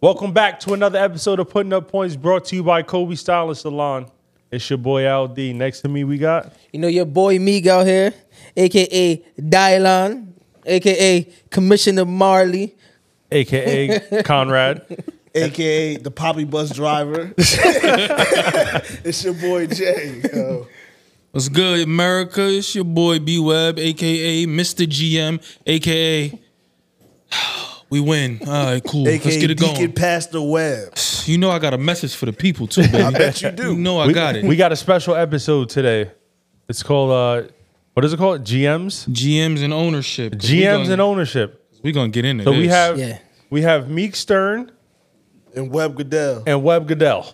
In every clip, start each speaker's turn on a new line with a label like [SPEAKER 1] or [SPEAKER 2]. [SPEAKER 1] Welcome back to another episode of Putting Up Points brought to you by Kobe Stylist Salon. It's your boy LD. Next to me, we got.
[SPEAKER 2] You know your boy Meek out here, aka Dylon, aka Commissioner Marley.
[SPEAKER 1] AKA Conrad.
[SPEAKER 3] aka the poppy bus driver. it's your boy Jay. yo.
[SPEAKER 4] What's good, America? It's your boy B Web, aka Mr. GM, aka We Win. All right, cool.
[SPEAKER 3] AKA
[SPEAKER 4] Let's get it
[SPEAKER 3] Deacon
[SPEAKER 4] going.
[SPEAKER 3] Pastor Webb.
[SPEAKER 4] You know I got a message for the people too, baby.
[SPEAKER 3] I bet you
[SPEAKER 4] You
[SPEAKER 3] do.
[SPEAKER 4] know I
[SPEAKER 1] we,
[SPEAKER 4] got it.
[SPEAKER 1] We got a special episode today. It's called, uh, what is it called? GMs?
[SPEAKER 4] GMs and ownership.
[SPEAKER 1] GMs and ownership.
[SPEAKER 4] We're gonna get into
[SPEAKER 1] So
[SPEAKER 4] this.
[SPEAKER 1] we have
[SPEAKER 2] Yeah.
[SPEAKER 1] we have Meek Stern
[SPEAKER 3] And Webb Goodell.
[SPEAKER 1] and Webb Goodell.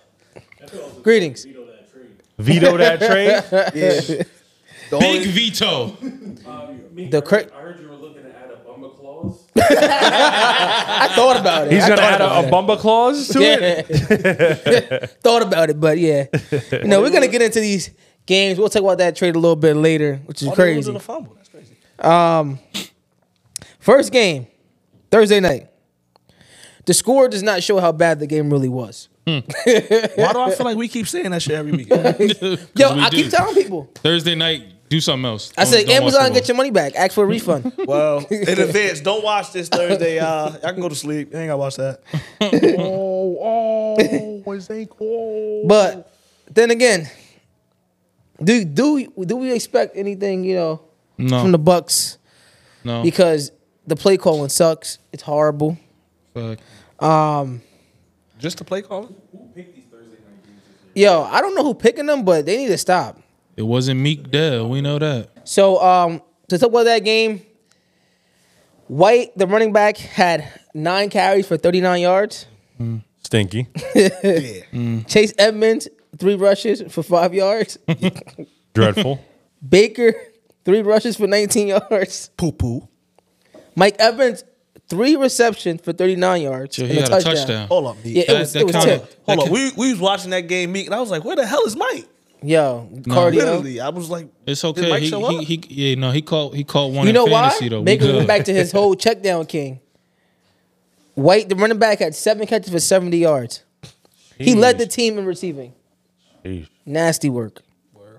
[SPEAKER 2] Greetings.
[SPEAKER 1] Veto that trade.
[SPEAKER 3] Yeah. The
[SPEAKER 4] Big
[SPEAKER 3] only-
[SPEAKER 4] Veto.
[SPEAKER 2] The cra-
[SPEAKER 5] I heard you were looking to add a bumper clause.
[SPEAKER 2] I thought about it.
[SPEAKER 1] He's
[SPEAKER 2] I
[SPEAKER 1] gonna
[SPEAKER 2] thought
[SPEAKER 1] add
[SPEAKER 2] about
[SPEAKER 1] a, a
[SPEAKER 2] it.
[SPEAKER 1] bumper clause to it.
[SPEAKER 2] Yeah. thought about it, but yeah. You know, we're gonna get into these games. We'll talk about that trade a little bit later, which is
[SPEAKER 3] all they lose in
[SPEAKER 2] crazy. Um,
[SPEAKER 3] a fumble. That's crazy.
[SPEAKER 2] First game, Thursday night. The score does not show how bad the game really was.
[SPEAKER 3] Why do I feel like we keep saying that shit every week? Yo,
[SPEAKER 2] Yo,
[SPEAKER 4] 'Cause we
[SPEAKER 2] I keep
[SPEAKER 4] do.
[SPEAKER 2] telling people.
[SPEAKER 4] Thursday night, do something else.
[SPEAKER 2] I said, Amazon, get
[SPEAKER 4] your
[SPEAKER 2] your money back. Ask for a refund.
[SPEAKER 3] well, in advance, don't watch this Thursday, y'all. Y'all can go to sleep. You ain't gotta watch that.
[SPEAKER 1] Oh, oh, is cool?
[SPEAKER 2] But then again, do do do we expect anything? You know, from
[SPEAKER 4] No,
[SPEAKER 2] the Bucks
[SPEAKER 4] no.
[SPEAKER 2] because the play calling sucks. It's horrible.
[SPEAKER 4] fuck.
[SPEAKER 3] Just to play calling?
[SPEAKER 2] Yo, I don't know who picking them, but they need to stop.
[SPEAKER 4] It wasn't Meek Dell. We know that.
[SPEAKER 2] So um, to talk about that game, White, the running back, had nine carries for 39 yards.
[SPEAKER 1] Stinky.
[SPEAKER 3] Yeah. Mm.
[SPEAKER 2] Chase Edmonds, three rushes for five yards.
[SPEAKER 1] Dreadful.
[SPEAKER 2] Baker, three rushes for 19 yards.
[SPEAKER 3] Poo poo.
[SPEAKER 2] Mike Evans, three receptions for 39 yards.
[SPEAKER 4] He
[SPEAKER 2] and
[SPEAKER 4] had a touchdown.
[SPEAKER 3] Hold up, Meek.
[SPEAKER 2] Yeah, Oh, it
[SPEAKER 4] That-
[SPEAKER 2] was,
[SPEAKER 4] that
[SPEAKER 2] it was
[SPEAKER 4] counted.
[SPEAKER 2] tipped.
[SPEAKER 3] Hold
[SPEAKER 4] that
[SPEAKER 3] up.
[SPEAKER 4] can-
[SPEAKER 3] We, we was watching that game, Meek, and I was like, where the hell is Mike?
[SPEAKER 2] Yo, cardio.
[SPEAKER 3] Literally. I was like,
[SPEAKER 4] It's
[SPEAKER 3] Did
[SPEAKER 4] okay.
[SPEAKER 3] Mike
[SPEAKER 4] He,
[SPEAKER 3] show
[SPEAKER 4] he,
[SPEAKER 3] up?
[SPEAKER 4] he, yeah, no, he caught he caught one
[SPEAKER 2] You
[SPEAKER 4] in
[SPEAKER 2] know
[SPEAKER 4] fantasy
[SPEAKER 2] why?
[SPEAKER 4] though. We
[SPEAKER 2] Baker
[SPEAKER 4] good.
[SPEAKER 2] went back to his whole check down king. White, the running back, had seven catches for 70 yards. He led the team in receiving.
[SPEAKER 1] Jeez.
[SPEAKER 2] Nasty work.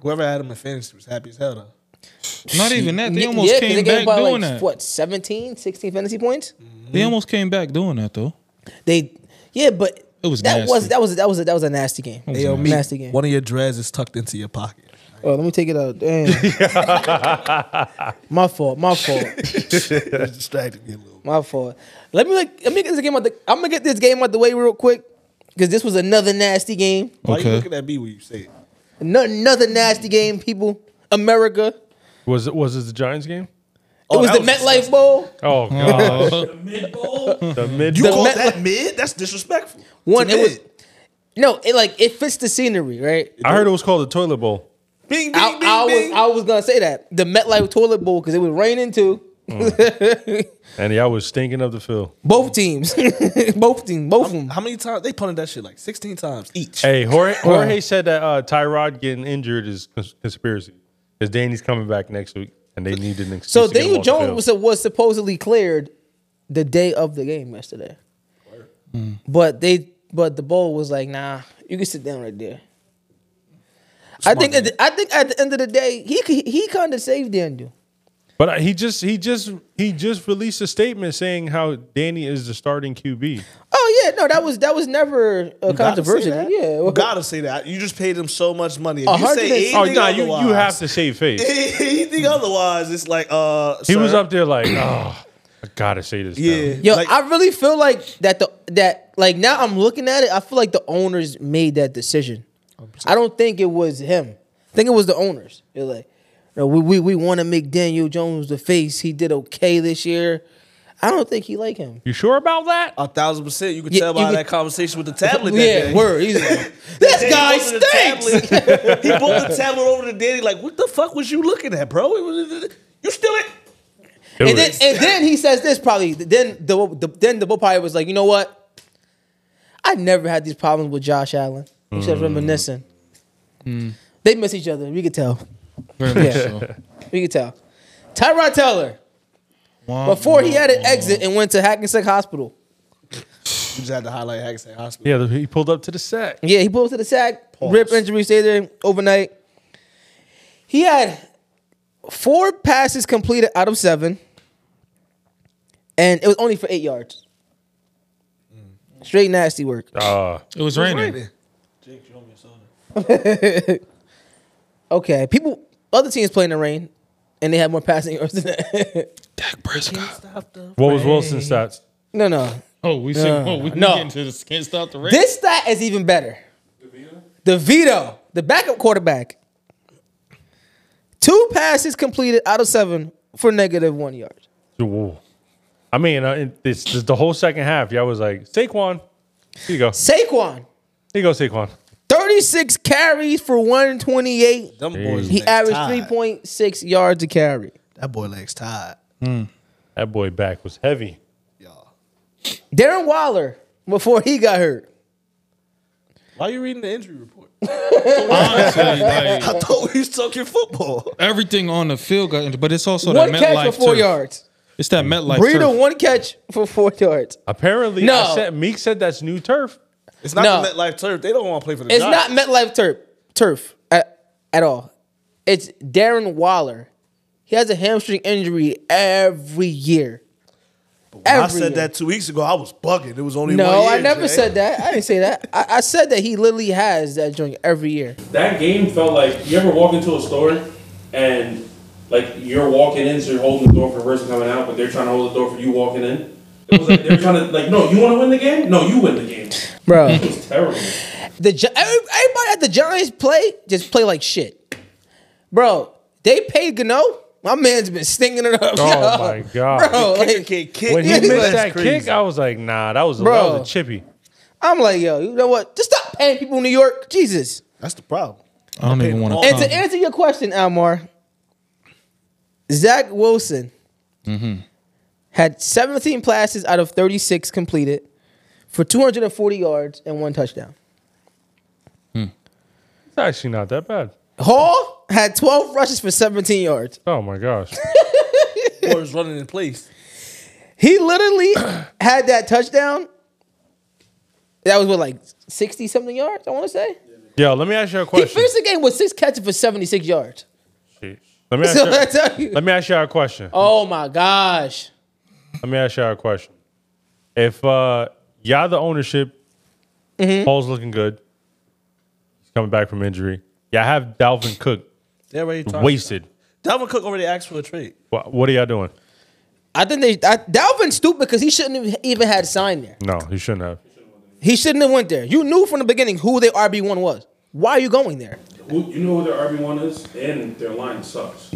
[SPEAKER 3] whoever had him in fantasy was happy as hell, though.
[SPEAKER 4] Not even that. They
[SPEAKER 2] Yeah,
[SPEAKER 4] almost
[SPEAKER 2] 'cause
[SPEAKER 4] came
[SPEAKER 2] they gave
[SPEAKER 4] back
[SPEAKER 2] about,
[SPEAKER 4] doing
[SPEAKER 2] like,
[SPEAKER 4] that.
[SPEAKER 2] What, 17, 16 fantasy points?
[SPEAKER 4] They almost came back doing that though.
[SPEAKER 2] They yeah, but
[SPEAKER 4] It was
[SPEAKER 2] that
[SPEAKER 4] nasty.
[SPEAKER 2] was that was that was a, that was a nasty game.
[SPEAKER 4] was
[SPEAKER 2] Hey, yo,
[SPEAKER 4] nasty.
[SPEAKER 2] nasty game.
[SPEAKER 3] One of your dreads is tucked into your pocket.
[SPEAKER 2] Oh, let me take it out. Damn. my fault. My fault.
[SPEAKER 3] That distracted me a little.
[SPEAKER 2] My fault. Let me like, let me get this game out the I'm gonna get this game out the way real quick. Cause this was another nasty game.
[SPEAKER 3] Why you
[SPEAKER 4] Okay.
[SPEAKER 3] looking at me when you say it?
[SPEAKER 2] No- Another nasty game, people. America.
[SPEAKER 1] Was it was it the Giants game?
[SPEAKER 2] it was the
[SPEAKER 3] Oh, that was
[SPEAKER 2] MetLife Bowl.
[SPEAKER 1] Oh god.
[SPEAKER 5] The mid bowl.
[SPEAKER 1] the mid
[SPEAKER 3] You
[SPEAKER 2] The
[SPEAKER 3] call
[SPEAKER 2] Met-
[SPEAKER 3] that mid? That's disrespectful.
[SPEAKER 2] One,
[SPEAKER 3] To
[SPEAKER 2] it
[SPEAKER 3] mid.
[SPEAKER 2] was no, it like it fits the scenery, right?
[SPEAKER 1] I heard it was called the toilet bowl.
[SPEAKER 3] Bing, bing,
[SPEAKER 2] I,
[SPEAKER 3] bing,
[SPEAKER 2] I was
[SPEAKER 3] bing.
[SPEAKER 2] I was gonna say that the MetLife toilet bowl because it was raining too.
[SPEAKER 1] And y'all was stinking up the field.
[SPEAKER 2] Both teams, both teams, both of them.
[SPEAKER 3] How many times they punted that shit? Like sixteen times each.
[SPEAKER 1] Hey, Jorge, Jorge said that uh, Tyrod getting injured is cons- conspiracy. Because Danny's coming back next week, and they needed an excuse.
[SPEAKER 2] So
[SPEAKER 1] to get him
[SPEAKER 2] Daniel
[SPEAKER 1] off the
[SPEAKER 2] Jones
[SPEAKER 1] field.
[SPEAKER 2] was was supposedly cleared the day of the game yesterday, but they but the bowl was like, nah, you can sit down right there. I think at the, I think at the end of the day, he he kind of saved Daniel.
[SPEAKER 1] but uh, he just he just he just released a statement saying how Danny is the starting QB.
[SPEAKER 2] Oh yeah, no, that was that was never a controversial.
[SPEAKER 3] Gotta say that.
[SPEAKER 2] Yeah,
[SPEAKER 3] You gotta say that. You just paid them so much money. If you
[SPEAKER 2] hundred and-
[SPEAKER 3] say anything
[SPEAKER 1] Oh no, you
[SPEAKER 3] otherwise,
[SPEAKER 1] you have to save face.
[SPEAKER 3] anything otherwise, it's like uh.
[SPEAKER 1] He
[SPEAKER 3] sir,
[SPEAKER 1] was up there like, oh, I gotta say this. now."
[SPEAKER 3] Yeah.
[SPEAKER 2] Yo,
[SPEAKER 3] like,
[SPEAKER 2] I really feel like that the that like now I'm looking at it, I feel like the owners made that decision. I don't think it was him. I think it was the owners. They're like, no, we we, we want to make Daniel Jones the face. He did okay this year. I don't think he like him.
[SPEAKER 1] You sure about that?
[SPEAKER 3] a thousand percent. You could
[SPEAKER 2] Yeah,
[SPEAKER 3] tell by
[SPEAKER 2] you could-
[SPEAKER 3] that conversation with the tablet. that
[SPEAKER 2] yeah,
[SPEAKER 3] day.
[SPEAKER 2] word. He's like, this
[SPEAKER 3] He
[SPEAKER 2] guy
[SPEAKER 3] pulled the
[SPEAKER 2] stinks.
[SPEAKER 3] tablet- he pulled the tablet over to Danny. Like, what the fuck was you looking at, bro? It was- You still in?
[SPEAKER 1] It
[SPEAKER 2] And then
[SPEAKER 1] was-
[SPEAKER 2] and then he says this probably. Then the, the then the Popeye was like, you know what? I never had these problems with Josh Allen. He's just
[SPEAKER 1] Mm.
[SPEAKER 2] reminiscing.
[SPEAKER 3] Hmm.
[SPEAKER 2] They miss each other. We could tell.
[SPEAKER 4] Very much
[SPEAKER 2] Yeah.
[SPEAKER 4] so.
[SPEAKER 2] We could tell. Tyrod Taylor
[SPEAKER 4] Wah,
[SPEAKER 2] before he
[SPEAKER 4] wah,
[SPEAKER 2] had an
[SPEAKER 4] wah.
[SPEAKER 2] exit and went to Hackensack Hospital.
[SPEAKER 3] just had to highlight Hackensack Hospital.
[SPEAKER 6] Yeah, he pulled up to the sack.
[SPEAKER 2] Yeah, he pulled up to the sack,
[SPEAKER 3] Pause.
[SPEAKER 2] rip injury, stayed there overnight. He had four passes completed out of seven, and it was only for eight yards. Straight nasty work.
[SPEAKER 6] Uh,
[SPEAKER 4] It was raining.
[SPEAKER 3] Jake showed me something.
[SPEAKER 2] Okay, people, other teams play in the rain, and they had more passing yards than that.
[SPEAKER 4] Dak Prescott.
[SPEAKER 6] what was Wilson's stats?
[SPEAKER 2] no, no,
[SPEAKER 4] Oh, we see.
[SPEAKER 2] No,
[SPEAKER 4] oh, we
[SPEAKER 2] no.
[SPEAKER 4] getting to the can't stop the rain.
[SPEAKER 2] this stat is even better. DeVito, the backup quarterback, two passes completed out of seven for negative one yard.
[SPEAKER 6] Whoa. I mean, uh, it- this, this- the whole second half, y'all was like Saquon. Here you go.
[SPEAKER 2] Saquon.
[SPEAKER 6] Here you go, Saquon.
[SPEAKER 2] 36 carries for 128.
[SPEAKER 3] Them boys.
[SPEAKER 2] He
[SPEAKER 3] legs
[SPEAKER 2] averaged
[SPEAKER 3] tied.
[SPEAKER 2] 3.6 yards a carry.
[SPEAKER 3] That boy legs tied,
[SPEAKER 6] That boy back was heavy.
[SPEAKER 3] y'all.
[SPEAKER 2] Darren Waller, before he got hurt.
[SPEAKER 3] Why you reading the injury report?
[SPEAKER 4] Honestly, like,
[SPEAKER 3] I thought we was talking football.
[SPEAKER 4] everything on the field got injured, but it's also
[SPEAKER 2] One
[SPEAKER 4] that
[SPEAKER 2] catch
[SPEAKER 4] MetLife
[SPEAKER 2] for four
[SPEAKER 4] turf.
[SPEAKER 2] yards.
[SPEAKER 4] It's that MetLife
[SPEAKER 2] Breida,
[SPEAKER 4] turf.
[SPEAKER 2] one catch for four yards.
[SPEAKER 6] Apparently,
[SPEAKER 2] No.
[SPEAKER 6] I said, Meek said that's new turf.
[SPEAKER 3] It's not
[SPEAKER 2] No.
[SPEAKER 3] the MetLife turf. They don't want to play for the
[SPEAKER 2] It's not
[SPEAKER 3] Giants.
[SPEAKER 2] MetLife turf, turf at, at all. It's Darren Waller. He has a hamstring injury every year.
[SPEAKER 3] I
[SPEAKER 2] every
[SPEAKER 3] said
[SPEAKER 2] year.
[SPEAKER 3] that two weeks ago. I was bugging. It was only one
[SPEAKER 2] No,
[SPEAKER 3] year,
[SPEAKER 2] I never
[SPEAKER 3] Jay.
[SPEAKER 2] said that. I didn't say that. I, I said that he literally has that joint every year.
[SPEAKER 7] That game felt like you ever walk into a store and like you're walking in, so you're holding the door for the person coming out, but they're trying to hold the door for you walking in. It was like they're trying to like, no, you want to win the game? No, you win the game. It
[SPEAKER 2] Bro.
[SPEAKER 7] was terrible.
[SPEAKER 2] The Gi- every- everybody at the Giants play just play like shit, bro. They paid Gano. My man's been stinging it up.
[SPEAKER 6] Oh
[SPEAKER 2] yo.
[SPEAKER 6] my God.
[SPEAKER 2] bro!
[SPEAKER 3] Kicker
[SPEAKER 2] Like,
[SPEAKER 3] can't kick.
[SPEAKER 6] When he
[SPEAKER 2] Yeah,
[SPEAKER 6] missed
[SPEAKER 2] that's
[SPEAKER 6] that kick, I was like, nah, that was a, that
[SPEAKER 2] Bro.
[SPEAKER 6] was a chippy.
[SPEAKER 2] I'm like, yo, you know what? Just stop paying people in New York, Jesus.
[SPEAKER 3] That's the problem.
[SPEAKER 4] I don't even want
[SPEAKER 2] And
[SPEAKER 4] to.
[SPEAKER 6] Um,
[SPEAKER 2] to answer your question, Almar, Zach Wilson
[SPEAKER 6] Mm-hmm.
[SPEAKER 2] had 17 passes out of 36 completed for 240 yards and one touchdown.
[SPEAKER 6] It's actually not that bad.
[SPEAKER 2] Hall had 12 rushes for 17 yards.
[SPEAKER 6] Oh my gosh.
[SPEAKER 3] Boy was running in place.
[SPEAKER 2] He literally had that touchdown. That was what, like 60 something yards, I want to say?
[SPEAKER 6] Yo, let me ask you a
[SPEAKER 2] He
[SPEAKER 6] question.
[SPEAKER 2] finished the game with six catches for 76 yards.
[SPEAKER 6] Shit. Let me ask
[SPEAKER 2] So I
[SPEAKER 6] you,
[SPEAKER 2] tell you.
[SPEAKER 6] let me ask you a question.
[SPEAKER 2] Oh my gosh.
[SPEAKER 6] Let me ask y'all a question. If uh y'all the ownership, Paul's looking good. He's coming back from injury. Y'all have Dalvin Cook
[SPEAKER 3] They already talked.
[SPEAKER 6] wasted.
[SPEAKER 3] Dalvin Cook already asked for a trade.
[SPEAKER 6] Wha- What are y'all doing?
[SPEAKER 2] I think they I, Dalvin's stupid because he shouldn't have even had signed there.
[SPEAKER 6] No, he shouldn't have.
[SPEAKER 2] He shouldn't have went there. You knew from the beginning who their RB one was. Why are you going there?
[SPEAKER 7] Who, you know who their RB one is, and their line sucks.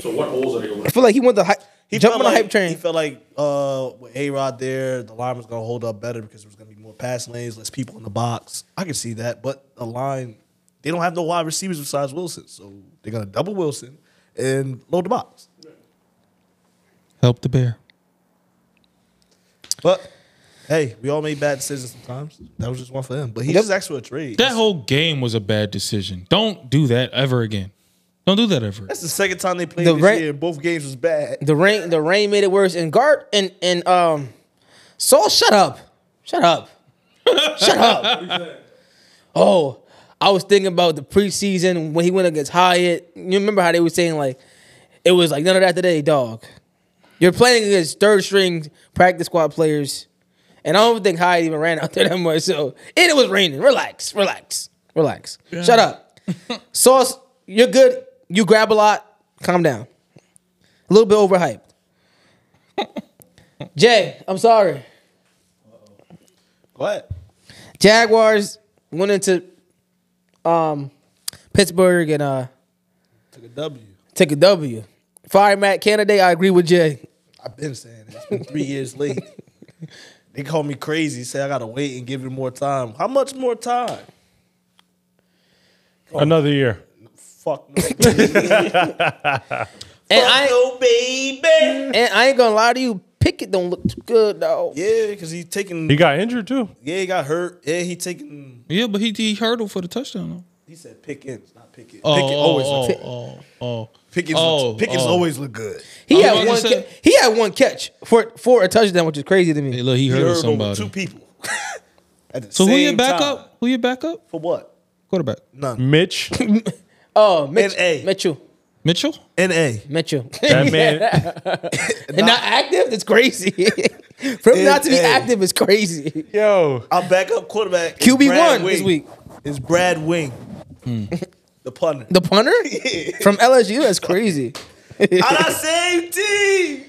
[SPEAKER 7] So what holes are they going
[SPEAKER 2] I feel like he went the hype. He jumped
[SPEAKER 3] felt
[SPEAKER 2] on the
[SPEAKER 3] like-
[SPEAKER 2] hype train.
[SPEAKER 3] He felt like uh, with A Rod there, the line was going to hold up better because there was going to be more pass lanes, less people in the box. I can see that, but the line, they don't have no wide receivers besides Wilson, so they're going to double Wilson and load the box.
[SPEAKER 4] Help the bear.
[SPEAKER 3] But hey, we all made bad decisions sometimes. That was just one for him. But he
[SPEAKER 2] Yep.
[SPEAKER 3] just asked for a trade.
[SPEAKER 4] That whole game was a bad decision. Don't do that ever again. Don't do that ever.
[SPEAKER 3] That's the second time they played
[SPEAKER 2] The
[SPEAKER 3] this
[SPEAKER 2] ra-
[SPEAKER 3] year, and both games was bad.
[SPEAKER 2] The rain the rain made it worse. And guard and and um Saul, shut up. Shut up. shut up. Oh, I was thinking about the preseason when he went against Hyatt. You remember how they were saying like it was like none of that today, dog. You're playing against third string practice squad players. And I don't think Hyatt even ran out there that much. So and it was raining. Relax, relax, relax. Shut up. Sauce, you're good. You grab a lot. Calm down. A little bit overhyped. Jay, I'm sorry.
[SPEAKER 3] What?
[SPEAKER 2] Jaguars went into um, Pittsburgh and uh,
[SPEAKER 3] Took a W.
[SPEAKER 2] took a W. Fire Matt Canada. I agree with Jay.
[SPEAKER 3] I've been saying it. It's been three years late. They call me crazy. Say I gotta wait and give it more time. How much more time?
[SPEAKER 6] Another year.
[SPEAKER 3] Fuck no,
[SPEAKER 2] And I
[SPEAKER 3] no baby.
[SPEAKER 2] and I ain't gonna lie to you. Pickett don't look too good though.
[SPEAKER 3] Yeah, because he taking.
[SPEAKER 6] He got injured too.
[SPEAKER 3] yeah, he got hurt. Yeah, he taking.
[SPEAKER 4] Yeah, but he, he hurdled for the touchdown. though.
[SPEAKER 3] He said Pickens, not Pickens.
[SPEAKER 4] Oh,
[SPEAKER 3] Pickens always
[SPEAKER 4] oh,
[SPEAKER 3] look,
[SPEAKER 4] oh, oh, oh.
[SPEAKER 3] Pickens,
[SPEAKER 4] Oh,
[SPEAKER 3] looks- Pickens
[SPEAKER 4] oh.
[SPEAKER 3] always look good.
[SPEAKER 2] He
[SPEAKER 4] I was
[SPEAKER 2] had
[SPEAKER 4] about
[SPEAKER 2] one. Ca-
[SPEAKER 4] to say-
[SPEAKER 2] he had one catch for for a touchdown, which is crazy to
[SPEAKER 4] Hey,
[SPEAKER 2] me.
[SPEAKER 4] look, he
[SPEAKER 3] He
[SPEAKER 4] heard
[SPEAKER 3] heard
[SPEAKER 4] of
[SPEAKER 3] over two
[SPEAKER 4] somebody.
[SPEAKER 3] people. At the
[SPEAKER 4] So who your
[SPEAKER 3] same
[SPEAKER 4] backup?
[SPEAKER 3] time.
[SPEAKER 4] Who your backup?
[SPEAKER 3] For what?
[SPEAKER 4] Quarterback.
[SPEAKER 3] None.
[SPEAKER 6] Mitch,
[SPEAKER 2] Oh, Mitch,
[SPEAKER 3] NA.
[SPEAKER 2] Mitchell,
[SPEAKER 4] Mitchell?
[SPEAKER 3] N.A.
[SPEAKER 2] Mitchell.
[SPEAKER 6] that man,
[SPEAKER 2] and not active. That's crazy. For him not to be
[SPEAKER 3] NA.
[SPEAKER 2] active is crazy.
[SPEAKER 6] yo,
[SPEAKER 3] Our backup quarterback. is
[SPEAKER 2] QB
[SPEAKER 3] Brad
[SPEAKER 2] one this
[SPEAKER 3] Wing.
[SPEAKER 2] week.
[SPEAKER 3] Is Brad Wing.
[SPEAKER 4] Hmm.
[SPEAKER 3] The punter.
[SPEAKER 2] The punter from LSU. That's crazy.
[SPEAKER 3] On our same team.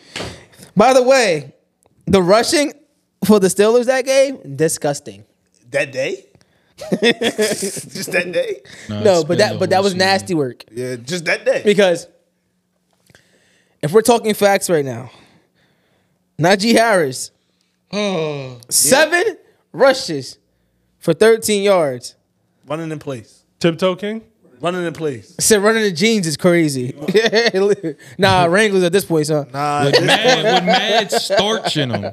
[SPEAKER 2] By the way, the rushing for the Steelers that game disgusting.
[SPEAKER 3] That day? just that day?
[SPEAKER 4] Nah,
[SPEAKER 2] no,
[SPEAKER 4] it's
[SPEAKER 2] but
[SPEAKER 4] been
[SPEAKER 2] that
[SPEAKER 4] the
[SPEAKER 2] but that
[SPEAKER 4] whole
[SPEAKER 2] was
[SPEAKER 4] season.
[SPEAKER 2] nasty work
[SPEAKER 3] Yeah, just that day.
[SPEAKER 2] because if we're talking facts right now, Najee Harris seven rushes for 13 yards.
[SPEAKER 3] Running in place.
[SPEAKER 6] tiptoe king.
[SPEAKER 3] Running in place.
[SPEAKER 2] I said running in jeans is crazy. nah, Wranglers at this point, son.
[SPEAKER 3] Nah,
[SPEAKER 4] With mad, with mad starch in him.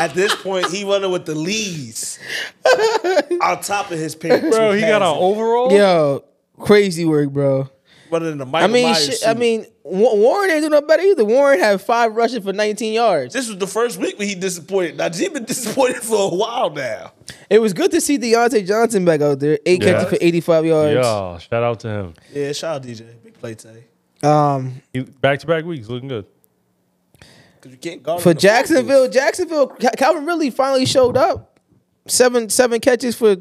[SPEAKER 3] at this point, he running with the leads on top of his pants.
[SPEAKER 6] Bro, he got an overall.
[SPEAKER 2] Yo, crazy work, bro.
[SPEAKER 3] running in the
[SPEAKER 2] I
[SPEAKER 3] Michael
[SPEAKER 2] mean,
[SPEAKER 3] Myers
[SPEAKER 2] shit,
[SPEAKER 3] suit.
[SPEAKER 2] I mean, Wa- Warren ain't doing no better either. Warren had five rushes for 19 yards.
[SPEAKER 3] this was the first week when he disappointed. Najee been disappointed for a while now.
[SPEAKER 2] It was good to see Deontay Johnson back out there. Eight
[SPEAKER 6] Yeah.
[SPEAKER 2] catches for 85 yards.
[SPEAKER 6] Yo, shout out to him.
[SPEAKER 3] Yeah, shout out DJ. Big play today.
[SPEAKER 2] Um,
[SPEAKER 6] Back to back weeks, looking good.
[SPEAKER 3] Because you can't guard
[SPEAKER 2] for
[SPEAKER 3] him in the focus.
[SPEAKER 2] Jacksonville, Jacksonville, Ca- Calvin really finally showed up. Seven seven catches for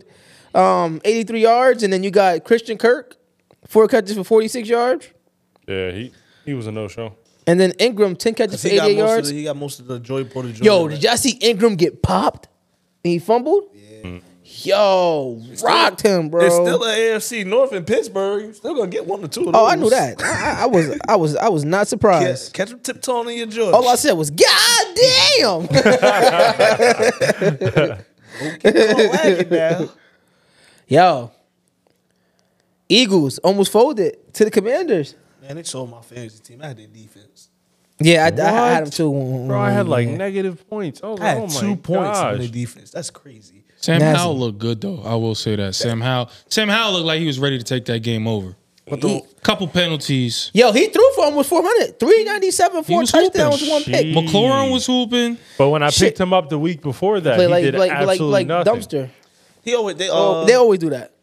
[SPEAKER 2] um, 83 yards, and then you got Christian Kirk, four catches for 46 yards,
[SPEAKER 6] Yeah, he he was a no show.
[SPEAKER 2] and then Ingram ten catches for
[SPEAKER 3] He got,
[SPEAKER 2] 88
[SPEAKER 3] most of
[SPEAKER 2] yards.
[SPEAKER 3] the, he got most of the Joy Porter Jr.
[SPEAKER 2] Yo, did y'all see Ingram get popped? And he fumbled. Yo, rocked him, bro.
[SPEAKER 3] It's still an AFC North in Pittsburgh. You're still gonna get one or two of those.
[SPEAKER 2] Oh, I knew that. I, I- I was, I was, I was not
[SPEAKER 3] Catch,
[SPEAKER 2] surprised.
[SPEAKER 3] catch him tiptoeing in your George.
[SPEAKER 2] All I said was, "God damn!"
[SPEAKER 3] now.
[SPEAKER 2] Yo, Eagles almost folded to the Commanders.
[SPEAKER 3] Man, they sold my fantasy team. I had their defense.
[SPEAKER 2] Yeah, I, I, had them
[SPEAKER 6] What?
[SPEAKER 2] too.
[SPEAKER 6] Bro, I had like negative points. Oh,
[SPEAKER 3] I had
[SPEAKER 6] oh my
[SPEAKER 3] two points on
[SPEAKER 6] gosh.
[SPEAKER 3] their defense. That's crazy.
[SPEAKER 4] Sam
[SPEAKER 2] Nasty.
[SPEAKER 4] Howell looked good though. I will say that. Sam Howell. Sam Howell looked like he was ready to take that game over.
[SPEAKER 3] But the,
[SPEAKER 4] Couple penalties.
[SPEAKER 2] Yo, he threw for almost 400. 397, four
[SPEAKER 4] was hooping.
[SPEAKER 2] touchdowns, one pick.
[SPEAKER 6] Jeez.
[SPEAKER 4] McLaurin was hooping.
[SPEAKER 6] But when I
[SPEAKER 2] Shit.
[SPEAKER 6] picked him up the week before that,
[SPEAKER 2] Play
[SPEAKER 6] he
[SPEAKER 2] like,
[SPEAKER 6] did
[SPEAKER 2] like, like,
[SPEAKER 6] absolutely
[SPEAKER 2] like
[SPEAKER 6] nothing.
[SPEAKER 2] dumpster.
[SPEAKER 3] he always they, uh,
[SPEAKER 2] Oh, they always do that.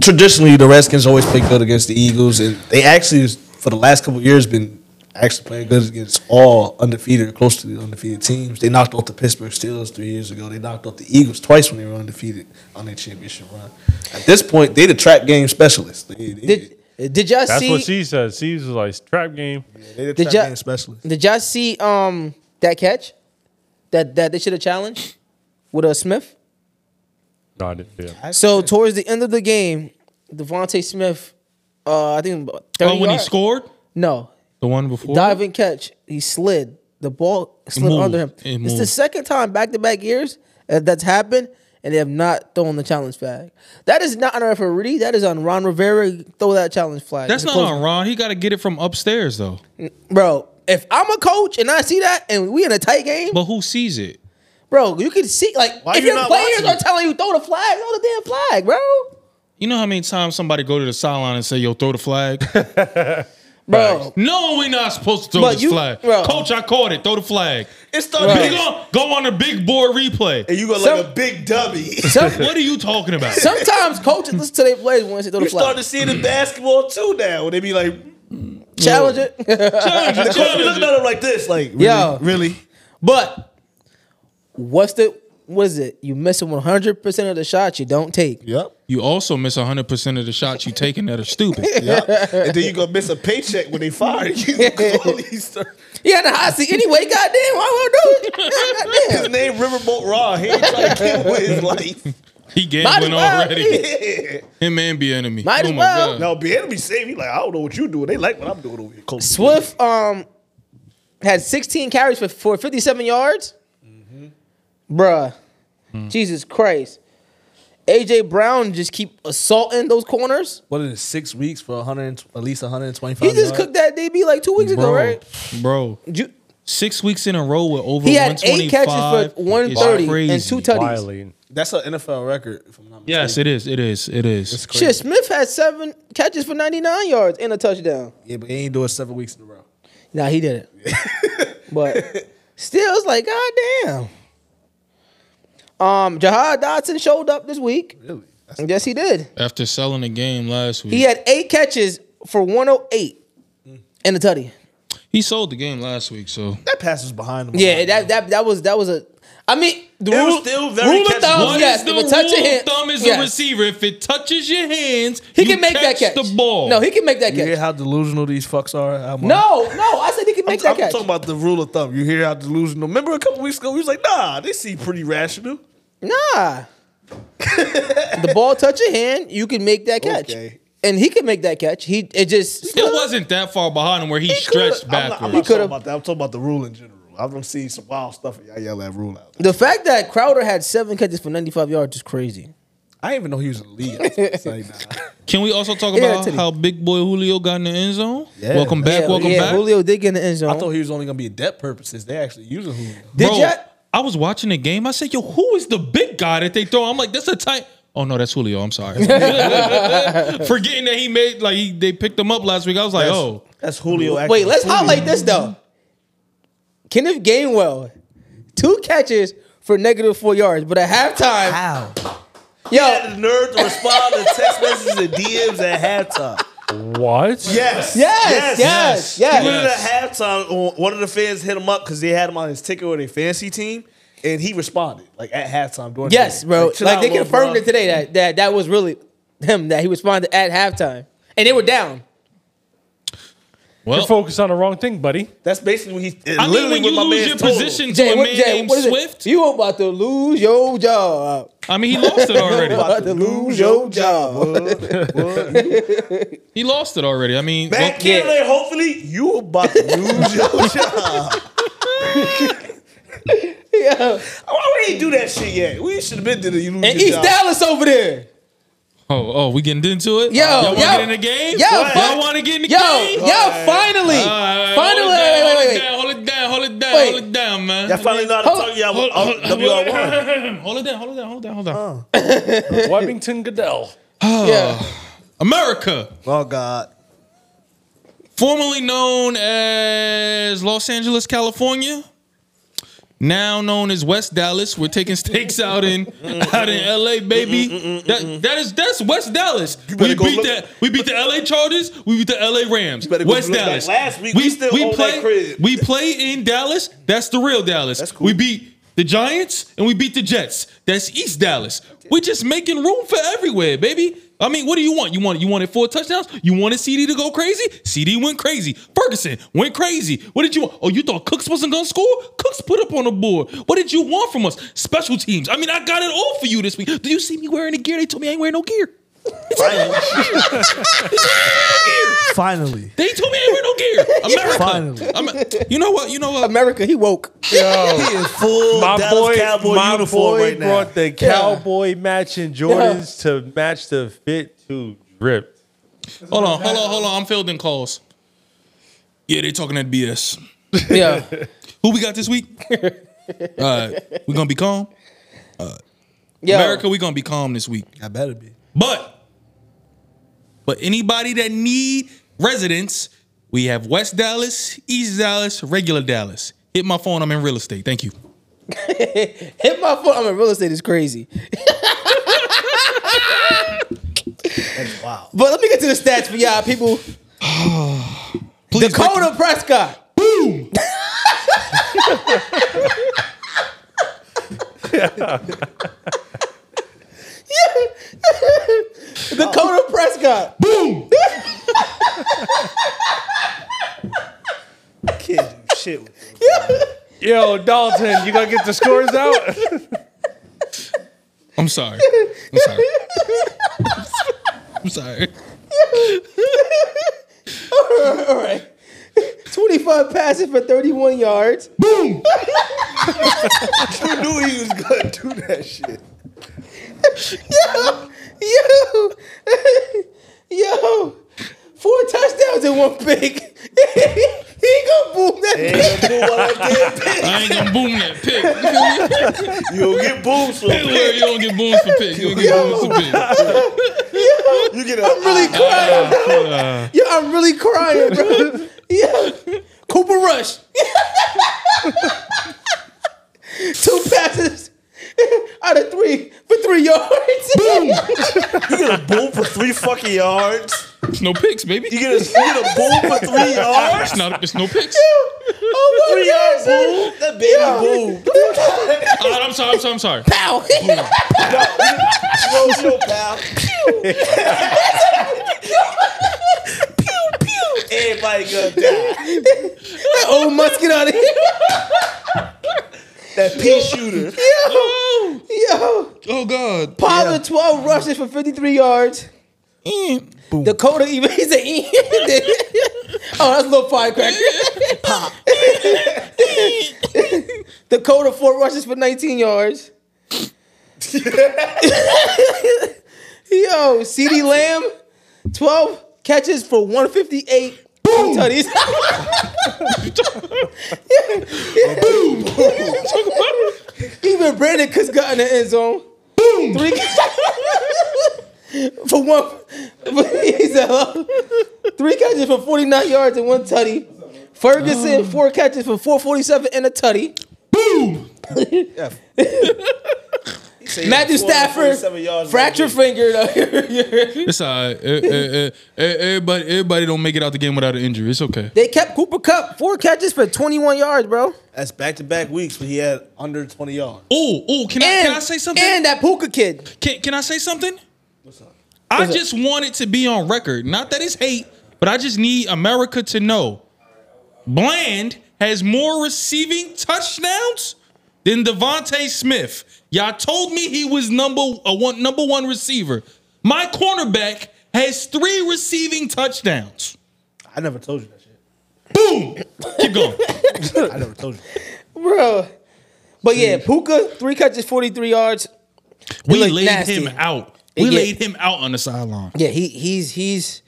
[SPEAKER 3] traditionally the Redskins always play good against the Eagles, and they actually for the last couple of years been actually playing good against all undefeated, or close to the undefeated teams. They knocked out the Pittsburgh Steelers three years ago. They knocked out the Eagles twice when they were undefeated on their championship run. At this point, they the trap game specialists. They, they,
[SPEAKER 2] Did did y'all
[SPEAKER 6] That's
[SPEAKER 2] see?
[SPEAKER 6] what she said. She was like trap game.
[SPEAKER 3] they the
[SPEAKER 2] did
[SPEAKER 3] trap
[SPEAKER 2] ya-
[SPEAKER 3] game specialists.
[SPEAKER 2] Did y'all see um that catch that that they should have challenged with a Smith?
[SPEAKER 6] No, I didn't. Yeah.
[SPEAKER 2] So towards the end of the game, Devonte Smith, uh, I think about 30
[SPEAKER 4] Oh, when he
[SPEAKER 2] yard-
[SPEAKER 4] scored?
[SPEAKER 2] no
[SPEAKER 4] The one before?
[SPEAKER 2] diving catch, he slid the ball slid
[SPEAKER 4] moved.
[SPEAKER 2] under him.
[SPEAKER 4] It
[SPEAKER 2] it's the
[SPEAKER 4] moved.
[SPEAKER 2] second time back to back years that that's happened, and they have not thrown the challenge flag. That is not on a referee. That is on Ron Rivera. Throw that challenge flag.
[SPEAKER 4] That's
[SPEAKER 2] It's
[SPEAKER 4] not
[SPEAKER 2] close.
[SPEAKER 4] on Ron. He got to get it from upstairs though.
[SPEAKER 2] bro. If I'm a coach and I see that, and we in a tight game,
[SPEAKER 4] But who sees it?
[SPEAKER 2] bro, you can see like
[SPEAKER 3] Why
[SPEAKER 2] if
[SPEAKER 3] you
[SPEAKER 2] your
[SPEAKER 3] not
[SPEAKER 2] players
[SPEAKER 3] watching
[SPEAKER 2] are telling you throw the flag, throw the damn flag, bro.
[SPEAKER 4] You know how many times somebody go to the sideline and say, "Yo, throw the flag."
[SPEAKER 2] Bro,
[SPEAKER 4] no, we're not supposed to throw
[SPEAKER 2] But
[SPEAKER 4] this
[SPEAKER 2] you-
[SPEAKER 4] flag.
[SPEAKER 2] bro.
[SPEAKER 4] Coach, I caught it. Throw the flag.
[SPEAKER 3] It started.
[SPEAKER 4] Big on, go on the big board replay.
[SPEAKER 3] And you got
[SPEAKER 2] Some-
[SPEAKER 3] like a big dummy.
[SPEAKER 2] some,
[SPEAKER 4] What are you talking about?
[SPEAKER 2] sometimes coaches listen to their players when they throw the
[SPEAKER 3] You start
[SPEAKER 2] flag.
[SPEAKER 3] to see it in basketball too now. When they be like,
[SPEAKER 2] Challenge it.
[SPEAKER 4] Challenge it,
[SPEAKER 3] the coach be
[SPEAKER 4] challenge
[SPEAKER 3] looking
[SPEAKER 4] it.
[SPEAKER 3] at him like this, like, really?
[SPEAKER 2] Yeah.
[SPEAKER 3] really?
[SPEAKER 2] But what's the what is it? You missing one hundred percent of the shots you don't take.
[SPEAKER 3] Yep.
[SPEAKER 4] You also miss 100% of the shots you taking that are stupid.
[SPEAKER 3] Yep. and then you gonna miss a paycheck when they fire you. His
[SPEAKER 2] Yeah, in the hot seat anyway. Goddamn, I won't do it. Goddamn.
[SPEAKER 3] name Riverboat Raw. He ain't trying to get with his life.
[SPEAKER 4] He
[SPEAKER 2] Might as
[SPEAKER 4] gambling
[SPEAKER 2] well,
[SPEAKER 4] already.
[SPEAKER 2] yeah.
[SPEAKER 3] Yeah.
[SPEAKER 4] Him and be enemy.
[SPEAKER 2] Might
[SPEAKER 4] oh
[SPEAKER 2] as
[SPEAKER 4] my
[SPEAKER 2] well.
[SPEAKER 4] God.
[SPEAKER 3] Now, be enemy save. He like, I don't know what you doing. They like what I'm doing over here. Coach.
[SPEAKER 2] Swift um had sixteen carries for, for fifty seven yards. Mm-hmm. Bruh, Jesus Christ. AJ Brown just keep assaulting those corners.
[SPEAKER 3] What is it? Six weeks for 100, at least 125.
[SPEAKER 2] He just cooked that DB like two weeks ago,
[SPEAKER 4] Bro,
[SPEAKER 2] right?
[SPEAKER 4] bro,
[SPEAKER 2] Ju-
[SPEAKER 4] six weeks in a row with over
[SPEAKER 2] He had eight
[SPEAKER 4] 125
[SPEAKER 2] catches for
[SPEAKER 4] is
[SPEAKER 2] 130 and
[SPEAKER 4] crazy.
[SPEAKER 2] two touchdowns.
[SPEAKER 6] Wiley.
[SPEAKER 3] That's an NFL record, if I'm not mistaken.
[SPEAKER 4] Yes, it is. It is. It is.
[SPEAKER 3] It's crazy.
[SPEAKER 2] Shit, Smith had seven catches for 99 yards and a touchdown.
[SPEAKER 3] Yeah, but he ain't doing seven weeks in a row.
[SPEAKER 2] Nah, he didn't. but still, it's like, God damn. Um, Jahad Dotson showed up this week.
[SPEAKER 3] Really? That's
[SPEAKER 2] Yes, he did.
[SPEAKER 4] After selling the game last week,
[SPEAKER 2] He had eight catches for 108
[SPEAKER 4] Mm.
[SPEAKER 2] and a tutty.
[SPEAKER 4] he sold the game last week. So
[SPEAKER 3] That pass was behind him.
[SPEAKER 2] Yeah, that that that was that was a. I mean, the
[SPEAKER 3] It was
[SPEAKER 2] rule,
[SPEAKER 3] still very
[SPEAKER 2] rule of
[SPEAKER 3] catchable.
[SPEAKER 2] thumb,
[SPEAKER 4] What is
[SPEAKER 2] yes,
[SPEAKER 4] the
[SPEAKER 2] if it touch
[SPEAKER 4] rule
[SPEAKER 2] your
[SPEAKER 4] of
[SPEAKER 2] hand,
[SPEAKER 4] thumb is
[SPEAKER 2] yes.
[SPEAKER 4] a receiver. If it touches your hands,
[SPEAKER 2] He
[SPEAKER 4] you
[SPEAKER 2] can make
[SPEAKER 4] catch
[SPEAKER 2] that catch.
[SPEAKER 4] The ball.
[SPEAKER 2] No, he can make that
[SPEAKER 3] You hear
[SPEAKER 2] catch.
[SPEAKER 3] how delusional these fucks are? How much-
[SPEAKER 2] No, no, I said he can
[SPEAKER 3] I'm,
[SPEAKER 2] make
[SPEAKER 3] I'm
[SPEAKER 2] that catch.
[SPEAKER 3] talking about the rule of thumb. You hear how delusional. Remember a couple weeks ago, we was like, nah, they seem pretty rational.
[SPEAKER 2] Nah. the ball touch your hand, you can make that catch.
[SPEAKER 3] Okay.
[SPEAKER 2] And he can make that catch. He it just
[SPEAKER 4] It wasn't that far behind him where he, stretched
[SPEAKER 3] I'm not, I'm not
[SPEAKER 4] backwards.
[SPEAKER 3] talking
[SPEAKER 2] could've-
[SPEAKER 3] about that. I'm talking about the rule in general. I've done seen some wild stuff. and Y'all yell that rule out.
[SPEAKER 2] the fact that Crowder had seven catches for 95 yards is crazy.
[SPEAKER 3] I didn't even know he was in the league. I was like, nah.
[SPEAKER 4] Can we also talk
[SPEAKER 2] Yeah,
[SPEAKER 4] about
[SPEAKER 2] Titty.
[SPEAKER 4] how big boy Julio got in the end zone?
[SPEAKER 3] Yeah.
[SPEAKER 4] Welcome back,
[SPEAKER 2] yeah,
[SPEAKER 4] welcome
[SPEAKER 2] yeah,
[SPEAKER 4] back.
[SPEAKER 2] Julio did get in the end zone.
[SPEAKER 3] I thought he was only going to be a debt purposes. They actually using Julio.
[SPEAKER 2] did
[SPEAKER 4] Bro,
[SPEAKER 2] ya?
[SPEAKER 4] I was watching the game. I said, yo, who is the big guy that they throw? I'm like, that's a tight. Oh no, that's Julio. I'm sorry. Forgetting that he made like he, they picked him up last week. I was like,
[SPEAKER 3] That's,
[SPEAKER 4] oh,
[SPEAKER 3] that's Julio. Actually.
[SPEAKER 2] Wait, let's highlight this though. Kenneth Gainwell, two catches for negative four yards, but at halftime,
[SPEAKER 3] How?
[SPEAKER 2] yo,
[SPEAKER 3] the nerve to respond to text messages and DMs at halftime.
[SPEAKER 6] What?
[SPEAKER 3] Yes.
[SPEAKER 2] Yes, yes, yes.
[SPEAKER 3] He went at halftime. on- One of the fans hit him up because they had him on his ticket with a fancy team, and he responded like at halftime. During the
[SPEAKER 2] yes,
[SPEAKER 3] game.
[SPEAKER 2] bro,
[SPEAKER 3] chill
[SPEAKER 2] like
[SPEAKER 3] out,
[SPEAKER 2] they
[SPEAKER 3] little
[SPEAKER 2] confirmed
[SPEAKER 3] bro.
[SPEAKER 2] it today that that that was really him that he responded at halftime, and they were down.
[SPEAKER 6] You're
[SPEAKER 4] well.
[SPEAKER 6] focused on the wrong thing, buddy.
[SPEAKER 3] That's basically when he.
[SPEAKER 4] I mean,
[SPEAKER 3] literally
[SPEAKER 4] when you
[SPEAKER 3] what my
[SPEAKER 4] lose
[SPEAKER 3] man
[SPEAKER 4] your
[SPEAKER 3] told him.
[SPEAKER 4] position to
[SPEAKER 2] Jay,
[SPEAKER 4] a
[SPEAKER 2] what,
[SPEAKER 4] man
[SPEAKER 2] Jay,
[SPEAKER 4] named
[SPEAKER 2] what is
[SPEAKER 4] Swift,
[SPEAKER 2] it? You about to lose your job.
[SPEAKER 4] I mean, he lost it already.
[SPEAKER 2] About to lose your job.
[SPEAKER 4] He lost it already. I mean,
[SPEAKER 3] Back
[SPEAKER 2] yeah.
[SPEAKER 3] here, there, hopefully you about to lose your job.
[SPEAKER 2] Yeah.
[SPEAKER 3] Why we ain't do that shit yet? We should have been did it. You lose
[SPEAKER 2] And
[SPEAKER 3] your
[SPEAKER 2] East
[SPEAKER 3] job.
[SPEAKER 2] Dallas over there.
[SPEAKER 4] Oh, oh, we getting into it?
[SPEAKER 2] Yo,
[SPEAKER 4] y'all
[SPEAKER 2] yo.
[SPEAKER 4] wanna get in the game?
[SPEAKER 2] Yo,
[SPEAKER 4] y'all
[SPEAKER 2] fuck.
[SPEAKER 4] want to get in the
[SPEAKER 2] Yo,
[SPEAKER 4] game?
[SPEAKER 2] yo, finally.
[SPEAKER 4] All right,
[SPEAKER 2] finally.
[SPEAKER 4] hold it down,
[SPEAKER 2] Wait, wait, wait, wait.
[SPEAKER 4] hold it down, hold it down,
[SPEAKER 2] Wait.
[SPEAKER 4] hold it down, man.
[SPEAKER 3] Y'all finally know how to
[SPEAKER 2] Hold-
[SPEAKER 3] talk to y'all
[SPEAKER 4] Hold, hold,
[SPEAKER 3] uh, WR1.
[SPEAKER 4] hold it down, hold it down, hold it down, hold
[SPEAKER 3] Uh.
[SPEAKER 4] on.
[SPEAKER 6] Webington Goodell.
[SPEAKER 2] Yeah.
[SPEAKER 4] America,
[SPEAKER 3] Oh, God.
[SPEAKER 4] formerly known as Los Angeles, California, now known as West Dallas. We're taking stakes out in out in LA, baby. That that is that's West Dallas.
[SPEAKER 3] better
[SPEAKER 4] We
[SPEAKER 3] go
[SPEAKER 4] beat
[SPEAKER 3] look-
[SPEAKER 4] that. We beat the LA Chargers. We beat the LA Rams.
[SPEAKER 3] better go
[SPEAKER 4] West
[SPEAKER 3] look back.
[SPEAKER 4] Dallas.
[SPEAKER 3] Last week, we still own that
[SPEAKER 4] play,
[SPEAKER 3] crib.
[SPEAKER 4] We play in Dallas. That's the real Dallas.
[SPEAKER 3] That's cool.
[SPEAKER 4] We beat the Giants and we beat the Jets. That's East Dallas. We're just making room for everywhere, baby. I mean, what do you want? You want you wanted four touchdowns? You wanted CD to go crazy? CD went crazy. Ferguson went crazy. What did you want? Oh, you thought Cooks wasn't gonna score? Cooks put up on the board. What did you want from us? Special teams. I mean, I got it all for you this week. Do you see me wearing the gear? They told me I ain't wearing no gear.
[SPEAKER 3] Finally.
[SPEAKER 4] They told me I ain't wearing no gear.
[SPEAKER 3] Finally.
[SPEAKER 4] America. Finally. You know what? You know what?
[SPEAKER 2] America, he woke.
[SPEAKER 6] Yo.
[SPEAKER 3] He in full
[SPEAKER 6] my
[SPEAKER 3] Dallas
[SPEAKER 6] boy,
[SPEAKER 3] Cowboy
[SPEAKER 6] my
[SPEAKER 3] uniform
[SPEAKER 6] boy
[SPEAKER 3] right now.
[SPEAKER 6] brought the cowboy matching Jordans to match the fit to drip.
[SPEAKER 4] Hold on, hold on, hold on. I'm fielding calls. Yeah, they talking that BS.
[SPEAKER 2] Yeah.
[SPEAKER 4] Who we got this week? All right, we gonna be calm.
[SPEAKER 2] Yeah.
[SPEAKER 4] America, we gonna be calm this week.
[SPEAKER 3] I better be.
[SPEAKER 4] But, but anybody that need residence, we have West Dallas, East Dallas, regular Dallas. Hit my phone. I'm in real estate. Thank you.
[SPEAKER 2] Hit my phone. I'm in real estate is crazy.
[SPEAKER 3] Wow.
[SPEAKER 2] But let me get to the stats for y'all people.
[SPEAKER 4] Please
[SPEAKER 2] Dakota Prescott. Boom. Dakota Prescott.
[SPEAKER 3] Kid, do shit with him.
[SPEAKER 6] Yo, Dalton, you gonna get the scores out?
[SPEAKER 4] I'm sorry. I'm sorry. I'm sorry.
[SPEAKER 2] All right. 25 passes for 31 yards.
[SPEAKER 3] I knew he was gonna do that shit.
[SPEAKER 2] Yo, yo, yo, four touchdowns in one pick. he gonna boom that bitch.
[SPEAKER 3] Ain't gonna do what I
[SPEAKER 4] I ain't gonna boom that pick. You feel me?
[SPEAKER 3] did. You'll get booms for
[SPEAKER 4] Don't worry, you don't get booms for pick. You don't get booms for pick.
[SPEAKER 3] You get a
[SPEAKER 2] really crying, bro. yeah, I'm really crying, bro. Yeah. Cooper Rush. Two passes out of three for three yards. Boom.
[SPEAKER 3] you get a boom for three fucking yards.
[SPEAKER 4] It's no picks, baby.
[SPEAKER 3] You get a you get a boom for three yards.
[SPEAKER 4] It's not. It's no picks.
[SPEAKER 2] oh my
[SPEAKER 3] Three yard
[SPEAKER 2] God. son.
[SPEAKER 3] boom. That baby
[SPEAKER 2] Yeah.
[SPEAKER 3] boom.
[SPEAKER 4] All right, I'm sorry. I'm sorry. I'm sorry.
[SPEAKER 2] Pow.
[SPEAKER 3] Slow, slow, pal.
[SPEAKER 2] pew, pew.
[SPEAKER 3] Everybody gonna die.
[SPEAKER 2] That old musket out of here.
[SPEAKER 3] That pea shooter.
[SPEAKER 2] Yo. Yo.
[SPEAKER 4] Oh God.
[SPEAKER 2] Pollard 12 rushes for 53 yards. Dakota even he's an E. oh, that's a little firecracker. Pop. Dakota four rushes for 19 yards. Yo, CD Lamb, 12 catches for 158. Boom. Even Brandon Cooks got in the end zone. Boom. Three for one. He's a, three catches for 49 yards and one tutty. Ferguson, four catches for 447 and a tutty. Matthew Stafford, fractured finger.
[SPEAKER 4] It's all right. Eh, eh, eh, eh, Everybody, everybody don't make it out the game without an injury. It's okay.
[SPEAKER 2] they kept Cooper Cup, four catches for 21 yards, bro.
[SPEAKER 3] That's back to back weeks when he had under 20 yards.
[SPEAKER 4] Oh, oh, can I
[SPEAKER 2] And,
[SPEAKER 4] can I say something?
[SPEAKER 2] and that Puka kid.
[SPEAKER 4] Can Can I say something? I just want it to be on record. Not that it's hate, but I just need America to know. Bland has more receiving touchdowns than Devontae Smith. Y'all told me he was number a one number one receiver. My cornerback has three receiving touchdowns.
[SPEAKER 3] I never told you that shit.
[SPEAKER 4] Keep going.
[SPEAKER 3] I never told you.
[SPEAKER 2] Bro. But yeah, Puka, three catches, 43 yards.
[SPEAKER 4] we
[SPEAKER 2] look
[SPEAKER 4] laid
[SPEAKER 2] nasty.
[SPEAKER 4] him out.
[SPEAKER 2] They
[SPEAKER 4] We
[SPEAKER 2] get-
[SPEAKER 4] laid him out on the sideline.
[SPEAKER 2] Yeah, he he's he's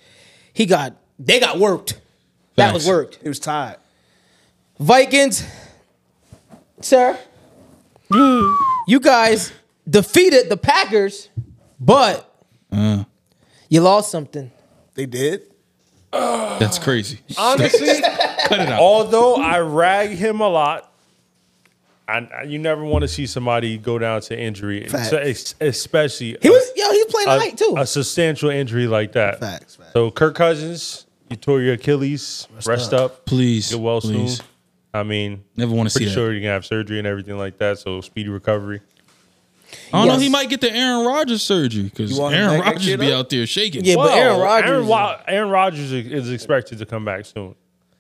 [SPEAKER 2] he got they got worked. That was
[SPEAKER 4] Facts.
[SPEAKER 2] worked.
[SPEAKER 3] He was tied.
[SPEAKER 2] Vikings, sir, you guys defeated the Packers, but you lost something.
[SPEAKER 3] They did.
[SPEAKER 4] That's crazy.
[SPEAKER 6] Honestly,
[SPEAKER 4] Cut it out.
[SPEAKER 6] although I rag him a lot, I, I- you never want to see somebody go down to injury,
[SPEAKER 3] Facts.
[SPEAKER 6] es- especially
[SPEAKER 2] He was yo, he was playing
[SPEAKER 6] a,
[SPEAKER 2] tonight too.
[SPEAKER 6] a substantial injury like that.
[SPEAKER 3] Facts, facts.
[SPEAKER 6] So Kirk Cousins, you tore your Achilles. Rest, up.
[SPEAKER 4] Please.
[SPEAKER 6] Get well
[SPEAKER 4] please.
[SPEAKER 6] soon. I mean,
[SPEAKER 4] Never wanna see
[SPEAKER 6] pretty
[SPEAKER 4] that.
[SPEAKER 6] sure you're gonna have surgery and everything like that. So speedy recovery.
[SPEAKER 4] I don't know.
[SPEAKER 2] Yes.
[SPEAKER 4] He might get the Aaron Rodgers surgery because
[SPEAKER 3] You want him
[SPEAKER 4] Aaron
[SPEAKER 3] back next
[SPEAKER 4] Rodgers
[SPEAKER 3] year,
[SPEAKER 4] be
[SPEAKER 3] though?
[SPEAKER 4] out there shaking.
[SPEAKER 2] yeah, but Aaron
[SPEAKER 6] Well,
[SPEAKER 2] Rodgers.
[SPEAKER 6] Aaron, Wa- Aaron Rodgers is- is expected to come back soon.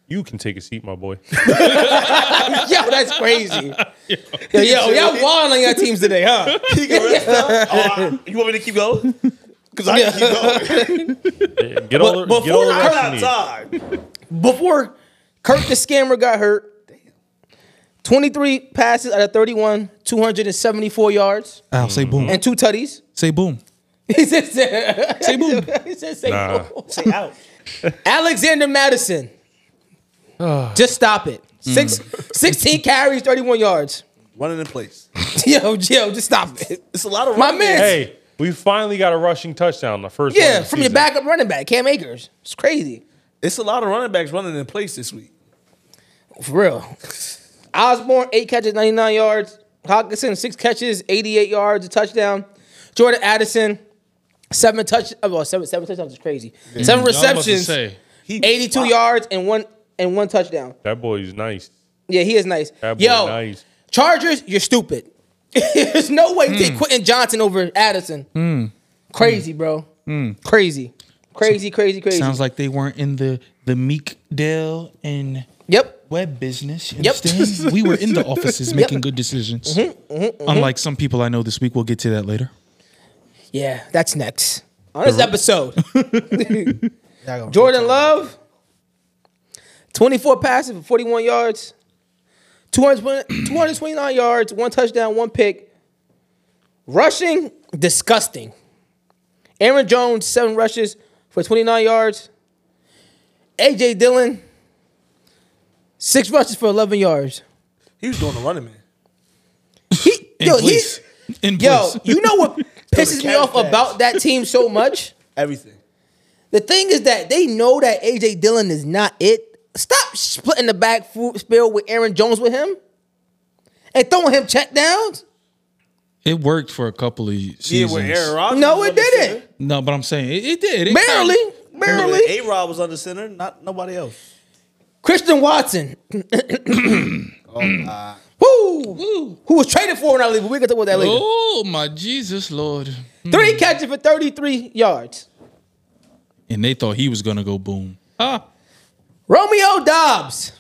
[SPEAKER 6] You can take a seat, my boy.
[SPEAKER 2] yo, that's crazy. yo, yo, y'all wild on your teams today, huh?
[SPEAKER 3] He can rest up. Oh, you want me to keep going? Because I can keep going.
[SPEAKER 6] Get all, the-
[SPEAKER 2] But-
[SPEAKER 6] get all the
[SPEAKER 2] before
[SPEAKER 6] rest you
[SPEAKER 3] I'm
[SPEAKER 6] need.
[SPEAKER 3] out of time.
[SPEAKER 2] Before Kirk the scammer got hurt. 23 passes out of 31, 274 yards,
[SPEAKER 4] Al, say boom.
[SPEAKER 2] and two tutties.
[SPEAKER 4] Say boom.
[SPEAKER 2] He said, say,
[SPEAKER 4] Say boom.
[SPEAKER 2] say
[SPEAKER 6] Nah.
[SPEAKER 2] no.
[SPEAKER 3] Say out.
[SPEAKER 2] Alexander Madison. Just stop it. Six, 16 carries, 31 yards.
[SPEAKER 3] Running in place.
[SPEAKER 2] Yo, yo, just stop it.
[SPEAKER 3] It's a lot of
[SPEAKER 2] My
[SPEAKER 3] running.
[SPEAKER 2] man.
[SPEAKER 6] Hey, we finally got a rushing touchdown. The first one
[SPEAKER 2] Yeah,
[SPEAKER 6] of the
[SPEAKER 2] from your
[SPEAKER 6] season.
[SPEAKER 2] backup running back, Cam Akers. It's crazy.
[SPEAKER 3] It's a lot of running backs running in place this week.
[SPEAKER 2] For real. Osborne, eight catches, 99 yards. Hawkinson, six catches, 88 yards, a touchdown. Jordan Addison, seven touch. oh, well, seven, seven touchdowns is crazy. Seven receptions,
[SPEAKER 4] Say.
[SPEAKER 2] 82 yards, and one and one touchdown.
[SPEAKER 6] That boy's nice.
[SPEAKER 2] Yeah, he is nice.
[SPEAKER 6] That boy
[SPEAKER 2] Yo,
[SPEAKER 6] nice.
[SPEAKER 2] Chargers, you're stupid. There's no way you take Quentin Johnson over Addison. Crazy, bro. Crazy. Crazy, crazy, crazy.
[SPEAKER 4] Sounds like they weren't in the the Meek Dell and
[SPEAKER 2] yep.
[SPEAKER 4] web business. You
[SPEAKER 2] Yep. Mm-hmm,
[SPEAKER 4] understand? we were in the offices making good decisions. Unlike some people I know this week, we'll get to that later.
[SPEAKER 2] Yeah, that's next. On this episode.
[SPEAKER 3] Y'all gonna-
[SPEAKER 2] Jordan Love, 24 passes for 41 yards, 220 229 yards, one touchdown, one pick. Rushing, disgusting. Aaron Jones, seven rushes for 29 yards. A.J. Dillon, Six rushes for 11 yards.
[SPEAKER 3] He was doing the running man.
[SPEAKER 2] He,
[SPEAKER 4] In
[SPEAKER 2] yo, he,
[SPEAKER 4] place. In
[SPEAKER 2] yo,
[SPEAKER 4] place.
[SPEAKER 2] you know what pisses me off about that team so much?
[SPEAKER 3] Everything.
[SPEAKER 2] The thing is that they know that AJ Dillon is not it. Stop splitting the back fu- field with Aaron Jones with him and throwing him check downs.
[SPEAKER 4] It worked for a couple of seasons.
[SPEAKER 3] Rodgers.
[SPEAKER 2] No,
[SPEAKER 3] was
[SPEAKER 2] it
[SPEAKER 3] under
[SPEAKER 2] didn't.
[SPEAKER 4] No, but I'm saying it, it did. It
[SPEAKER 2] Barely.
[SPEAKER 4] kinda-
[SPEAKER 3] center.
[SPEAKER 2] Barely.
[SPEAKER 3] A Rod was under center, not nobody else.
[SPEAKER 2] Christian Watson.
[SPEAKER 4] Oh,
[SPEAKER 2] Woo! Who was traded for when I leave, but we can talk about that later.
[SPEAKER 4] Oh my Jesus Lord!
[SPEAKER 2] Three catches for 33 yards.
[SPEAKER 4] And they thought he was gonna go boom. Ah,
[SPEAKER 2] Romeo Dobbs.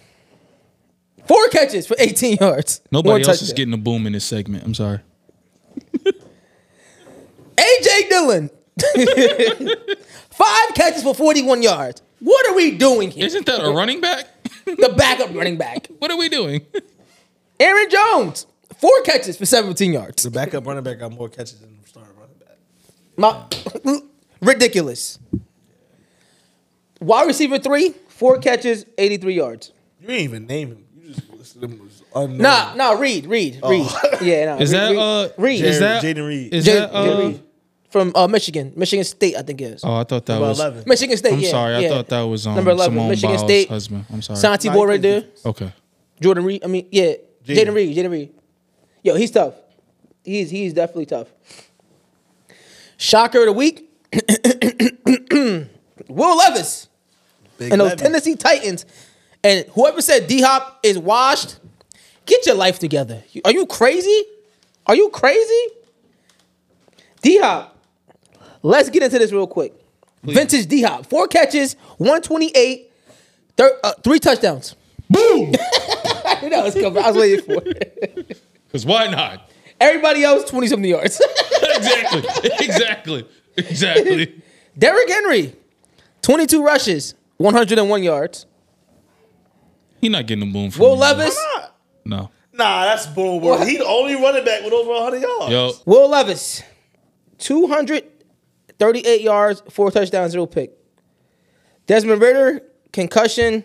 [SPEAKER 2] Four catches for 18 yards.
[SPEAKER 4] nobody
[SPEAKER 2] One
[SPEAKER 4] else is
[SPEAKER 2] touchdown.
[SPEAKER 4] getting a boom in this segment. I'm sorry.
[SPEAKER 2] AJ Dillon. Five catches for 41 yards. What are we doing here?
[SPEAKER 4] Isn't that a running back?
[SPEAKER 2] the backup running back.
[SPEAKER 4] what are we doing?
[SPEAKER 2] Aaron Jones. Four catches for 17 yards.
[SPEAKER 3] The backup running back got more catches than the starting running back.
[SPEAKER 2] My, ridiculous. Wide receiver three, four catches, 83 yards.
[SPEAKER 3] You ain't even name him. You just listed him as unknown.
[SPEAKER 2] Nah, nah, Reed, Reed, Reed. Yeah, nah.
[SPEAKER 4] Oh. Is
[SPEAKER 2] Reed,
[SPEAKER 4] that
[SPEAKER 2] Reed,
[SPEAKER 4] uh?
[SPEAKER 2] Reed.
[SPEAKER 4] Is
[SPEAKER 3] Jaden-
[SPEAKER 4] that
[SPEAKER 3] Jaden Reed.
[SPEAKER 4] Is
[SPEAKER 2] Jay-
[SPEAKER 4] that
[SPEAKER 2] Jay
[SPEAKER 4] uh?
[SPEAKER 2] Reed from uh, Michigan, Michigan State, I think it is.
[SPEAKER 4] Oh, I thought that
[SPEAKER 3] About
[SPEAKER 4] was.
[SPEAKER 3] 11.
[SPEAKER 2] Michigan State.
[SPEAKER 4] I'm
[SPEAKER 2] yeah,
[SPEAKER 4] sorry. I
[SPEAKER 2] yeah.
[SPEAKER 4] thought that was um,
[SPEAKER 2] number eleven.
[SPEAKER 4] Simone
[SPEAKER 2] Michigan
[SPEAKER 4] Biles'
[SPEAKER 2] State
[SPEAKER 4] husband. I'm sorry.
[SPEAKER 2] Santi Boy right there.
[SPEAKER 4] Okay.
[SPEAKER 2] Jordan Reed. I mean, yeah,
[SPEAKER 3] Jaden.
[SPEAKER 2] Jaden Reed. Jaden Reed. Yo, he's tough. He's he's definitely tough. Shocker of the week. Will Levis
[SPEAKER 3] Big
[SPEAKER 2] and those
[SPEAKER 3] Levy.
[SPEAKER 2] Tennessee Titans. And whoever said D Hop is washed, get your life together. You- Are you crazy? Are you crazy? D Hop, let's get into this real quick. Vintage D Hop, four catches, 128, thir- uh, three touchdowns.
[SPEAKER 4] Boom.
[SPEAKER 2] I knew that was coming. I was waiting for it.
[SPEAKER 4] Because why not?
[SPEAKER 2] Everybody else, 20 something yards.
[SPEAKER 4] exactly. Exactly. Exactly.
[SPEAKER 2] Derrick Henry, 22 rushes, 101 yards.
[SPEAKER 4] He not getting the moon from
[SPEAKER 2] Will
[SPEAKER 4] me,
[SPEAKER 2] Levis,
[SPEAKER 4] No.
[SPEAKER 3] Nah, that's bull world. He the only running back with over 100 yards.
[SPEAKER 4] Yo.
[SPEAKER 2] Will Levis, 238 yards, four touchdowns, zero pick. Desmond Ritter, concussion.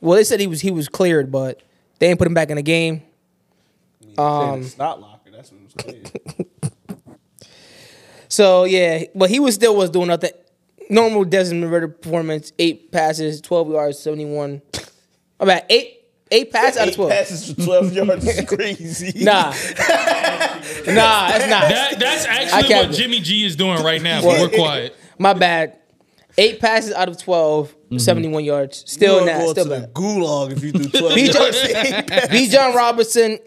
[SPEAKER 2] Well, they said he was he was cleared, but they didn't put him back in the game.
[SPEAKER 3] Um, it's not locker. That's what it was clear.
[SPEAKER 2] So yeah, but he was still was doing nothing. Normal Desmond Ritter performance: eight passes, twelve yards, seventy-one. About eight eight passes out of
[SPEAKER 3] Eight
[SPEAKER 2] twelve.
[SPEAKER 3] passes for 12 yards is crazy.
[SPEAKER 2] Nah, nah, that's not.
[SPEAKER 4] That, that's
[SPEAKER 2] I
[SPEAKER 4] actually
[SPEAKER 2] can't-
[SPEAKER 4] what Jimmy G is doing right now. But we're quiet.
[SPEAKER 2] My bad. Eight passes out of 12, 71 yards. Still
[SPEAKER 3] You're
[SPEAKER 2] not.
[SPEAKER 3] going
[SPEAKER 2] Still
[SPEAKER 3] to
[SPEAKER 2] bad.
[SPEAKER 3] the gulag if you do 12
[SPEAKER 2] B.
[SPEAKER 3] yards.
[SPEAKER 2] John, B. John Robinson,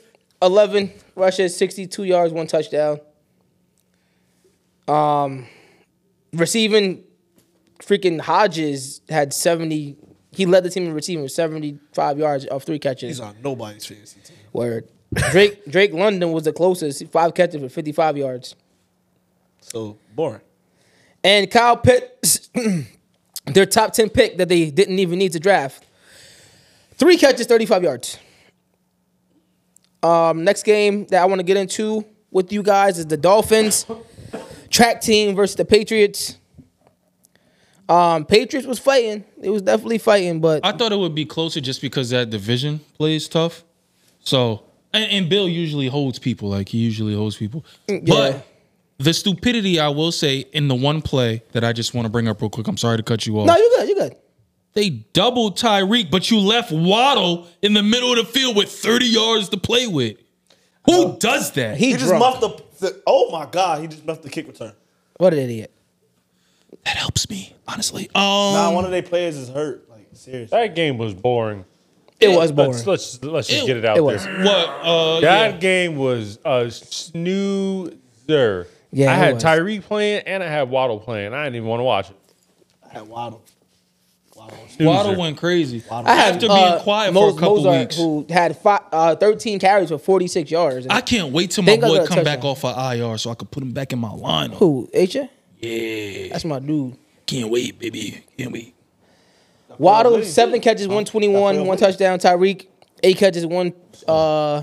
[SPEAKER 2] 11 rushes, 62 yards, one touchdown. Um, receiving, freaking Hodges had 70. He led the team in receiving with 75 yards off three catches.
[SPEAKER 3] He's on nobody's fantasy team.
[SPEAKER 2] Word. Drake Drake London was the closest, five catches for 55 yards.
[SPEAKER 3] So boring.
[SPEAKER 2] And Kyle Pitts, their top 10 pick that they didn't even need to draft. Three catches, 35 yards. Um, next game that I want to get into with you guys is the Dolphins track team versus the Patriots. Um, Patriots was fighting. It was definitely fighting, but
[SPEAKER 4] I thought it would be closer just because that division plays tough. So, and, and Bill usually holds people. Like, he usually holds people.
[SPEAKER 2] Mm, yeah.
[SPEAKER 4] But the stupidity, I will say, in the one play that I just want to bring up real quick. I'm sorry to cut you off.
[SPEAKER 2] no, you good, you good.
[SPEAKER 4] They doubled Tyreek, but you left Waddle in the middle of the field with 30 yards to play with. Who does that?
[SPEAKER 2] He,
[SPEAKER 3] He just
[SPEAKER 2] drunk.
[SPEAKER 3] muffed the, the. Oh my God, he just muffed the kick return.
[SPEAKER 2] What an idiot.
[SPEAKER 4] that helps me, honestly. Um,
[SPEAKER 3] Nah, one of their players is hurt. Like, seriously.
[SPEAKER 6] That game was boring.
[SPEAKER 2] It was boring.
[SPEAKER 6] Let's let's, let's just
[SPEAKER 4] It-
[SPEAKER 6] get it out
[SPEAKER 2] it was.
[SPEAKER 6] there.
[SPEAKER 4] what? Uh,
[SPEAKER 6] That
[SPEAKER 4] yeah.
[SPEAKER 6] game was a snoozer.
[SPEAKER 2] Yeah,
[SPEAKER 6] I
[SPEAKER 2] it
[SPEAKER 6] had
[SPEAKER 2] was.
[SPEAKER 6] Tyreek playing and I had Waddle playing. I didn't even want to watch it.
[SPEAKER 3] I had Waddle. Waddle. was-
[SPEAKER 6] Snoozer.
[SPEAKER 4] Waddle went crazy.
[SPEAKER 2] I had
[SPEAKER 4] After
[SPEAKER 2] uh,
[SPEAKER 4] being quiet
[SPEAKER 2] Mo-
[SPEAKER 4] for a couple
[SPEAKER 2] Mozart,
[SPEAKER 4] weeks.
[SPEAKER 2] who had five, uh, 13 carries for 46 yards.
[SPEAKER 4] I can't wait till my
[SPEAKER 2] Think I got
[SPEAKER 4] boy
[SPEAKER 2] a
[SPEAKER 4] come back
[SPEAKER 2] touchdown.
[SPEAKER 4] off of IR so I could put him back in my line.
[SPEAKER 2] Who? Aja?
[SPEAKER 4] Yeah.
[SPEAKER 2] That's my dude.
[SPEAKER 4] Can't wait, baby. Can't wait.
[SPEAKER 2] Waddle,
[SPEAKER 3] Williams.
[SPEAKER 2] seven catches, 121, one touchdown. Tyreek, eight catches, one uh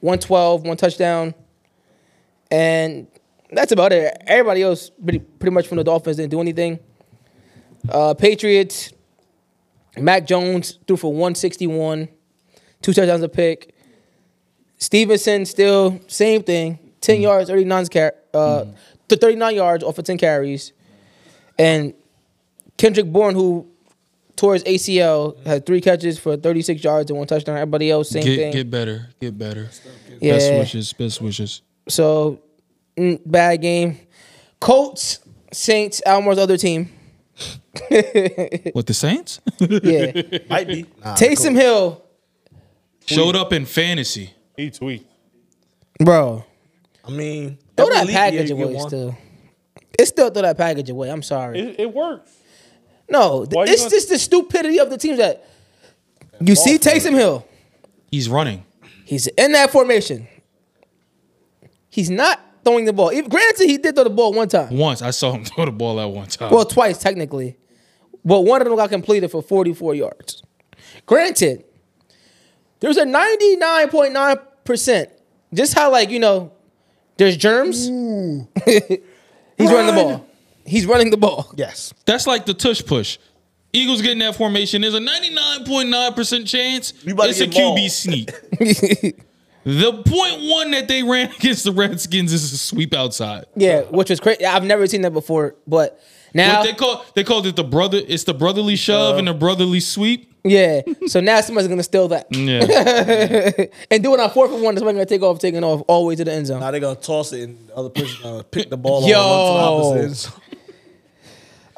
[SPEAKER 2] 112, one touchdown. And that's about it. Everybody else pretty, pretty much from the Dolphins didn't do anything. Uh Patriots, Mac Jones threw for 161, two touchdowns a pick. Stevenson still same thing, 10
[SPEAKER 4] Mm-hmm.
[SPEAKER 2] yards, 39 car- uh, to 39 yards off of 10 carries. And Kendrick Bourne who tore his ACL had three catches for 36 yards and one touchdown. Everybody else same
[SPEAKER 4] Get
[SPEAKER 2] thing.
[SPEAKER 4] get better. Get better.
[SPEAKER 2] yeah.
[SPEAKER 4] Best wishes. Best wishes.
[SPEAKER 2] So mm, bad game. Colts, Saints, Almore's other team.
[SPEAKER 4] What the Saints
[SPEAKER 2] Yeah.
[SPEAKER 3] Might be. Nah,
[SPEAKER 2] Taysom Hill,
[SPEAKER 4] showed up in fantasy.
[SPEAKER 6] He tweet.
[SPEAKER 2] bro.
[SPEAKER 3] I mean,
[SPEAKER 2] Throw
[SPEAKER 3] every
[SPEAKER 2] that
[SPEAKER 3] league
[SPEAKER 2] package
[SPEAKER 3] year you
[SPEAKER 2] away
[SPEAKER 3] get one.
[SPEAKER 2] still. It's still throw that package away. I'm sorry.
[SPEAKER 6] It, it works.
[SPEAKER 2] No, th-
[SPEAKER 6] Why you
[SPEAKER 2] it's
[SPEAKER 6] gonna-
[SPEAKER 2] just the stupidity of the teams that you see Taysom Hill.
[SPEAKER 4] He's running.
[SPEAKER 2] He's in that formation. He's not throwing the ball. If, granted, he did throw the ball one time.
[SPEAKER 4] Once I saw him throw the ball out one time.
[SPEAKER 2] Well, twice technically, but one of them got completed for 44 yards. Granted, there's a 99.9 percent. Just how like you know, there's germs. Mm. He's running the ball. He's running the ball.
[SPEAKER 3] Yes.
[SPEAKER 4] That's like the tush push. Eagles getting that formation. There's a 99.9% chance
[SPEAKER 3] You about to
[SPEAKER 4] it's a
[SPEAKER 3] get mauled.
[SPEAKER 4] QB sneak. the point one that they ran against the Redskins is a sweep outside.
[SPEAKER 2] yeah, which was crazy. I've never seen that before. But now,
[SPEAKER 4] What they call they called it the brother. It's the brotherly shove and the brotherly sweep.
[SPEAKER 2] yeah. So now somebody's gonna steal that
[SPEAKER 4] Yeah,
[SPEAKER 2] and do it on fourth and one. Somebody's gonna take off, taking off all the way to the end zone.
[SPEAKER 3] Now they're gonna toss it and the other person's gonna pick the ball
[SPEAKER 2] Yo.
[SPEAKER 3] on one to the opposite. end.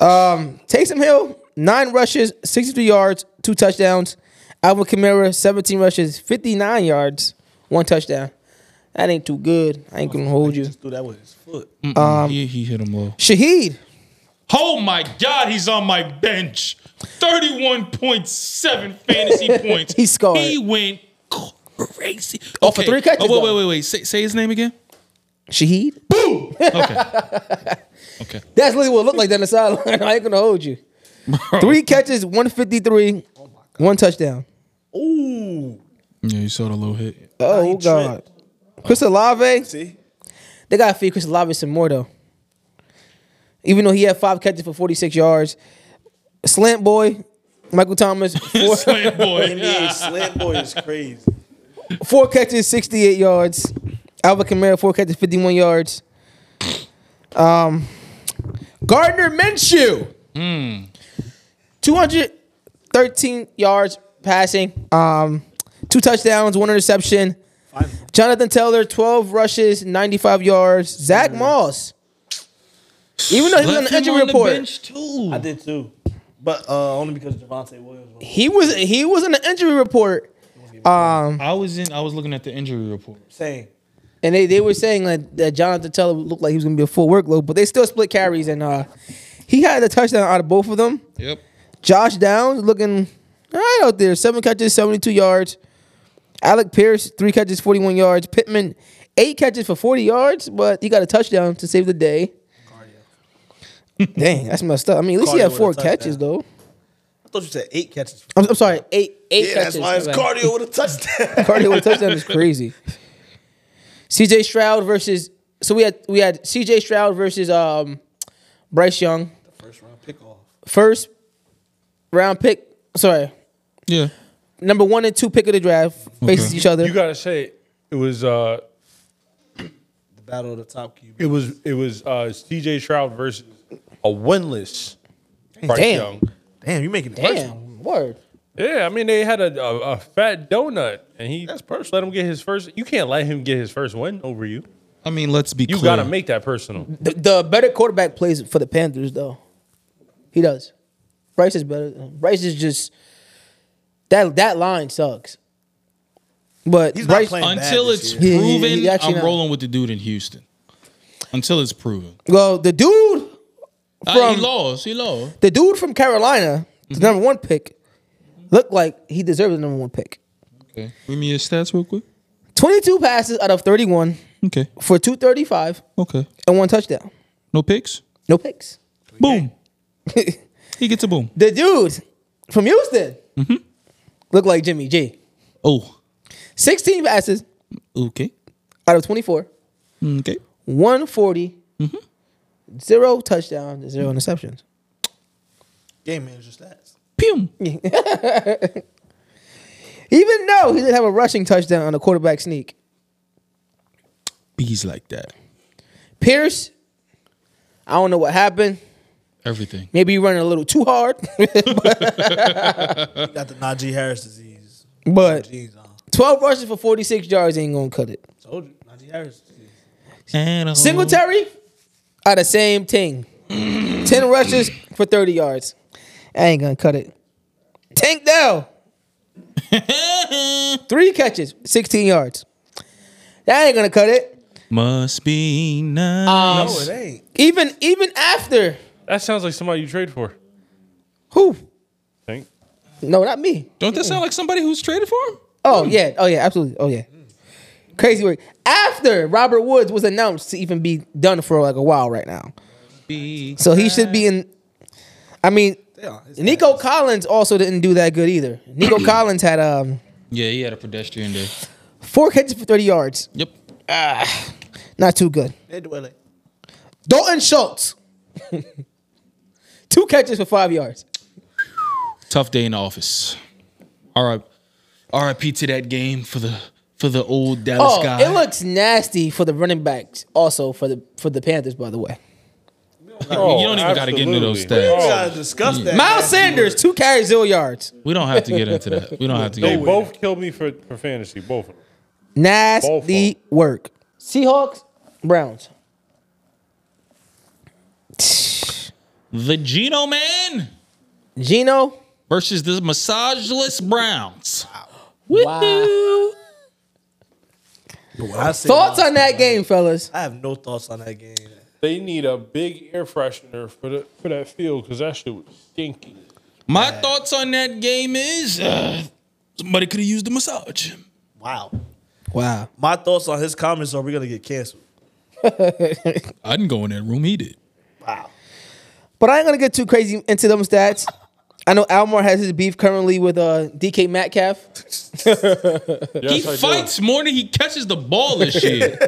[SPEAKER 2] Taysom Hill, nine rushes, 63 yards, two touchdowns. Alvin Kamara, 17 rushes, 59 yards, one touchdown. That ain't too good. I ain't gonna hold you.
[SPEAKER 3] Just threw that with his foot.
[SPEAKER 2] Um,
[SPEAKER 4] he, he hit him low.
[SPEAKER 2] Shaheed,
[SPEAKER 4] Oh my God, he's on my bench. Thirty-one point seven fantasy points.
[SPEAKER 2] He scored.
[SPEAKER 4] He went crazy.
[SPEAKER 2] Oh, for three catches,
[SPEAKER 4] Oh, wait,
[SPEAKER 2] though.
[SPEAKER 4] wait, wait, wait. Say, say his name again.
[SPEAKER 2] Shaheed.
[SPEAKER 4] Okay. okay.
[SPEAKER 2] That's literally what it looked like down the sideline. I ain't gonna hold you. Three catches, 153, one touchdown.
[SPEAKER 3] Ooh.
[SPEAKER 4] Yeah, you saw the little hit.
[SPEAKER 2] Oh,
[SPEAKER 3] he
[SPEAKER 2] God. Chris Olave,
[SPEAKER 3] See?
[SPEAKER 2] they gotta feed Chris Olave some more, though. Even though he had five catches for 46 yards. Slant boy, Michael Thomas, four,
[SPEAKER 4] Slant boy.
[SPEAKER 3] NBA slant boy is crazy.
[SPEAKER 2] Four catches, 68 yards. Alvin Kamara, four catches, 51 yards. Um, Gardner Minshew,
[SPEAKER 4] Hmm.
[SPEAKER 2] 213 yards passing, um, two touchdowns, one interception. Jonathan Taylor, 12 rushes, 95 yards. Zach Moss, even though he was on
[SPEAKER 4] Hmm. Left
[SPEAKER 2] the
[SPEAKER 4] him
[SPEAKER 2] injury report,
[SPEAKER 4] bench too.
[SPEAKER 3] I did too. But uh, only because Javante Williams was
[SPEAKER 2] he was he was on the injury report.
[SPEAKER 4] I was in. I was looking at the injury report.
[SPEAKER 3] saying.
[SPEAKER 2] And they, they were saying that, that Jonathan Taylor looked like he was going to be a full workload, but they still split carries. And uh, he had a touchdown out of both of them.
[SPEAKER 4] Yep.
[SPEAKER 2] Josh Downs looking all right out there. Seven catches, 72 yards. Alec Pierce, three catches, 41 yards. Pittman, eight catches for 40 yards, but he got a touchdown to save the day. Dang, that's messed up. I mean, at least he
[SPEAKER 3] Cardio
[SPEAKER 2] had
[SPEAKER 3] with a
[SPEAKER 2] four catches,
[SPEAKER 3] touchdown.
[SPEAKER 2] though.
[SPEAKER 3] I thought you said eight catches.
[SPEAKER 2] I'm, I'm sorry, eight eight
[SPEAKER 3] Yeah, that's
[SPEAKER 2] catches.
[SPEAKER 3] why it's
[SPEAKER 2] My bad.
[SPEAKER 3] cardio with a touchdown.
[SPEAKER 2] Cardio with a touchdown is crazy. CJ Stroud versus so we had we had CJ Stroud versus um Bryce Young.
[SPEAKER 3] First round pick off.
[SPEAKER 2] First round pick, sorry,
[SPEAKER 4] Yeah.
[SPEAKER 2] number one and two pick of the draft faces
[SPEAKER 4] Okay.
[SPEAKER 2] each other.
[SPEAKER 6] You gotta say it was uh
[SPEAKER 3] The battle of the top QB.
[SPEAKER 6] it was it was uh CJ Shroud versus a winless Bryce
[SPEAKER 2] Damn.
[SPEAKER 6] Young.
[SPEAKER 3] Damn, you making it personal.
[SPEAKER 2] Damn, word.
[SPEAKER 6] Yeah, I mean they had a, a, a fat donut and he That's personal. let him get his first you can't let him get his first win over you.
[SPEAKER 4] I mean, let's be
[SPEAKER 6] You
[SPEAKER 4] clear.
[SPEAKER 6] gotta make that personal.
[SPEAKER 2] The, the better quarterback plays for the Panthers though. He does. Bryce is better. Bryce is just that that line sucks. But
[SPEAKER 3] He's not
[SPEAKER 2] Bryce,
[SPEAKER 3] playing.
[SPEAKER 4] until
[SPEAKER 3] bad this
[SPEAKER 4] it's
[SPEAKER 2] year. Yeah, yeah, yeah,
[SPEAKER 4] proven.
[SPEAKER 2] you actually
[SPEAKER 4] I'm
[SPEAKER 2] not.
[SPEAKER 4] rolling with the dude in Houston. Until it's proven.
[SPEAKER 2] well, the dude
[SPEAKER 4] Ah, he
[SPEAKER 2] From-
[SPEAKER 4] lost. He lost.
[SPEAKER 2] the dude from Carolina, the number one pick, looked like he deserved the number one pick.
[SPEAKER 4] Okay. Give me your stats real quick.
[SPEAKER 2] 22 passes out of 31
[SPEAKER 4] Okay.
[SPEAKER 2] for 235
[SPEAKER 4] Okay.
[SPEAKER 2] and one touchdown.
[SPEAKER 4] No picks.
[SPEAKER 2] No picks.
[SPEAKER 4] Boom. he gets a boom.
[SPEAKER 2] The dude from Houston looked like Jimmy G.
[SPEAKER 4] Oh.
[SPEAKER 2] 16 passes
[SPEAKER 4] Okay.
[SPEAKER 2] out of 24,
[SPEAKER 4] Okay.
[SPEAKER 2] 140, zero touchdowns, zero interceptions.
[SPEAKER 3] Game manager stats.
[SPEAKER 4] pew.
[SPEAKER 2] Even though he didn't have a rushing touchdown on a quarterback sneak.
[SPEAKER 4] Bees like that.
[SPEAKER 2] Pierce, I don't know what happened.
[SPEAKER 4] Everything.
[SPEAKER 2] Maybe he running a little too hard,
[SPEAKER 3] He got the Najee Harris disease.
[SPEAKER 2] but
[SPEAKER 3] Jeez, uh,
[SPEAKER 2] 12 rushes for 46 yards ain't going to cut it.
[SPEAKER 3] told you, Najee Harris. disease.
[SPEAKER 2] Singletary are the same thing. 10 rushes for 30 yards. I ain't going to cut it. Tank Dell, three catches, 16 yards. That ain't going to cut it.
[SPEAKER 4] Must be nice.
[SPEAKER 2] Um,
[SPEAKER 3] No, it ain't.
[SPEAKER 2] even even after
[SPEAKER 6] That sounds like somebody you trade for.
[SPEAKER 2] who?
[SPEAKER 6] I think.
[SPEAKER 2] No, not me.
[SPEAKER 4] Don't that sound like somebody who's traded for him?
[SPEAKER 2] Oh yeah, oh yeah, absolutely. Oh yeah, crazy work. After Robert Woods was announced to even be done for like a while right now,
[SPEAKER 4] Be
[SPEAKER 2] so he should be in. I mean,
[SPEAKER 3] Yeah, it's
[SPEAKER 2] Nico Collins also didn't do that good either. Nico Collins had um
[SPEAKER 4] yeah, he had a pedestrian day.
[SPEAKER 2] four catches for thirty yards,
[SPEAKER 4] Yep.
[SPEAKER 2] not too good.
[SPEAKER 3] bad. They do it like-
[SPEAKER 2] Dalton Schultz, two catches for five yards.
[SPEAKER 4] Tough day in the office. All right. R.I.P. to that game for the for the old Dallas
[SPEAKER 2] Oh,
[SPEAKER 4] guy.
[SPEAKER 2] it looks nasty for the running backs. Also for the for the Panthers, by the way.
[SPEAKER 4] you don't even got to get into those
[SPEAKER 6] Oh,
[SPEAKER 3] We
[SPEAKER 6] absolutely. Oh.
[SPEAKER 4] stats.
[SPEAKER 3] gotta discuss that.
[SPEAKER 2] Miles
[SPEAKER 3] man.
[SPEAKER 2] Sanders, two carries, zero yards.
[SPEAKER 4] We don't have to get into that. We don't have to
[SPEAKER 6] They
[SPEAKER 4] get.
[SPEAKER 6] both killed me for, for fantasy. Both of them.
[SPEAKER 2] Nasty work. Seahawks, Browns.
[SPEAKER 4] The Geno Man
[SPEAKER 2] Gino.
[SPEAKER 4] versus the massageless Browns.
[SPEAKER 2] Wow.
[SPEAKER 3] Yo, when I say
[SPEAKER 2] Thoughts
[SPEAKER 3] Miles-
[SPEAKER 2] on that game, fellas?
[SPEAKER 3] I have no thoughts on that game.
[SPEAKER 6] They need a big air freshener for the for that field because that shit was stinky.
[SPEAKER 4] My thoughts on that game is uh, somebody could have used a massage.
[SPEAKER 3] Wow.
[SPEAKER 2] Wow.
[SPEAKER 3] My thoughts on his comments are we're gonna get canceled.
[SPEAKER 4] I didn't go in that room. He did.
[SPEAKER 3] Wow.
[SPEAKER 2] But I ain't gonna get too crazy into them stats. I know Almore has his beef currently with uh, DK Metcalf.
[SPEAKER 4] He
[SPEAKER 6] Yes, I do.
[SPEAKER 4] fights more than he catches the ball this year.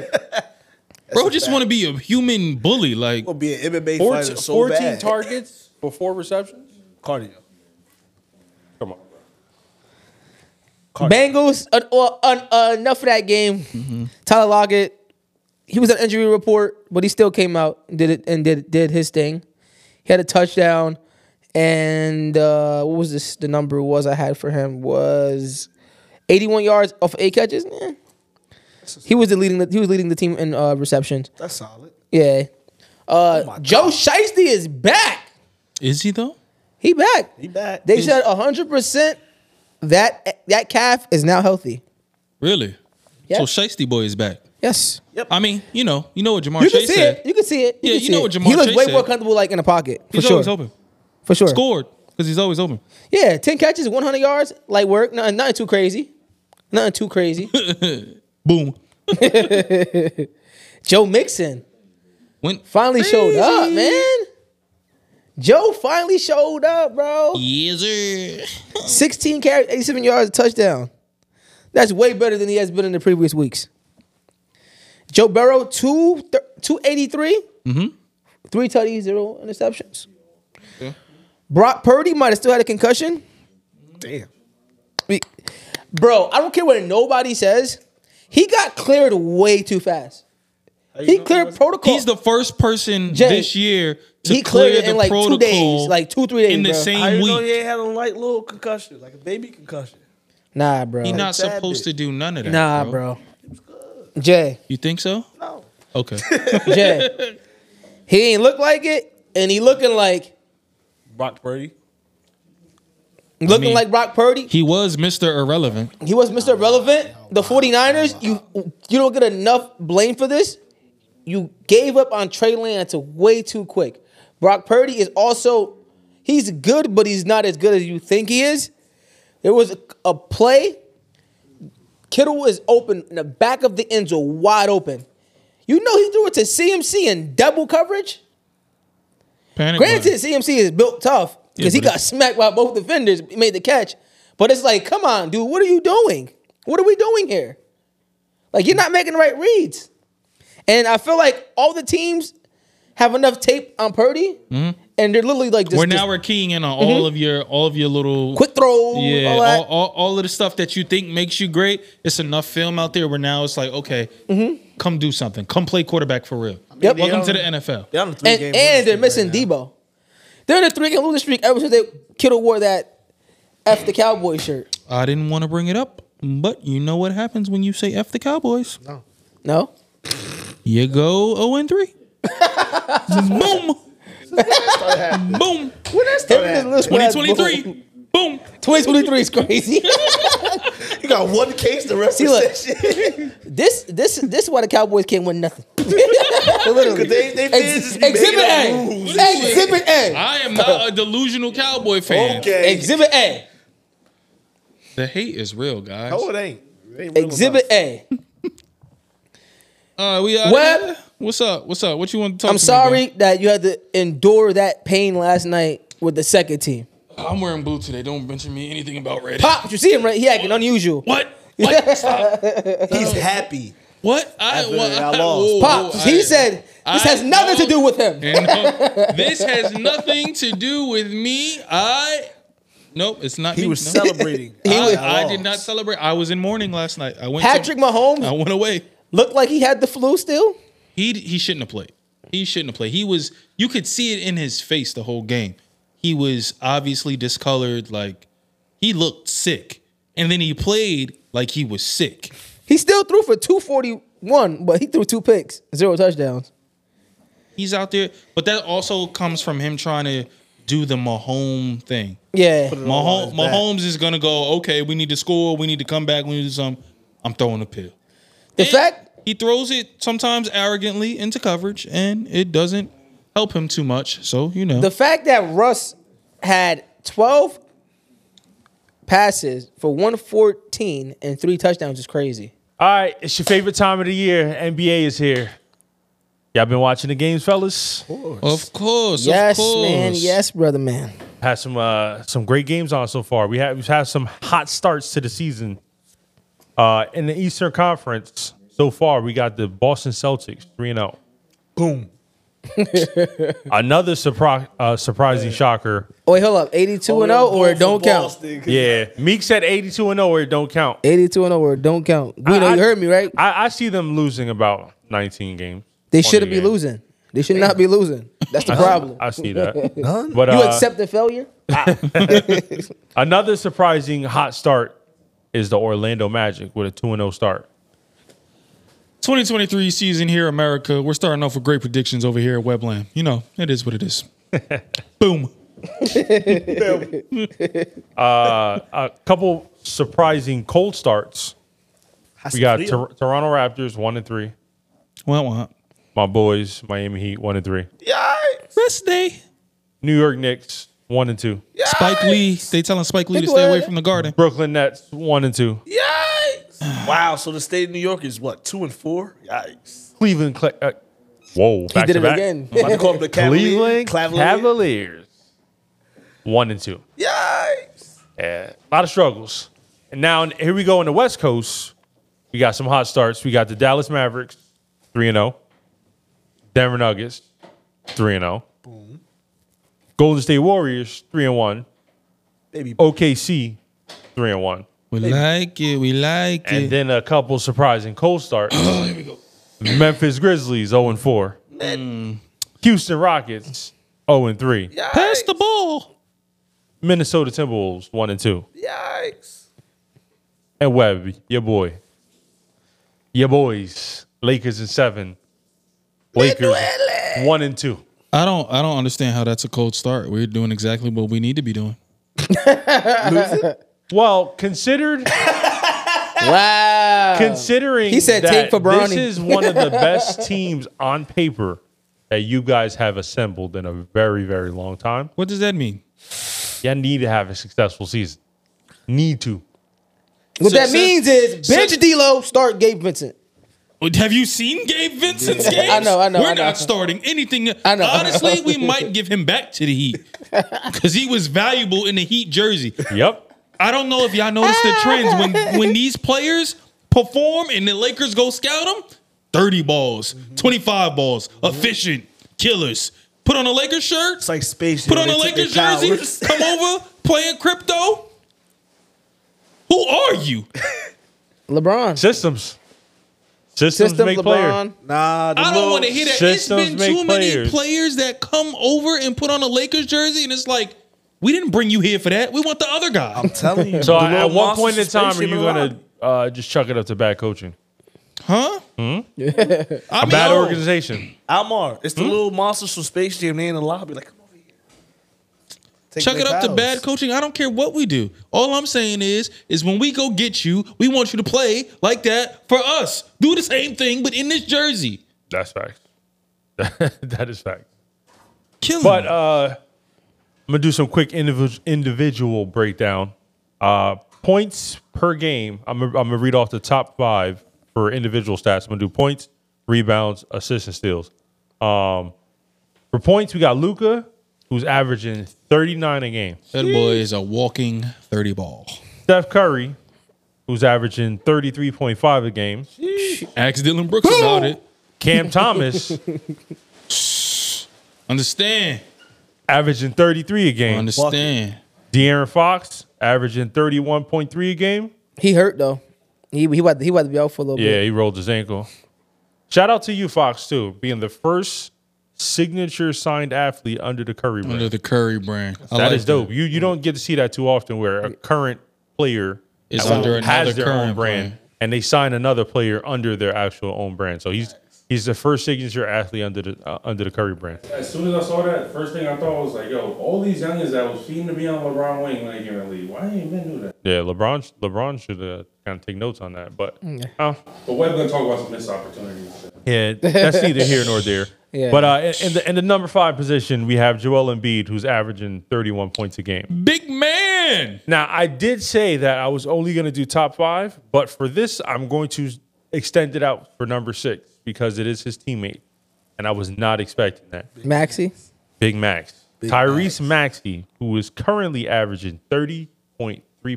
[SPEAKER 4] Bro, just want to be a human bully. Like,
[SPEAKER 3] Gonna be an MMA
[SPEAKER 6] 14,
[SPEAKER 3] fighter so
[SPEAKER 6] 14
[SPEAKER 3] bad.
[SPEAKER 6] targets before receptions.
[SPEAKER 3] Cardio.
[SPEAKER 6] Come on, bro.
[SPEAKER 2] Bengals, uh, well, uh, uh, enough of that game. Tyler Lockett, he was on injury report, but he still came out and did it and did did his thing. He had a touchdown, and uh, what was this? The number was I had for him was eighty one yards off eight catches. Eh. He was the leading. The, he was leading the team in uh, receptions.
[SPEAKER 3] That's solid.
[SPEAKER 2] Yeah. Uh,
[SPEAKER 3] my
[SPEAKER 2] Joe Shiesty is back.
[SPEAKER 4] is he though?
[SPEAKER 2] He back.
[SPEAKER 3] He back.
[SPEAKER 2] They said hundred percent that that calf is now healthy.
[SPEAKER 4] Really?
[SPEAKER 2] Yeah.
[SPEAKER 4] So Shiesty boy is back.
[SPEAKER 2] Yes.
[SPEAKER 4] I mean, you know, you know what Jamar
[SPEAKER 2] You can
[SPEAKER 4] Chase
[SPEAKER 2] see
[SPEAKER 4] said.
[SPEAKER 2] it. You can see it.
[SPEAKER 4] Yeah,
[SPEAKER 2] can
[SPEAKER 4] you
[SPEAKER 2] see
[SPEAKER 4] know
[SPEAKER 2] it.
[SPEAKER 4] what Jamar
[SPEAKER 2] He looks
[SPEAKER 4] Chase
[SPEAKER 2] way
[SPEAKER 4] said.
[SPEAKER 2] more comfortable, like in the pocket. For
[SPEAKER 4] He's
[SPEAKER 2] sure.
[SPEAKER 4] always open.
[SPEAKER 2] For sure.
[SPEAKER 4] Scored because he's always open.
[SPEAKER 2] Yeah, ten catches, one hundred yards, like work. Nothing, nothing too crazy. Nothing too crazy.
[SPEAKER 4] Boom.
[SPEAKER 2] Joe Mixon
[SPEAKER 4] Went
[SPEAKER 2] finally showed up,
[SPEAKER 4] Crazy.
[SPEAKER 2] man. Joe finally showed up, bro.
[SPEAKER 4] Yes, sir.
[SPEAKER 2] Sixteen carries, eighty-seven yards, a touchdown. That's way better than he has been in the previous weeks. Joe Burrow two two
[SPEAKER 4] Mm-hmm.
[SPEAKER 2] three tutties, zero interceptions. Brock Purdy might have still had a concussion.
[SPEAKER 3] Damn.
[SPEAKER 2] We- Bro, I don't care what nobody says. He got cleared way too fast. He cleared protocol.
[SPEAKER 4] He's the first person
[SPEAKER 2] Jay,
[SPEAKER 4] this year to
[SPEAKER 2] he
[SPEAKER 4] clear
[SPEAKER 2] cleared it
[SPEAKER 4] the
[SPEAKER 2] in like
[SPEAKER 4] protocol
[SPEAKER 2] two days, like two three days.
[SPEAKER 4] in the
[SPEAKER 2] bro.
[SPEAKER 4] same
[SPEAKER 3] How you know
[SPEAKER 4] week.
[SPEAKER 3] he ain't had a light little concussion, like a baby concussion?
[SPEAKER 2] Nah, bro.
[SPEAKER 4] He's not
[SPEAKER 3] Tad
[SPEAKER 4] supposed to
[SPEAKER 3] bit.
[SPEAKER 4] do none of that.
[SPEAKER 2] nah, bro. Jay,
[SPEAKER 4] You think so?
[SPEAKER 3] No.
[SPEAKER 4] Okay.
[SPEAKER 2] Jay. he ain't look like it, and he looking like
[SPEAKER 3] Brock Purdy.
[SPEAKER 2] looking
[SPEAKER 4] mean-
[SPEAKER 2] like Brock Purdy.
[SPEAKER 4] he was Mr. Irrelevant.
[SPEAKER 2] He was Mr. Relevant. The 49ers, you you don't get enough blame for this. You gave up on Trey Lance way too quick. Brock Purdy is also he's good, but he's not as good as you think he is. There was a, a play. Kittle is open in the back of the end zone, wide open. You know he threw it to CMC in double coverage.
[SPEAKER 4] Panic
[SPEAKER 2] Granted,
[SPEAKER 4] button.
[SPEAKER 2] CMC is built tough
[SPEAKER 4] Yeah,
[SPEAKER 2] because he
[SPEAKER 4] but
[SPEAKER 2] got smacked by both defenders, he made the catch. But it's like, come on, dude, what are you doing? What are we doing here? Like, you're not making the right reads. And I feel like all the teams have enough tape on Purdy and they're literally like just,
[SPEAKER 4] Mm-hmm. We're now
[SPEAKER 2] just
[SPEAKER 4] we're keying in on all of your all of your little
[SPEAKER 2] quick throws. all
[SPEAKER 4] Yeah, all,
[SPEAKER 2] that.
[SPEAKER 4] all, all, of the stuff that you think makes you great, it's enough film out there where now it's like, okay,
[SPEAKER 2] Mm-hmm.
[SPEAKER 4] come do something. Come play quarterback for real.
[SPEAKER 2] Yep.
[SPEAKER 4] Welcome to the
[SPEAKER 3] Yeah.
[SPEAKER 4] NFL.
[SPEAKER 3] They're on a three
[SPEAKER 2] and
[SPEAKER 3] game
[SPEAKER 2] and they're missing Debo. They're in a three game losing streak ever since they Kittle wore that F the Cowboy shirt.
[SPEAKER 4] I didn't want to bring it up, but you know what happens when you say F the Cowboys?
[SPEAKER 2] No?
[SPEAKER 4] You go 0 and 3. Boom. Boom.
[SPEAKER 2] Him and his little squad,
[SPEAKER 4] 2023. Boom.
[SPEAKER 2] Twenty twenty three is crazy.
[SPEAKER 3] You got one case, the rest
[SPEAKER 2] See,
[SPEAKER 3] is
[SPEAKER 2] look.
[SPEAKER 3] that shit.
[SPEAKER 2] this this this is why the Cowboys can't win nothing. Literally.
[SPEAKER 3] 'Cause they- they fans
[SPEAKER 2] Ex-
[SPEAKER 3] just be
[SPEAKER 2] exhibit
[SPEAKER 3] made up
[SPEAKER 2] A.
[SPEAKER 3] rules.
[SPEAKER 2] Exhibit A.
[SPEAKER 4] I am not a delusional Cowboy fan.
[SPEAKER 3] Okay.
[SPEAKER 2] Exhibit A.
[SPEAKER 4] The hate is real, guys.
[SPEAKER 3] No, it ain't. It ain't real
[SPEAKER 2] Exhibit
[SPEAKER 3] enough.
[SPEAKER 2] A.
[SPEAKER 4] Uh, we, uh,
[SPEAKER 2] Web.
[SPEAKER 4] What's up? What's up? What you want to talk
[SPEAKER 2] I'm
[SPEAKER 4] to me about?
[SPEAKER 2] sorry that you had to endure that pain last night with the second team.
[SPEAKER 4] I'm wearing blue today. Don't mention me anything about red.
[SPEAKER 2] Pop, you see him right? He acting unusual.
[SPEAKER 4] What? What?
[SPEAKER 3] He's happy.
[SPEAKER 4] what? I,
[SPEAKER 3] After
[SPEAKER 4] what?
[SPEAKER 3] I lost.
[SPEAKER 4] whoa,
[SPEAKER 2] Pop,
[SPEAKER 4] whoa,
[SPEAKER 2] he
[SPEAKER 4] I-
[SPEAKER 2] said this
[SPEAKER 4] I
[SPEAKER 2] has nothing to do with him.
[SPEAKER 4] You know, this has nothing to do with me. I. Nope, it's not
[SPEAKER 3] He
[SPEAKER 4] me.
[SPEAKER 3] was
[SPEAKER 4] No.
[SPEAKER 3] celebrating.
[SPEAKER 2] He was-
[SPEAKER 4] I,
[SPEAKER 3] lost.
[SPEAKER 4] did not celebrate. I was in mourning last night. I went.
[SPEAKER 2] Patrick
[SPEAKER 4] To, I
[SPEAKER 2] Mahomes
[SPEAKER 4] went away.
[SPEAKER 2] looked like he had the flu still.
[SPEAKER 4] He he shouldn't have played. He shouldn't have played. He was. You could see it in his face the whole game. He was obviously discolored. Like he looked sick, and then he played like he was sick.
[SPEAKER 2] He still threw for 241, but he threw two picks, zero touchdowns.
[SPEAKER 4] He's out there, but that also comes from him trying to do the Mahomes thing.
[SPEAKER 2] Yeah.
[SPEAKER 4] Mahomes,
[SPEAKER 3] back.
[SPEAKER 4] Mahomes is gonna go. Okay, we need to score. We need to come back. We need to do something. I'm throwing a pill.
[SPEAKER 2] The fact
[SPEAKER 4] He throws it sometimes arrogantly into coverage, and it doesn't help him too much. So you know,
[SPEAKER 2] the fact that Russ had 12 passes for 114 and three touchdowns is crazy.
[SPEAKER 6] All right, it's your favorite time of the year. NBA is here. Y'all been watching the games, fellas.
[SPEAKER 4] of course,
[SPEAKER 2] Yes,
[SPEAKER 4] of course.
[SPEAKER 2] man. Yes, brother, man.
[SPEAKER 6] Had some uh, some great games on so far. We have we've had some hot starts to the season. Uh, in the Eastern Conference so far, we got the Boston Celtics three and zero.
[SPEAKER 3] Boom.
[SPEAKER 6] Another surprise, uh, surprising shocker.
[SPEAKER 2] Oh, Wait, hold up. 82 and 0 or it don't count.
[SPEAKER 6] Yeah, Meek said eighty two and zero, or it don't count.
[SPEAKER 2] 82 and 0 or it don't count. You know,
[SPEAKER 6] I-
[SPEAKER 2] you heard me, right?
[SPEAKER 6] I, I see them losing about nineteen games.
[SPEAKER 2] They
[SPEAKER 6] 20
[SPEAKER 2] shouldn't be
[SPEAKER 6] games.
[SPEAKER 2] losing. They should not be losing. That's the problem.
[SPEAKER 6] I see that. But
[SPEAKER 2] You
[SPEAKER 6] uh,
[SPEAKER 2] accept the failure?
[SPEAKER 6] another surprising hot start is the Orlando Magic with a two and zero start.
[SPEAKER 4] 2023 season here, America. We're starting off with great predictions over here at Webland. You know, it is what it is. Boom.
[SPEAKER 6] a couple surprising cold starts. We got
[SPEAKER 3] frío.
[SPEAKER 6] Tor- Toronto Raptors one and three.
[SPEAKER 4] Well, well,
[SPEAKER 6] My boys, Miami Heat one and three.
[SPEAKER 4] rest day.
[SPEAKER 6] New York Knicks one and two.
[SPEAKER 4] Spike Lee. They telling Spike Lee to
[SPEAKER 2] Think
[SPEAKER 4] stay
[SPEAKER 2] what?
[SPEAKER 4] away from the garden.
[SPEAKER 6] Brooklyn Nets one and two.
[SPEAKER 3] Yikes. wow. So the state of New York is what, two and four? Yikes.
[SPEAKER 6] Cleveland. Cle- uh, whoa,
[SPEAKER 2] He
[SPEAKER 6] back
[SPEAKER 2] did
[SPEAKER 6] to
[SPEAKER 2] it
[SPEAKER 6] back.
[SPEAKER 2] again.
[SPEAKER 3] I'm about to call them the Cavalier.
[SPEAKER 6] Cleveland
[SPEAKER 3] Cavalier.
[SPEAKER 6] Cavaliers one and two.
[SPEAKER 3] Yikes.
[SPEAKER 6] Yeah, a lot of struggles. And now and here we go on the West Coast. We got some hot starts. We got the Dallas Mavericks three and zero, Denver Nuggets three and zero, Golden State Warriors three and one,
[SPEAKER 3] Baby.
[SPEAKER 6] OKC three and one,
[SPEAKER 4] We like it. We like
[SPEAKER 6] and
[SPEAKER 4] it.
[SPEAKER 6] then a couple surprising cold starts. Memphis Grizzlies zero and four, Houston Rockets zero and three,
[SPEAKER 4] Pass the ball.
[SPEAKER 6] Minnesota Timberwolves one and two.
[SPEAKER 3] Yikes.
[SPEAKER 6] and Webb, your boy. Your boys, Lakers and seven. Lakers one and two.
[SPEAKER 4] I don't. I don't understand how that's a cold start. We're doing exactly what we need to be doing.
[SPEAKER 6] Well, considered
[SPEAKER 2] Wow.
[SPEAKER 6] considering
[SPEAKER 2] He said
[SPEAKER 6] that
[SPEAKER 2] take for
[SPEAKER 6] this
[SPEAKER 2] Bronny.
[SPEAKER 6] is one of the best teams on paper that you guys have assembled in a very, very long time.
[SPEAKER 4] What does that mean?
[SPEAKER 6] You need to have a successful season. Need to.
[SPEAKER 2] What that
[SPEAKER 4] Success-
[SPEAKER 2] means is bench D'Lo, start Gabe Vincent.
[SPEAKER 4] Have you seen Gabe Vincent's games?
[SPEAKER 2] I know, I know,
[SPEAKER 4] We're
[SPEAKER 2] I know.
[SPEAKER 4] not starting anything.
[SPEAKER 2] I know.
[SPEAKER 4] Honestly, we might give him back to the Heat because he was valuable in the Heat jersey.
[SPEAKER 6] Yep.
[SPEAKER 4] I don't know if y'all noticed the trends when when these players perform and the Lakers
[SPEAKER 2] Mm-hmm.
[SPEAKER 4] go scout them. Thirty balls, twenty five balls, efficient killers. put on a Lakers shirt,
[SPEAKER 3] It's like space.
[SPEAKER 4] put
[SPEAKER 3] Jam.
[SPEAKER 4] on a
[SPEAKER 3] They took
[SPEAKER 4] Lakers
[SPEAKER 3] their powers.
[SPEAKER 4] jersey, come over, playing crypto. Who are you?
[SPEAKER 2] LeBron.
[SPEAKER 6] Systems. Systems
[SPEAKER 2] System,
[SPEAKER 6] make
[SPEAKER 2] LeBron.
[SPEAKER 6] player.
[SPEAKER 3] Nah, the
[SPEAKER 4] I don't
[SPEAKER 3] little-
[SPEAKER 4] want to hear that. It's
[SPEAKER 6] systems
[SPEAKER 4] been
[SPEAKER 6] make
[SPEAKER 4] too many
[SPEAKER 6] players.
[SPEAKER 4] players that come over and put on a Lakers jersey, and it's like, we didn't bring you here for that. We want the other guy.
[SPEAKER 3] I'm telling you.
[SPEAKER 6] So
[SPEAKER 3] the
[SPEAKER 6] I-
[SPEAKER 3] little
[SPEAKER 6] at one
[SPEAKER 3] monster
[SPEAKER 6] point in time,
[SPEAKER 3] space
[SPEAKER 6] are you
[SPEAKER 3] Jam
[SPEAKER 6] gonna
[SPEAKER 3] alive.
[SPEAKER 6] uh, just chuck it up to bad coaching,
[SPEAKER 4] Huh? Hmm? I mean,
[SPEAKER 6] bad
[SPEAKER 4] yo,
[SPEAKER 6] organization?
[SPEAKER 3] Almar? It's the
[SPEAKER 6] Hmm?
[SPEAKER 3] little monsters from Space Jam. They in the lobby. Like, come over here. Take
[SPEAKER 4] Chuck
[SPEAKER 3] their
[SPEAKER 4] it up to
[SPEAKER 3] powers.
[SPEAKER 4] bad coaching. I don't care what we do. All I'm saying is, is when we go get you, we want you to play like that for us. Do the same thing, but in this jersey.
[SPEAKER 6] That's fact. that is fact.
[SPEAKER 4] Killing.
[SPEAKER 6] But
[SPEAKER 4] me.
[SPEAKER 6] uh, I'm gonna do some quick individual individual breakdown. Uh, points per game. I'm gonna, I'm gonna read off the top five for individual stats. I'm gonna do points, rebounds, assists, and steals. Um, for points, we got Luca, who's averaging 39 a game.
[SPEAKER 4] that boy is a walking thirty ball.
[SPEAKER 6] Steph Curry, who's averaging 33.5 a game.
[SPEAKER 4] Ask Dylan Brooks about it.
[SPEAKER 6] Cam Thomas,
[SPEAKER 4] Understand?
[SPEAKER 6] averaging 33 a game.
[SPEAKER 4] Understand?
[SPEAKER 6] De'Aaron Fox, averaging 31.3 a game.
[SPEAKER 2] He hurt though. He he about to, he about to be out for a little
[SPEAKER 6] Yeah,
[SPEAKER 2] bit.
[SPEAKER 6] he rolled his ankle. Shout out to you, Fox, too, being the first signature signed athlete under the Curry brand.
[SPEAKER 4] Under the Curry brand. I
[SPEAKER 6] that
[SPEAKER 4] like
[SPEAKER 6] is dope. You you don't get to see that too often, where a current player
[SPEAKER 4] Is
[SPEAKER 6] at one-
[SPEAKER 4] under another
[SPEAKER 6] has their own
[SPEAKER 4] current
[SPEAKER 6] brand,
[SPEAKER 4] brand.
[SPEAKER 6] and they sign another player under their actual own brand. So he's he's the first signature athlete under the uh, under the Curry brand.
[SPEAKER 7] As soon as I saw that, first thing I thought was like, yo, all these youngins that was feeding to be on LeBron wing when they came in the league, why ain't even do that?
[SPEAKER 6] Yeah, LeBron LeBron should uh, kind of take notes on that, but
[SPEAKER 4] Mm,
[SPEAKER 6] uh,
[SPEAKER 7] But we're gonna talk about some missed opportunities.
[SPEAKER 6] Yeah, that's neither here nor there.
[SPEAKER 2] Yeah.
[SPEAKER 6] But uh, in the in the number five position, we have Joel Embiid, who's averaging 31 points a game.
[SPEAKER 4] Big man.
[SPEAKER 6] Now, I did say that I was only going to do top five, but for this, I'm going to extend it out for number six because it is his teammate, and I was not expecting that.
[SPEAKER 2] Maxi.
[SPEAKER 6] Big Max, Tyrese Maxey, who is currently averaging 30.3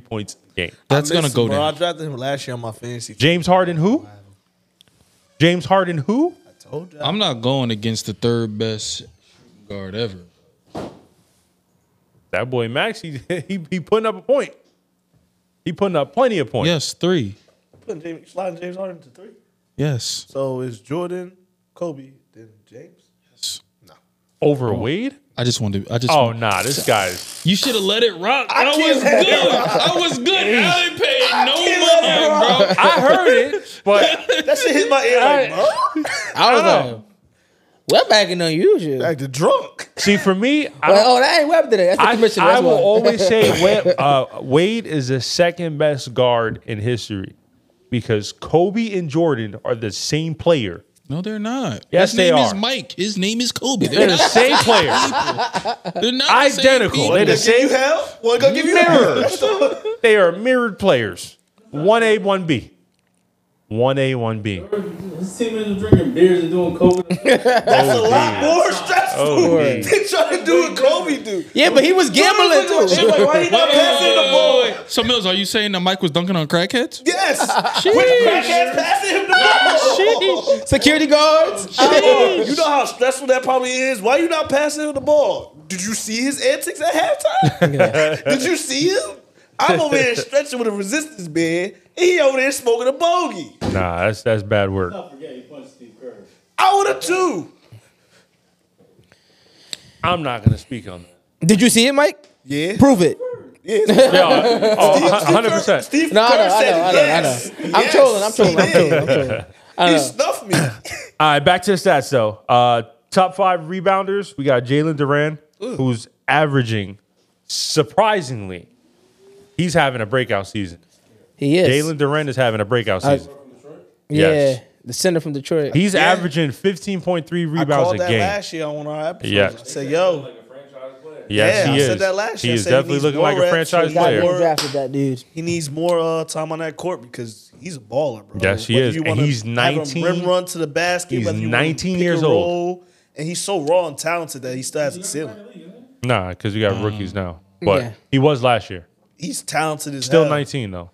[SPEAKER 6] points a game.
[SPEAKER 4] That's
[SPEAKER 3] I miss
[SPEAKER 4] gonna go
[SPEAKER 3] him, bro.
[SPEAKER 4] down.
[SPEAKER 3] I drafted him last year on my fantasy. team.
[SPEAKER 6] James Harden, who? James Harden, who?
[SPEAKER 3] I told you.
[SPEAKER 4] I'm not going against the third best shooting guard ever.
[SPEAKER 6] That boy Max, he, he he putting up a point. He putting up plenty of points.
[SPEAKER 4] Yes, three.
[SPEAKER 3] putting James, sliding James Harden to three.
[SPEAKER 4] Yes.
[SPEAKER 3] So it's Jordan, Kobe, then James.
[SPEAKER 6] Over Wade?
[SPEAKER 4] I just want to. I just.
[SPEAKER 6] Oh nah, this guy's
[SPEAKER 4] You should have let it rock. I,
[SPEAKER 3] can't
[SPEAKER 4] was
[SPEAKER 3] let it
[SPEAKER 4] good. I was good. I ain't paying no
[SPEAKER 3] let
[SPEAKER 4] money, bro.
[SPEAKER 6] I heard it, but
[SPEAKER 3] That shit hit my ear like, bro.
[SPEAKER 2] I was
[SPEAKER 6] know.
[SPEAKER 2] like, web backing unusual. Like,
[SPEAKER 3] Like the drunk.
[SPEAKER 6] see for me, I don't,
[SPEAKER 2] oh, that ain't web today. That's the
[SPEAKER 6] I,
[SPEAKER 2] commissioner.
[SPEAKER 6] I
[SPEAKER 2] that's
[SPEAKER 6] will
[SPEAKER 2] why.
[SPEAKER 6] always say Wade, uh, Wade is the second best guard in history because Kobe and Jordan are the same player.
[SPEAKER 4] No, they're not.
[SPEAKER 6] Yes,
[SPEAKER 4] His
[SPEAKER 6] they
[SPEAKER 4] name
[SPEAKER 6] are.
[SPEAKER 4] is Mike. His name is Kobe.
[SPEAKER 6] They're
[SPEAKER 4] They're
[SPEAKER 6] the
[SPEAKER 4] not,
[SPEAKER 6] same player.
[SPEAKER 4] they're not
[SPEAKER 6] Identical.
[SPEAKER 4] The
[SPEAKER 6] They
[SPEAKER 4] same people.
[SPEAKER 6] the same.
[SPEAKER 3] hell? One gonna give you
[SPEAKER 6] Mirrors. They are mirrored players. One A, one B. One A, one B.
[SPEAKER 7] His teammates was drinking beers and doing coke.
[SPEAKER 3] That's a lot more stressful
[SPEAKER 6] Oh,
[SPEAKER 3] than trying to do what Kobe do.
[SPEAKER 2] Yeah, but he was gambling too.
[SPEAKER 3] Shit, like, why he not passing the ball?
[SPEAKER 4] So Mills, are you saying that Mike was dunking on crackheads?
[SPEAKER 3] Yes. Quit crackheads passing him the ball.
[SPEAKER 2] Security guards.
[SPEAKER 3] Almar, You know how stressful that probably is. Why you not passing him the ball? Did you see his antics at halftime? Did you see him? I'm over here stretching with a resistance band, and he over there smoking a bogey.
[SPEAKER 6] Nah, that's that's bad work.
[SPEAKER 7] I forget he punched Steve Kerr.
[SPEAKER 3] I would have too.
[SPEAKER 6] I'm not gonna speak on that.
[SPEAKER 2] Did you see it, Mike?
[SPEAKER 3] Yeah.
[SPEAKER 2] Prove it.
[SPEAKER 3] Yeah.
[SPEAKER 6] Yeah, Oh, hundred percent.
[SPEAKER 3] Steve
[SPEAKER 2] No, I
[SPEAKER 3] Kerr
[SPEAKER 2] know, I
[SPEAKER 3] said
[SPEAKER 2] know, I know, I know.
[SPEAKER 3] yes.
[SPEAKER 2] I'm trolling. I'm trolling. I'm trolling. I'm trolling.
[SPEAKER 3] He snuffed me.
[SPEAKER 6] All right, back to the stats though. Uh, top five rebounders. We got Jalen Duran, who's averaging surprisingly. He's having a breakout season.
[SPEAKER 2] He is.
[SPEAKER 6] Jalen Duran is having a breakout season.
[SPEAKER 2] yeah,
[SPEAKER 6] yes.
[SPEAKER 2] the center from Detroit.
[SPEAKER 6] He's
[SPEAKER 3] Yeah.
[SPEAKER 6] averaging 15.3
[SPEAKER 3] I
[SPEAKER 6] rebounds a
[SPEAKER 3] called that
[SPEAKER 6] game.
[SPEAKER 3] last year on one of our episodes.
[SPEAKER 6] Yeah.
[SPEAKER 3] I said, yo,
[SPEAKER 7] Like a franchise player.
[SPEAKER 6] Yes,
[SPEAKER 3] Yeah,
[SPEAKER 6] he
[SPEAKER 3] I
[SPEAKER 6] is.
[SPEAKER 3] said that last year.
[SPEAKER 6] He
[SPEAKER 3] I
[SPEAKER 6] is
[SPEAKER 3] said he
[SPEAKER 6] definitely
[SPEAKER 3] needs
[SPEAKER 6] looking
[SPEAKER 3] more
[SPEAKER 6] like a
[SPEAKER 3] reps,
[SPEAKER 6] franchise
[SPEAKER 3] he got
[SPEAKER 2] God
[SPEAKER 6] player.
[SPEAKER 2] damn
[SPEAKER 3] more-
[SPEAKER 2] drafted that dude.
[SPEAKER 3] he needs more uh, time on that court because he's a baller, bro.
[SPEAKER 6] Yes, he
[SPEAKER 3] Whether
[SPEAKER 6] is.
[SPEAKER 3] you
[SPEAKER 6] And
[SPEAKER 3] wanna
[SPEAKER 6] he's
[SPEAKER 3] have him
[SPEAKER 6] 19.
[SPEAKER 3] Rim run to the basket.
[SPEAKER 6] He's
[SPEAKER 3] whether you
[SPEAKER 6] 19 years old.
[SPEAKER 3] old. And he's so raw and talented that he still has a ceiling.
[SPEAKER 6] Nah,
[SPEAKER 3] Mm.
[SPEAKER 6] because we got rookies now. But
[SPEAKER 2] Yeah.
[SPEAKER 6] he was last year.
[SPEAKER 3] He's talented as
[SPEAKER 6] Still
[SPEAKER 3] hell.
[SPEAKER 6] 19 though.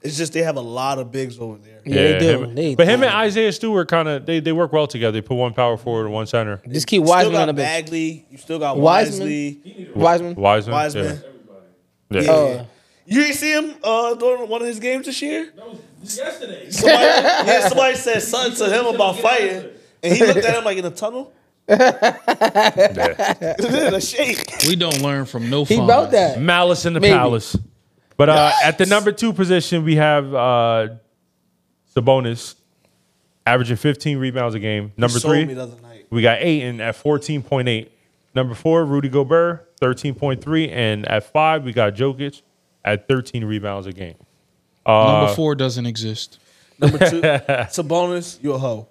[SPEAKER 3] It's just they have a lot of bigs over there.
[SPEAKER 2] Yeah, they do.
[SPEAKER 6] him-
[SPEAKER 2] They-
[SPEAKER 6] but him and Isaiah Stewart kind of they, they work well together. They put one power forward and one center.
[SPEAKER 2] Just keep
[SPEAKER 3] Still
[SPEAKER 2] Wiseman on the
[SPEAKER 3] got
[SPEAKER 2] bench.
[SPEAKER 3] Bagley. You still got
[SPEAKER 2] Wiseman?
[SPEAKER 3] Wisely.
[SPEAKER 2] Wiseman.
[SPEAKER 6] Wiseman.
[SPEAKER 3] Mm-hmm. Wiseman.
[SPEAKER 6] Yeah.
[SPEAKER 3] Yeah.
[SPEAKER 6] Yeah.
[SPEAKER 2] Oh.
[SPEAKER 3] You didn't see him uh, during one of his games this year?
[SPEAKER 7] That was yesterday.
[SPEAKER 3] Somebody, yeah, somebody said something to him about fighting, and he looked at him like in a tunnel.
[SPEAKER 6] Yeah.
[SPEAKER 3] in a shake.
[SPEAKER 4] We don't learn from no.
[SPEAKER 2] He
[SPEAKER 4] fun.
[SPEAKER 2] wrote that.
[SPEAKER 6] Malice in the
[SPEAKER 2] Maybe.
[SPEAKER 6] palace. But uh, at the number two position, we have uh, Sabonis, averaging 15 rebounds a game. Number
[SPEAKER 3] Sold me
[SPEAKER 6] three,
[SPEAKER 3] the other night.
[SPEAKER 6] we got Aiton at 14.8. Number four, Rudy Gobert, 13.3. And at five, we got Jokic at 13 rebounds a game.
[SPEAKER 4] Number four doesn't exist.
[SPEAKER 3] Number two, Sabonis, you a hoe.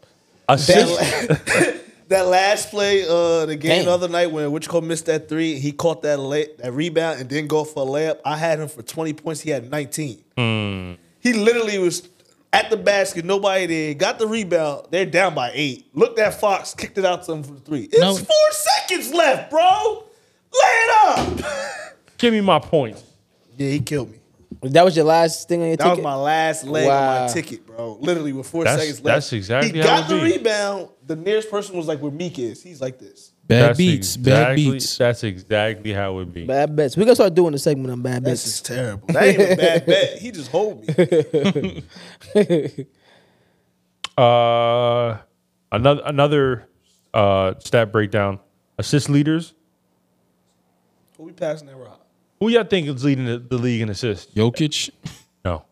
[SPEAKER 6] Assist,
[SPEAKER 3] That last play, uh, the game
[SPEAKER 2] Damn.
[SPEAKER 3] the other night when Wichita missed that three, he caught that late that rebound and didn't go for a layup. I had him for twenty points. He had nineteen.
[SPEAKER 6] Hmm.
[SPEAKER 3] He literally was at the basket. Nobody there. Got the rebound. They're down by eight. Looked at Fox, kicked it out to him for three. It's
[SPEAKER 4] No.
[SPEAKER 3] four seconds left, bro. Lay it up.
[SPEAKER 6] give me my points.
[SPEAKER 3] yeah, he killed me.
[SPEAKER 2] That was your last thing on your
[SPEAKER 3] That was
[SPEAKER 2] ticket.
[SPEAKER 3] my last leg on
[SPEAKER 2] Wow.
[SPEAKER 3] my ticket, bro. Literally with four
[SPEAKER 6] That's-
[SPEAKER 3] seconds left.
[SPEAKER 6] that's exactly
[SPEAKER 3] He
[SPEAKER 6] how
[SPEAKER 3] got
[SPEAKER 6] it
[SPEAKER 3] the
[SPEAKER 6] be.
[SPEAKER 3] rebound. The nearest person was like where Meek is. He's like this.
[SPEAKER 4] Bad
[SPEAKER 6] That's
[SPEAKER 4] beats.
[SPEAKER 6] exactly-
[SPEAKER 4] Bad beats.
[SPEAKER 6] That's exactly how it be.
[SPEAKER 2] bad bets. We gonna start doing a segment on bad
[SPEAKER 3] This
[SPEAKER 2] bets.
[SPEAKER 3] is terrible. That ain't a bad bet. He just hold me.
[SPEAKER 6] Uh, another another uh, stat breakdown. Assist leaders.
[SPEAKER 3] Who we passing that rock?
[SPEAKER 6] Who y'all think is leading the, the league in assists?
[SPEAKER 4] Jokic.
[SPEAKER 6] No,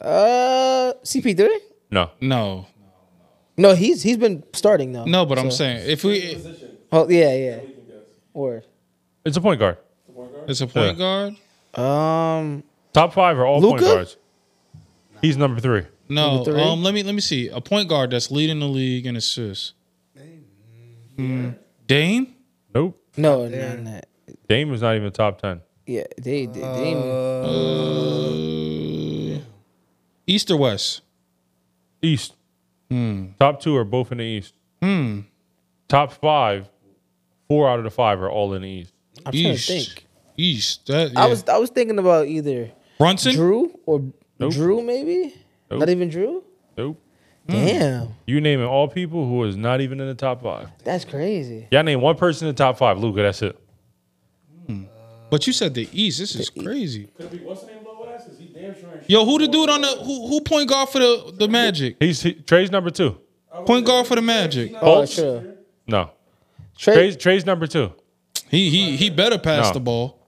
[SPEAKER 2] Uh, CP3.
[SPEAKER 6] no.
[SPEAKER 4] No,
[SPEAKER 2] No, he's he's been starting though.
[SPEAKER 4] no. But I'm
[SPEAKER 2] So-
[SPEAKER 4] saying if we,
[SPEAKER 2] Oh yeah, yeah. Or
[SPEAKER 6] It's a point guard.
[SPEAKER 4] it's a point
[SPEAKER 6] Yeah.
[SPEAKER 4] guard.
[SPEAKER 2] um,
[SPEAKER 6] Top five are all point
[SPEAKER 2] Luka?
[SPEAKER 6] guards. He's number three.
[SPEAKER 4] No.
[SPEAKER 2] Number three?
[SPEAKER 4] Um. Let me let me see. A point guard that's leading the league in assists. Hmm. Dame. Dame.
[SPEAKER 6] Nope.
[SPEAKER 2] no, no, no.
[SPEAKER 6] Dame is not even top ten.
[SPEAKER 2] Yeah, they they, they
[SPEAKER 4] East or West?
[SPEAKER 6] East. Top two are both in the East. Top five, four out of the five are all in the East.
[SPEAKER 2] I'm trying to
[SPEAKER 4] East.
[SPEAKER 2] think.
[SPEAKER 4] East. That,
[SPEAKER 2] I
[SPEAKER 4] yeah.
[SPEAKER 2] was I was thinking about either
[SPEAKER 4] Brunson.
[SPEAKER 2] Drew or
[SPEAKER 6] Nope.
[SPEAKER 2] Drew maybe.
[SPEAKER 6] Nope. Mm.
[SPEAKER 2] Not even Drew.
[SPEAKER 6] Nope.
[SPEAKER 2] Damn,
[SPEAKER 6] You naming all people who is not even in the top five.
[SPEAKER 2] that's crazy.
[SPEAKER 6] Y'all name one person in the top five. Luca, that's it.
[SPEAKER 4] But you said the East. This is crazy.
[SPEAKER 7] Could be what's the name of asses? He damn sure. ain't
[SPEAKER 4] Yo, who the dude on the who who point guard for the the Magic?
[SPEAKER 6] He's he, Trey's number two.
[SPEAKER 4] Point guard for the Magic.
[SPEAKER 2] Oh,
[SPEAKER 6] Bolts?
[SPEAKER 2] sure.
[SPEAKER 6] No.
[SPEAKER 2] Trey,
[SPEAKER 6] Trey's, Trey's number two.
[SPEAKER 4] He he he better pass
[SPEAKER 6] No.
[SPEAKER 4] the ball.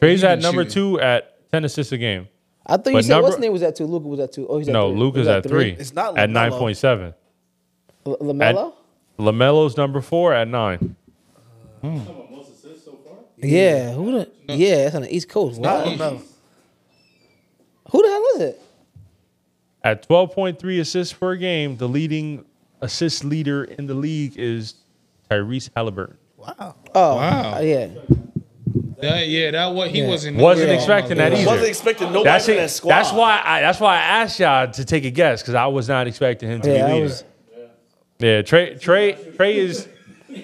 [SPEAKER 6] Trey's
[SPEAKER 4] He's
[SPEAKER 6] at
[SPEAKER 4] been
[SPEAKER 6] number
[SPEAKER 4] shooting.
[SPEAKER 6] two at ten assists a game.
[SPEAKER 2] I thought you
[SPEAKER 6] but
[SPEAKER 2] said
[SPEAKER 6] number-
[SPEAKER 2] what's his name was at two. Luca was at two. Oh, he's at
[SPEAKER 6] No,
[SPEAKER 2] three.
[SPEAKER 6] Luca's
[SPEAKER 2] Who's
[SPEAKER 6] at three.
[SPEAKER 3] It's not
[SPEAKER 6] at
[SPEAKER 3] LaMelo.
[SPEAKER 6] nine point seven.
[SPEAKER 2] L- Lamelo.
[SPEAKER 6] Lamelo's number four at nine.
[SPEAKER 7] Someone most assists so far.
[SPEAKER 2] Yeah, who the? Yeah, that's on the East Coast.
[SPEAKER 3] I
[SPEAKER 2] Wow.
[SPEAKER 3] don't know.
[SPEAKER 2] Who the hell is it?
[SPEAKER 6] At twelve point three assists per game, the leading assist leader in the league is Tyrese Halliburton.
[SPEAKER 3] Wow.
[SPEAKER 2] Oh,
[SPEAKER 4] Wow.
[SPEAKER 2] uh, yeah.
[SPEAKER 4] That, yeah, that what he
[SPEAKER 2] Yeah.
[SPEAKER 4] wasn't
[SPEAKER 6] Wasn't
[SPEAKER 4] yeah.
[SPEAKER 6] expecting that
[SPEAKER 3] I
[SPEAKER 6] either.
[SPEAKER 3] wasn't expecting nobody
[SPEAKER 6] That's
[SPEAKER 3] in
[SPEAKER 6] it.
[SPEAKER 3] that squad.
[SPEAKER 6] That's why. I, that's why I asked y'all to take a guess because I was not expecting him to
[SPEAKER 2] Yeah, I
[SPEAKER 6] be leading.
[SPEAKER 2] was-
[SPEAKER 6] Yeah, Trey. Trey. Trey is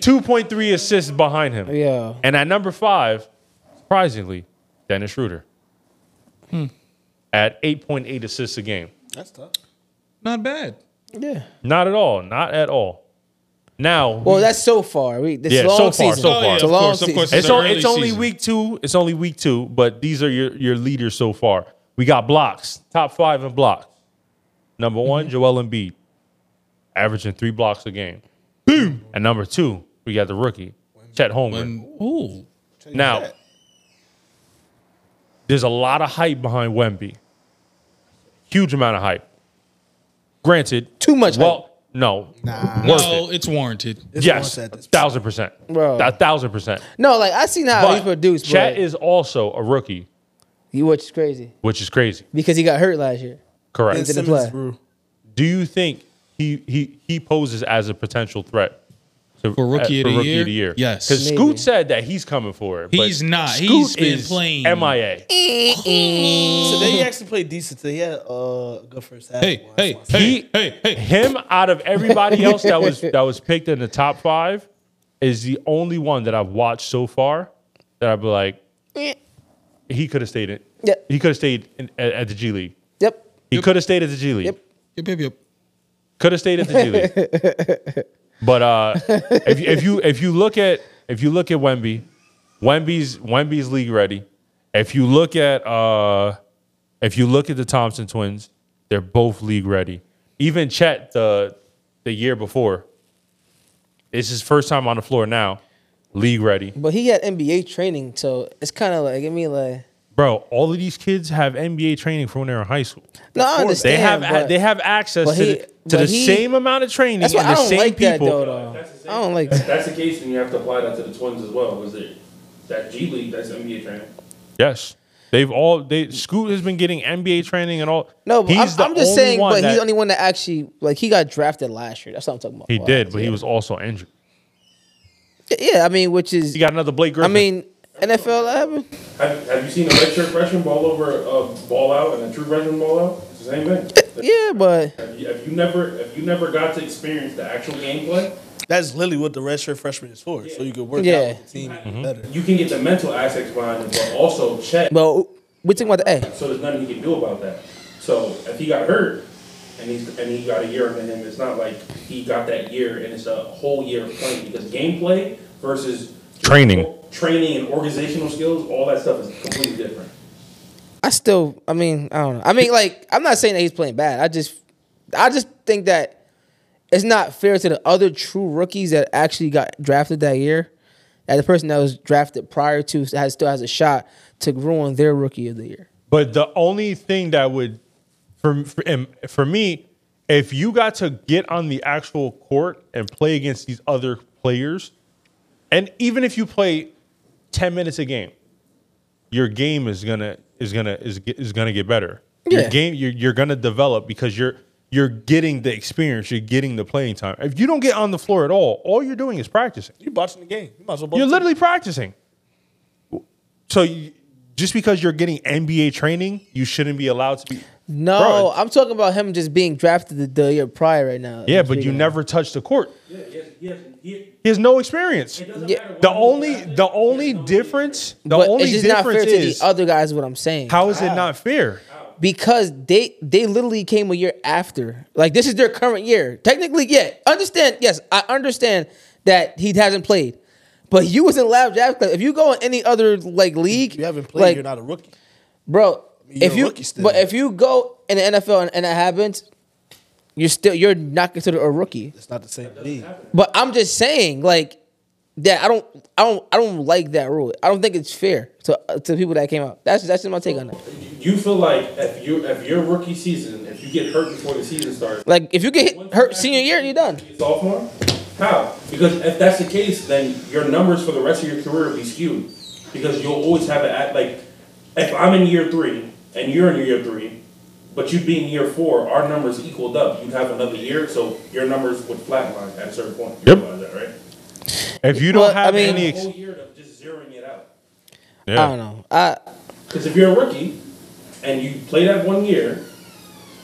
[SPEAKER 6] two point three assists behind him.
[SPEAKER 2] Yeah.
[SPEAKER 6] And at number five, surprisingly, Dennis Schroeder. At 8.8 assists a game.
[SPEAKER 3] That's tough.
[SPEAKER 4] Not bad.
[SPEAKER 2] Yeah.
[SPEAKER 6] Not at all. Not at all. Now,
[SPEAKER 2] Well, that's so far. We this
[SPEAKER 6] Yeah,
[SPEAKER 2] long
[SPEAKER 6] so far,
[SPEAKER 2] season.
[SPEAKER 6] so Oh, far. yeah,
[SPEAKER 2] It's a
[SPEAKER 4] of
[SPEAKER 2] long
[SPEAKER 4] course, of
[SPEAKER 2] season.
[SPEAKER 4] course.
[SPEAKER 6] it's,
[SPEAKER 4] it's an
[SPEAKER 6] o-
[SPEAKER 4] early
[SPEAKER 6] it's only
[SPEAKER 4] season.
[SPEAKER 6] week two. It's only week two, but these are your, your leaders so far. We got blocks, top five in blocks. Number
[SPEAKER 2] Mm-hmm.
[SPEAKER 6] one, Joel Embiid, averaging three blocks a game. Boom. And number two, we got the rookie, Chet Holmgren.
[SPEAKER 4] Ooh.
[SPEAKER 6] Now, there's a lot of hype behind Wemby. Huge amount of hype. Granted,
[SPEAKER 2] Too much
[SPEAKER 6] Well, no,
[SPEAKER 3] Nah.
[SPEAKER 6] worth
[SPEAKER 4] No,
[SPEAKER 6] it.
[SPEAKER 4] Oh, it's warranted.
[SPEAKER 3] It's
[SPEAKER 6] yes,
[SPEAKER 3] one
[SPEAKER 6] a
[SPEAKER 3] set that's-
[SPEAKER 6] thousand percent,
[SPEAKER 2] Bro.
[SPEAKER 6] a thousand percent.
[SPEAKER 2] No, like I seen how
[SPEAKER 6] But
[SPEAKER 2] he produced.
[SPEAKER 6] Chet
[SPEAKER 2] Chat
[SPEAKER 6] is also a rookie,
[SPEAKER 2] you which is crazy
[SPEAKER 6] which is crazy.
[SPEAKER 2] because he got hurt last year.
[SPEAKER 6] Correct.
[SPEAKER 2] the
[SPEAKER 3] Simmons,
[SPEAKER 2] play.
[SPEAKER 3] bro.
[SPEAKER 6] Do you think he he he poses as a potential threat to,
[SPEAKER 4] For rookie of the
[SPEAKER 6] rookie
[SPEAKER 4] year?
[SPEAKER 6] Of the year?
[SPEAKER 4] Yes.
[SPEAKER 6] because
[SPEAKER 2] Maybe.
[SPEAKER 6] Scoot said that he's coming for it. but
[SPEAKER 4] He's not.
[SPEAKER 6] Scoot
[SPEAKER 4] He's been
[SPEAKER 6] is
[SPEAKER 4] playing.
[SPEAKER 6] MIA.
[SPEAKER 3] Today
[SPEAKER 6] Mm-hmm.
[SPEAKER 3] he actually played decent. Today he had uh, a good first half.
[SPEAKER 4] Hey,
[SPEAKER 3] Well, that's
[SPEAKER 4] hey,
[SPEAKER 3] why I said-
[SPEAKER 4] hey, hey, hey.
[SPEAKER 6] Him out of everybody else that was that was picked in the top five is the only one that I've watched so far that I'd be like, he could have stayed in.
[SPEAKER 2] Yep.
[SPEAKER 6] He could have stayed in, at, at the G League.
[SPEAKER 2] Yep.
[SPEAKER 6] He could have stayed at the G League.
[SPEAKER 2] Yep.
[SPEAKER 4] Yep, yep, yep.
[SPEAKER 6] Could have stayed at the G League. but uh, if, you- if you if you look at if you look at Wemby, Wemby's Wemby's league ready. If you look at uh, if you look at the Thompson twins, they're both league ready. Even Chet the the year before, it's his first time on the floor now, league ready.
[SPEAKER 2] But he had NBA training, so it's kind of like I mean, like
[SPEAKER 6] Bro, all of these kids have NBA training from when they're in high school.
[SPEAKER 2] no, I
[SPEAKER 6] They
[SPEAKER 2] understand.
[SPEAKER 6] have
[SPEAKER 2] but
[SPEAKER 6] they have access
[SPEAKER 2] but
[SPEAKER 6] to
[SPEAKER 2] he-
[SPEAKER 6] the, to
[SPEAKER 2] but
[SPEAKER 6] the
[SPEAKER 2] he-
[SPEAKER 6] same amount of training
[SPEAKER 2] That's
[SPEAKER 6] and
[SPEAKER 2] why I
[SPEAKER 6] the
[SPEAKER 2] don't
[SPEAKER 6] same
[SPEAKER 2] like that
[SPEAKER 6] people.
[SPEAKER 2] though.
[SPEAKER 7] If
[SPEAKER 2] though.
[SPEAKER 7] that's the
[SPEAKER 2] I
[SPEAKER 7] same-
[SPEAKER 2] don't like
[SPEAKER 7] If that's the case, then you have to apply that to the Twins as well. Was it that G League? That's NBA training.
[SPEAKER 6] Yes. They've all they Scoot has been getting NBA training and all.
[SPEAKER 2] No, but
[SPEAKER 6] He's
[SPEAKER 2] I'm,
[SPEAKER 6] the
[SPEAKER 2] I'm just
[SPEAKER 6] only
[SPEAKER 2] saying.
[SPEAKER 6] one
[SPEAKER 2] But he's
[SPEAKER 6] that-
[SPEAKER 2] the only one that actually like he got drafted last year. That's what I'm talking about.
[SPEAKER 6] He
[SPEAKER 2] Well,
[SPEAKER 6] did, but
[SPEAKER 2] yeah.
[SPEAKER 6] he was also injured.
[SPEAKER 2] Yeah, I mean, which is
[SPEAKER 6] He got another Blake
[SPEAKER 2] I
[SPEAKER 6] Griffin.
[SPEAKER 2] mean, NFL. I mean,
[SPEAKER 7] Have, have you seen a redshirt freshman ball over a ball out and a true freshman ball out? It's the same thing.
[SPEAKER 2] yeah, but
[SPEAKER 7] Have you, have you never have you never got to experience the actual gameplay?
[SPEAKER 3] That's literally what the redshirt freshman is for, so you can work
[SPEAKER 2] Yeah.
[SPEAKER 3] out with the team and
[SPEAKER 6] Mm-hmm.
[SPEAKER 3] get better.
[SPEAKER 7] You can get the mental aspects behind it, but also check.
[SPEAKER 2] but we talking about the A.
[SPEAKER 7] So there's nothing he can do about that. So if he got hurt and he's and he got a year under him, it's not like he got that year and it's a whole year of playing because gameplay versus
[SPEAKER 6] Training.
[SPEAKER 7] training and organizational skills, all that stuff is completely different.
[SPEAKER 2] I still, I mean, I don't know. I mean, like, I'm not saying that he's playing bad. I just, I just think that it's not fair to the other true rookies that actually got drafted that year. That the person that was drafted prior to has still has a shot to ruin their rookie of the year.
[SPEAKER 6] But the only thing that would, for for, um, for me, if you got to get on the actual court and play against these other players, and even if you play ten minutes a game, your game is gonna is gonna is ge- is gonna get better.
[SPEAKER 2] Yeah.
[SPEAKER 6] Your game you're you're gonna develop because you're you're getting the experience, you're getting the playing time. If you don't get on the floor at all, all you're doing is practicing.
[SPEAKER 3] You're watching the game. You might as well.
[SPEAKER 6] You're literally practicing. So you, just because you're getting NBA training, you shouldn't be allowed to be.
[SPEAKER 2] No,
[SPEAKER 6] Bro,
[SPEAKER 2] I'm talking about him just being drafted the, the year prior right now.
[SPEAKER 6] Yeah,
[SPEAKER 2] I'm
[SPEAKER 6] but you
[SPEAKER 2] speaking
[SPEAKER 6] never touch the court.
[SPEAKER 7] Yeah, yes, yes, yes.
[SPEAKER 6] He has no experience.
[SPEAKER 7] It doesn't
[SPEAKER 2] Yeah.
[SPEAKER 7] matter what
[SPEAKER 6] The
[SPEAKER 7] he
[SPEAKER 6] only
[SPEAKER 7] does.
[SPEAKER 6] the only difference the
[SPEAKER 2] about. But
[SPEAKER 6] only
[SPEAKER 2] it's just not fair
[SPEAKER 6] difference
[SPEAKER 2] to the
[SPEAKER 6] is
[SPEAKER 2] other guys. What I'm saying.
[SPEAKER 6] how is it not fair?
[SPEAKER 2] because they they literally came a year after. Like this is their current year. Technically, yeah. Understand? Yes, I understand that he hasn't played. But you was in lab draft class. If you go in any other like league,
[SPEAKER 3] If you haven't played.
[SPEAKER 2] like,
[SPEAKER 3] you're not a rookie.
[SPEAKER 2] bro.
[SPEAKER 3] You're
[SPEAKER 2] if
[SPEAKER 3] a
[SPEAKER 2] you
[SPEAKER 3] rookie still.
[SPEAKER 2] but if you go in the NFL and, and that happens, you're still you're not considered a rookie.
[SPEAKER 3] It's not the same league.
[SPEAKER 2] But I'm just saying, like that. I don't, I don't, I don't like that rule. I don't think it's fair to to people that came out. That's that's just my take on it.
[SPEAKER 7] You feel like if you if your rookie season, if you get hurt before the season starts,
[SPEAKER 2] Like if you get hit, hurt senior year, you're done.
[SPEAKER 7] Sophomore? How? Because if that's the case, then your numbers for the rest of your career will be skewed. Because you'll always have it at like, if I'm in year three and you're in year three, but you'd be in year four, our numbers equaled up. You'd have another year, so your numbers would flatline at a certain point. You
[SPEAKER 6] Yep.
[SPEAKER 7] realize that, right?
[SPEAKER 6] If you don't
[SPEAKER 2] Well, I
[SPEAKER 6] have
[SPEAKER 2] mean-
[SPEAKER 6] any,
[SPEAKER 7] The
[SPEAKER 6] ex-
[SPEAKER 7] whole year of just zeroing it out.
[SPEAKER 2] I don't
[SPEAKER 6] yeah.
[SPEAKER 2] know. I
[SPEAKER 7] Because if you're a rookie and you play that one year,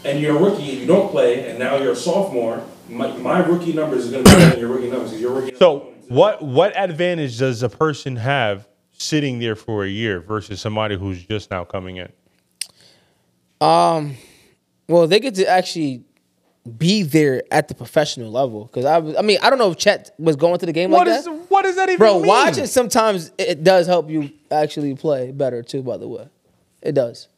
[SPEAKER 7] and you're a rookie and you don't play, and now you're a sophomore, my, my rookie numbers is going to be better than your rookie numbers because your rookie.
[SPEAKER 6] So
[SPEAKER 7] numbers-
[SPEAKER 6] what what advantage does a person have sitting there for a year versus somebody who's just now coming in?
[SPEAKER 2] well, they get to actually be there at the professional level. Because I, was- I mean, I don't know if Chet was going to the game
[SPEAKER 6] What
[SPEAKER 2] like
[SPEAKER 6] is
[SPEAKER 2] that.
[SPEAKER 6] what does that even
[SPEAKER 2] Bro,
[SPEAKER 6] mean?
[SPEAKER 2] watching sometimes it- it does help you actually play better too. By the way, it does.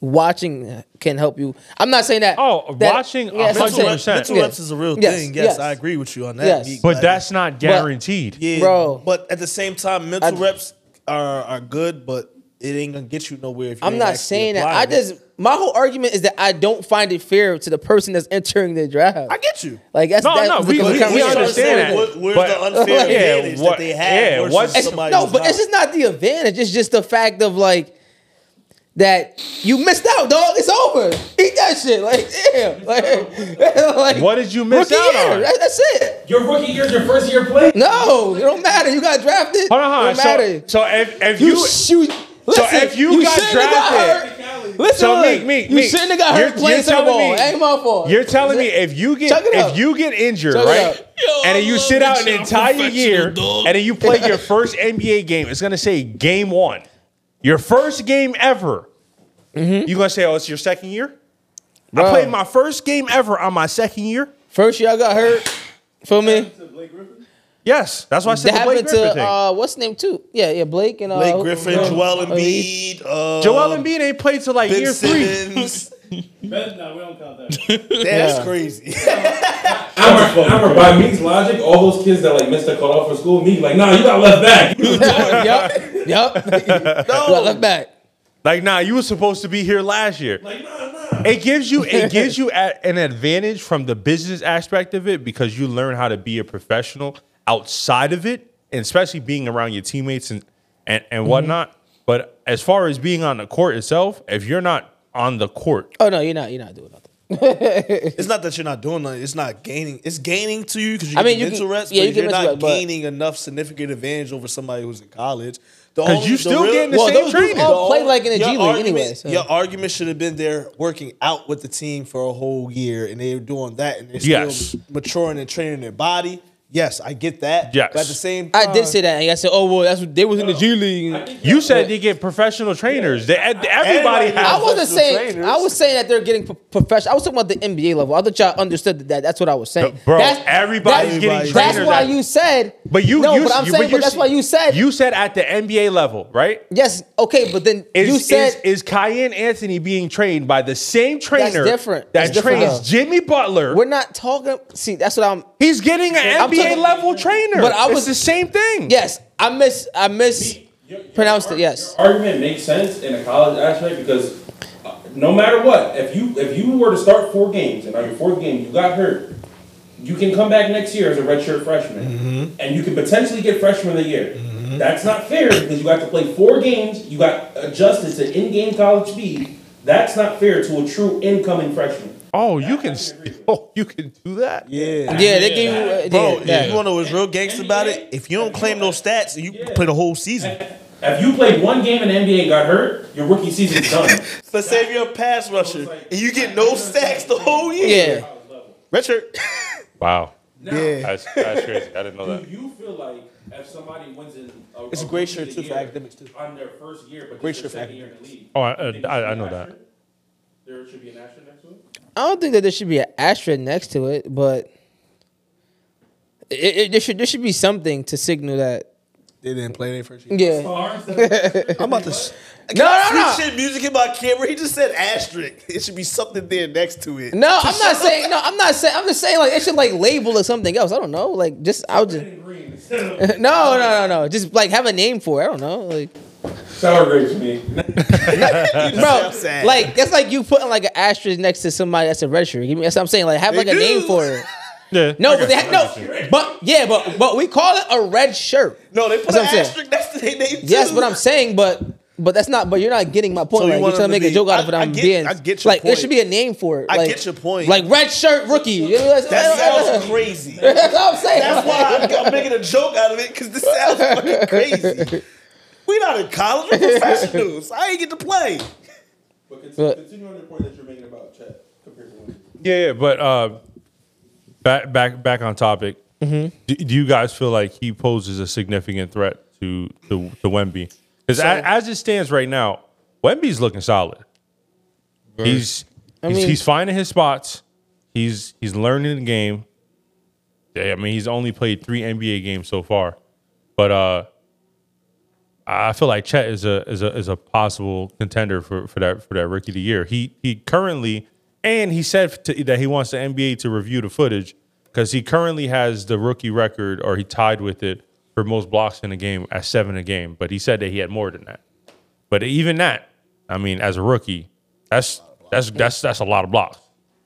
[SPEAKER 2] Watching can help you. I'm not saying that.
[SPEAKER 6] Oh,
[SPEAKER 2] that-
[SPEAKER 6] watching
[SPEAKER 2] Yeah, that's what I'm
[SPEAKER 3] Mental,
[SPEAKER 2] saying.
[SPEAKER 3] reps,
[SPEAKER 6] 100%.
[SPEAKER 3] mental
[SPEAKER 2] Yes.
[SPEAKER 3] reps is a real
[SPEAKER 2] Yes,
[SPEAKER 3] thing. Yes,
[SPEAKER 2] yes.
[SPEAKER 3] I agree with you on that.
[SPEAKER 2] Yes.
[SPEAKER 3] Me-
[SPEAKER 6] But
[SPEAKER 3] like-
[SPEAKER 6] that's not guaranteed.
[SPEAKER 3] yeah,
[SPEAKER 2] Bro.
[SPEAKER 3] But at the same time, mental
[SPEAKER 2] I-
[SPEAKER 3] reps are are good, but it ain't gonna get you nowhere. If you
[SPEAKER 2] I'm
[SPEAKER 3] ain't
[SPEAKER 2] not
[SPEAKER 3] actually
[SPEAKER 2] saying that. I
[SPEAKER 3] applying it.
[SPEAKER 2] just my whole argument is that I don't find it fair to the person that's entering the draft.
[SPEAKER 3] I get you.
[SPEAKER 2] like that's
[SPEAKER 6] No,
[SPEAKER 2] that's
[SPEAKER 6] no,
[SPEAKER 2] the
[SPEAKER 6] we-
[SPEAKER 3] But
[SPEAKER 6] we
[SPEAKER 2] conversation.
[SPEAKER 6] understand that.
[SPEAKER 3] What, where's
[SPEAKER 6] But-
[SPEAKER 3] the unfair
[SPEAKER 2] Yeah,
[SPEAKER 3] advantage
[SPEAKER 6] what-
[SPEAKER 3] that they have
[SPEAKER 6] yeah,
[SPEAKER 3] versus
[SPEAKER 6] what's-
[SPEAKER 2] It's-
[SPEAKER 3] somebody
[SPEAKER 2] no,
[SPEAKER 3] who's
[SPEAKER 2] but
[SPEAKER 3] not?
[SPEAKER 2] it's just not the advantage. It's just the fact of like that you missed out, dog. It's over. Eat that shit. Like damn. Like, like,
[SPEAKER 6] What did you miss
[SPEAKER 2] rookie
[SPEAKER 6] out
[SPEAKER 2] year.
[SPEAKER 6] on?
[SPEAKER 2] That- that's it.
[SPEAKER 7] your rookie year's your first year play.
[SPEAKER 2] No, it don't matter. You got drafted.
[SPEAKER 6] Hold on, hold on.
[SPEAKER 2] Don't matter.
[SPEAKER 6] So, so if, if
[SPEAKER 2] you,
[SPEAKER 6] you,
[SPEAKER 2] shoot. Listen,
[SPEAKER 6] if you got
[SPEAKER 2] shouldn't have
[SPEAKER 6] drafted-
[SPEAKER 2] hurt. listen,
[SPEAKER 6] So,
[SPEAKER 2] look,
[SPEAKER 6] Meek, Meek,
[SPEAKER 2] you
[SPEAKER 6] Meek,
[SPEAKER 2] shouldn't have got
[SPEAKER 6] you're-
[SPEAKER 2] hurt playing
[SPEAKER 6] you're
[SPEAKER 2] Super
[SPEAKER 6] telling
[SPEAKER 2] Bowl.
[SPEAKER 6] me-
[SPEAKER 2] ain't my fault.
[SPEAKER 6] you're telling me
[SPEAKER 2] Is it-
[SPEAKER 6] if you get
[SPEAKER 2] Chuck it
[SPEAKER 6] if
[SPEAKER 2] up.
[SPEAKER 6] you get injured,
[SPEAKER 2] Chuck it
[SPEAKER 6] right,
[SPEAKER 2] up.
[SPEAKER 4] Yo,
[SPEAKER 6] and
[SPEAKER 4] I
[SPEAKER 6] then you
[SPEAKER 4] love
[SPEAKER 6] sit
[SPEAKER 4] that
[SPEAKER 6] out an
[SPEAKER 4] y'all
[SPEAKER 6] entire year,
[SPEAKER 4] professional, dog.
[SPEAKER 6] and then you play your first NBA game, it's gonna say game one, your first game ever. You're gonna say, oh, it's your second year. I
[SPEAKER 2] Mm-hmm. Bro.
[SPEAKER 6] played my first game ever on my second year.
[SPEAKER 2] First year I got hurt. Feel me?
[SPEAKER 6] Yes, that's why I said
[SPEAKER 2] That
[SPEAKER 6] the Blake
[SPEAKER 2] happened
[SPEAKER 6] Griffin
[SPEAKER 2] to
[SPEAKER 6] thing.
[SPEAKER 2] uh, what's his name too? Yeah, yeah, Blake and uh,
[SPEAKER 3] Blake
[SPEAKER 2] who-
[SPEAKER 3] Griffin,
[SPEAKER 2] uh,
[SPEAKER 3] Joel
[SPEAKER 2] uh, he-
[SPEAKER 3] Embiid, uh,
[SPEAKER 6] Joel Embiid ain't played till like
[SPEAKER 3] Ben
[SPEAKER 6] year three.
[SPEAKER 3] Simmons.
[SPEAKER 7] No, we don't count that.
[SPEAKER 3] That's
[SPEAKER 2] Yeah.
[SPEAKER 3] crazy.
[SPEAKER 7] Amber, Amber, by Meek's logic, all those kids that like missed the cutoff for school, Meek like, nah, you got left back.
[SPEAKER 2] Oh, yup, yup. Well, left back.
[SPEAKER 6] Like, nah, you were supposed to be here last year.
[SPEAKER 7] like, nah, nah.
[SPEAKER 6] It gives you it gives you a, an advantage from the business aspect of it because you learn how to be a professional outside of it, and especially being around your teammates and and,
[SPEAKER 2] Mm-hmm.
[SPEAKER 6] and whatnot. But as far as being on the court itself, if you're not on the court,
[SPEAKER 2] Oh no, you're not. You're not doing nothing.
[SPEAKER 3] It's not that you're not doing nothing. It's not gaining. It's gaining to you because you
[SPEAKER 2] I
[SPEAKER 3] get
[SPEAKER 2] mean,
[SPEAKER 3] the
[SPEAKER 2] you
[SPEAKER 3] mental
[SPEAKER 2] can-
[SPEAKER 3] reps,
[SPEAKER 2] yeah,
[SPEAKER 3] but
[SPEAKER 2] you
[SPEAKER 3] you
[SPEAKER 2] get
[SPEAKER 3] are
[SPEAKER 2] mental
[SPEAKER 3] not
[SPEAKER 2] reps, but-
[SPEAKER 3] gaining enough significant advantage over somebody who's in college.
[SPEAKER 6] Because you still getting the Well, same those dudes training.
[SPEAKER 2] all play like in the
[SPEAKER 3] your
[SPEAKER 2] G League
[SPEAKER 3] argument,
[SPEAKER 2] anyway, so.
[SPEAKER 3] Your argument should have been there working out with the team for a whole year, and they're doing that, and they're
[SPEAKER 6] Yes.
[SPEAKER 3] still maturing and training their body. Yes, I get that.
[SPEAKER 6] Yes.
[SPEAKER 3] But at the same time,
[SPEAKER 6] Uh.
[SPEAKER 2] I did say that, and I said, "Oh well, that's what they was in the G League."
[SPEAKER 6] you said they get professional trainers. They, e, everybody,
[SPEAKER 3] Everybody
[SPEAKER 6] has.
[SPEAKER 2] I wasn't
[SPEAKER 3] Professional
[SPEAKER 2] saying.
[SPEAKER 3] trainers.
[SPEAKER 2] I was saying that they're getting pro- professional. I was talking about the NBA level. I thought y'all understood that. That's what I was saying,
[SPEAKER 6] Bro,
[SPEAKER 2] That's, that's-
[SPEAKER 6] everybody's
[SPEAKER 3] getting
[SPEAKER 2] That's
[SPEAKER 6] trainers
[SPEAKER 2] why
[SPEAKER 6] at-
[SPEAKER 2] you said.
[SPEAKER 6] But you,
[SPEAKER 2] no.
[SPEAKER 6] you,
[SPEAKER 2] but I'm saying,
[SPEAKER 6] you're-
[SPEAKER 2] but that's why you said.
[SPEAKER 6] you said at the NBA level, right?
[SPEAKER 2] yes. Okay, but then
[SPEAKER 6] Is,
[SPEAKER 2] you said
[SPEAKER 6] is, is Cayenne Anthony being trained by the same trainer
[SPEAKER 2] different.
[SPEAKER 6] that
[SPEAKER 2] That's different,
[SPEAKER 6] trains
[SPEAKER 2] though.
[SPEAKER 6] Jimmy Butler?
[SPEAKER 2] we're not talking. See, that's what I'm.
[SPEAKER 6] He's getting an
[SPEAKER 2] I'm
[SPEAKER 6] NBA
[SPEAKER 2] talking-
[SPEAKER 6] level trainer.
[SPEAKER 2] But I
[SPEAKER 6] It's
[SPEAKER 2] was-
[SPEAKER 6] the same thing.
[SPEAKER 2] Yes, I miss. I miss.
[SPEAKER 7] Your- your
[SPEAKER 2] Pronounced it,
[SPEAKER 7] ar-
[SPEAKER 2] yes.
[SPEAKER 7] Your argument makes sense in a college aspect because uh, no matter what, if you if you were to start four games and on your fourth game you got hurt, you can come back next year as a redshirt freshman, and you can potentially get freshman of the year. That's not fair because you got to play four games. You got adjusted to in-game college speed. That's not fair to a true incoming freshman.
[SPEAKER 6] Oh, you can. Oh, you can do that.
[SPEAKER 3] yeah.
[SPEAKER 2] Yeah, they gave you. Uh,
[SPEAKER 3] Bro,
[SPEAKER 2] yeah, yeah.
[SPEAKER 3] if you want to was real gangster about it, if you don't claim those stats, you play the whole season.
[SPEAKER 7] If you played one game in the NBA and got hurt, your rookie season's done.
[SPEAKER 3] Let's say if you're a pass rusher and you get no sacks the whole year.
[SPEAKER 2] Yeah.
[SPEAKER 3] Richard.
[SPEAKER 6] Wow,
[SPEAKER 7] Now,
[SPEAKER 6] that's, that's crazy. I didn't know
[SPEAKER 7] Do you feel like if somebody wins in a,
[SPEAKER 3] It's a great
[SPEAKER 7] rookie of
[SPEAKER 3] shirt,
[SPEAKER 7] the
[SPEAKER 3] too, for
[SPEAKER 7] year
[SPEAKER 3] academics, too.
[SPEAKER 7] on their first year,
[SPEAKER 3] Great
[SPEAKER 7] but great
[SPEAKER 3] shirt for
[SPEAKER 7] second year in the league?
[SPEAKER 6] Oh, I-
[SPEAKER 7] you think
[SPEAKER 6] I-
[SPEAKER 7] there should
[SPEAKER 6] I
[SPEAKER 7] be
[SPEAKER 6] know
[SPEAKER 7] an
[SPEAKER 6] that.
[SPEAKER 7] asterisk? There should be an asterisk next to it.
[SPEAKER 2] I don't think that there should be an asterisk next to it, but it, it, there should there should be something to signal that.
[SPEAKER 3] They didn't play their first year.
[SPEAKER 2] Yeah.
[SPEAKER 3] I'm about to. s-
[SPEAKER 2] No, no, no.
[SPEAKER 3] Switch shit music in my camera. He just said asterisk. It should be something there next to it.
[SPEAKER 2] No, I'm not saying. No, I'm not saying. I'm just saying like it should like label or something else. I don't know. Like just I'll just.
[SPEAKER 7] Green.
[SPEAKER 2] No, no, no, no. Just like have a name for it. I don't know. Like,
[SPEAKER 7] Sour grapes, me.
[SPEAKER 2] bro,
[SPEAKER 3] sad.
[SPEAKER 2] like that's like you putting like an asterisk next to somebody that's a red shirt. You mean- That's what I'm saying. Like have like a
[SPEAKER 3] do.
[SPEAKER 2] name for it.
[SPEAKER 6] Yeah.
[SPEAKER 2] No, but they have, no, but yeah, but but we call it a red shirt.
[SPEAKER 3] No, they put
[SPEAKER 2] That's
[SPEAKER 3] an
[SPEAKER 2] what I'm saying.
[SPEAKER 3] asterisk next to their name.
[SPEAKER 2] Yes,
[SPEAKER 3] too.
[SPEAKER 2] but I'm saying, but but that's not. But you're not getting my point.
[SPEAKER 3] So you
[SPEAKER 2] like, you are
[SPEAKER 3] want
[SPEAKER 2] trying to
[SPEAKER 3] them to
[SPEAKER 2] make a
[SPEAKER 3] be-
[SPEAKER 2] joke out of
[SPEAKER 3] I-
[SPEAKER 2] it.
[SPEAKER 3] I
[SPEAKER 2] I'm
[SPEAKER 3] get-
[SPEAKER 2] being
[SPEAKER 3] I get your
[SPEAKER 2] like there
[SPEAKER 3] point.
[SPEAKER 2] should be a name for it.
[SPEAKER 3] I
[SPEAKER 2] like,
[SPEAKER 3] get your point.
[SPEAKER 2] Like red shirt rookie. You know, that's,
[SPEAKER 3] That sounds crazy.
[SPEAKER 2] that's what I'm saying.
[SPEAKER 3] That's why I'm, I'm making a joke out of it because this sounds fucking crazy. We not in college. We're professionals. I ain't get to play.
[SPEAKER 7] But continue,
[SPEAKER 2] But-
[SPEAKER 7] continue on your point that you're making about Chet compared to women.
[SPEAKER 6] Yeah, yeah, but uh, back back back on topic.
[SPEAKER 2] Mm-hmm.
[SPEAKER 6] Do, do you guys feel like he poses a significant threat to to, to Wemby? Because as it stands right now, Wemby's looking solid. He's he's,
[SPEAKER 2] mean-
[SPEAKER 6] he's finding his spots. He's he's learning the game. Yeah, I mean, he's only played three NBA games so far, but uh, I feel like Chet is a is a is a possible contender for, for that for that rookie of the year. He he currently and he said to, that he wants the NBA to review the footage because he currently has the rookie record or he tied with it for most blocks in a game at seven a game. But he said that he had more than that. But even that, I mean, as a rookie, that's that's that's that's a lot of blocks.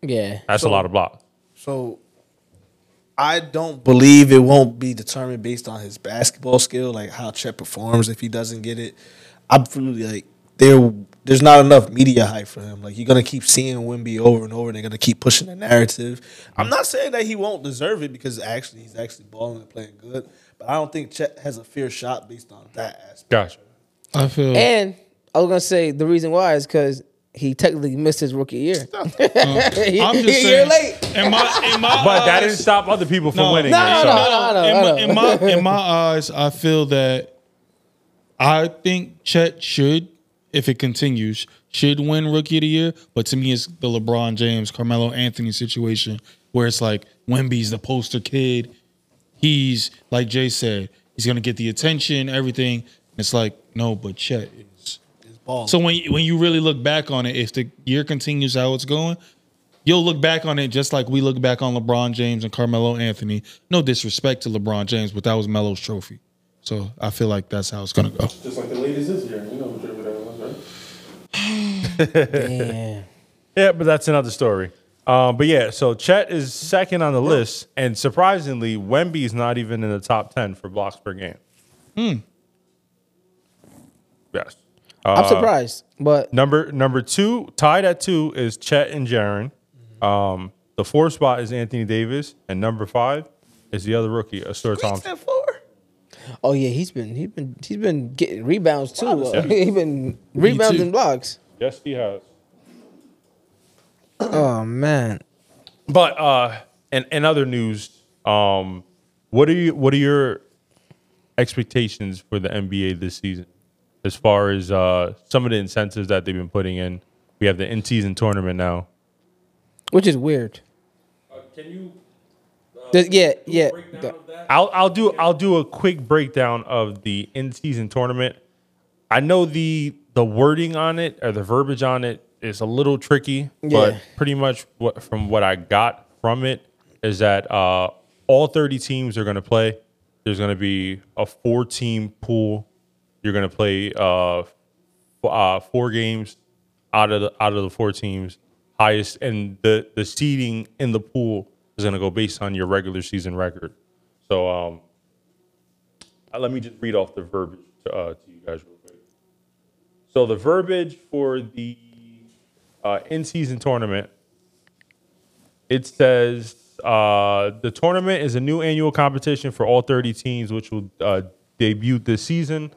[SPEAKER 2] yeah.
[SPEAKER 6] That's a lot of blocks.
[SPEAKER 3] So I don't believe it won't be determined based on his basketball skill, like how Chet performs if he doesn't get it. I'm absolutely like there there's not enough media hype for him. Like you're gonna keep seeing Wimby over and over and they're gonna keep pushing the narrative. I'm not saying that he won't deserve it because actually he's actually balling and playing good. But I don't think Chet has a fair shot based on that aspect.
[SPEAKER 6] Gosh.
[SPEAKER 4] I feel.
[SPEAKER 2] And I was gonna say the reason why is because he technically missed his rookie year. He-
[SPEAKER 4] I'm
[SPEAKER 2] he a
[SPEAKER 4] just saying.
[SPEAKER 2] year late.
[SPEAKER 4] In my, in my
[SPEAKER 6] But that
[SPEAKER 4] eyes-
[SPEAKER 6] didn't stop other people from winning.
[SPEAKER 2] No,
[SPEAKER 6] though,
[SPEAKER 2] no,
[SPEAKER 6] so-
[SPEAKER 2] no. I know,
[SPEAKER 4] in, my, in my in my eyes, I feel that I think Chet should, if it continues, should win Rookie of the Year, but to me, it's the LeBron James, Carmelo Anthony situation where it's like Wemby's the poster kid. He's like Jay said, he's gonna get the attention, everything. It's like no, but Chet is.
[SPEAKER 3] Ball.
[SPEAKER 4] So when when you really look back on it, if the year continues how it's going, you'll look back on it just like we look back on LeBron James and Carmelo Anthony. No disrespect to LeBron James, but that was Melo's trophy. So I feel like that's how it's gonna go.
[SPEAKER 7] Just like the ladies this year. You know whatever that was, right?
[SPEAKER 2] Damn.
[SPEAKER 6] Yeah, but that's another story. Um, but yeah, so Chet is second on the list, and surprisingly, Wemby's not even in the top ten for blocks per game. Hmm. Yes.
[SPEAKER 2] I'm surprised, but
[SPEAKER 6] Number number two, tied at two, is Chet and Jaron. Um, the four spot is Anthony Davis, and number five is the other rookie, Astor Thompson.
[SPEAKER 2] oh yeah, he's been he's been he's been getting rebounds too. Uh, he's been rebounds
[SPEAKER 4] too.
[SPEAKER 2] and blocks.
[SPEAKER 6] Yes, he has.
[SPEAKER 2] Oh man.
[SPEAKER 6] But uh, and and other news, um, what are you? What are your expectations for the NBA this season, as far as uh, some of the incentives that they've been putting in? We have the in-season tournament now.
[SPEAKER 2] Which is weird.
[SPEAKER 7] Uh, can you
[SPEAKER 2] The- yeah, yeah.
[SPEAKER 7] break
[SPEAKER 2] the-
[SPEAKER 7] down of that?
[SPEAKER 6] I'll I'll do I'll do a quick breakdown of the in-season tournament. I know the the wording on it or the verbiage on it is a little tricky,
[SPEAKER 2] Yeah.
[SPEAKER 6] but pretty much what from what I got from it is that uh, all 30 teams are going to play. There's going to be a four-team pool. You're going to play uh, f- uh, four games out of the out of the four teams highest, and the the seeding in the pool is going to go based on your regular season record. So um, uh, let me just read off the verbiage to, uh, to you guys real quick. So the verbiage for the uh, in-season tournament, it says uh, the tournament is a new annual competition for all 30 teams, which will uh, debut this season.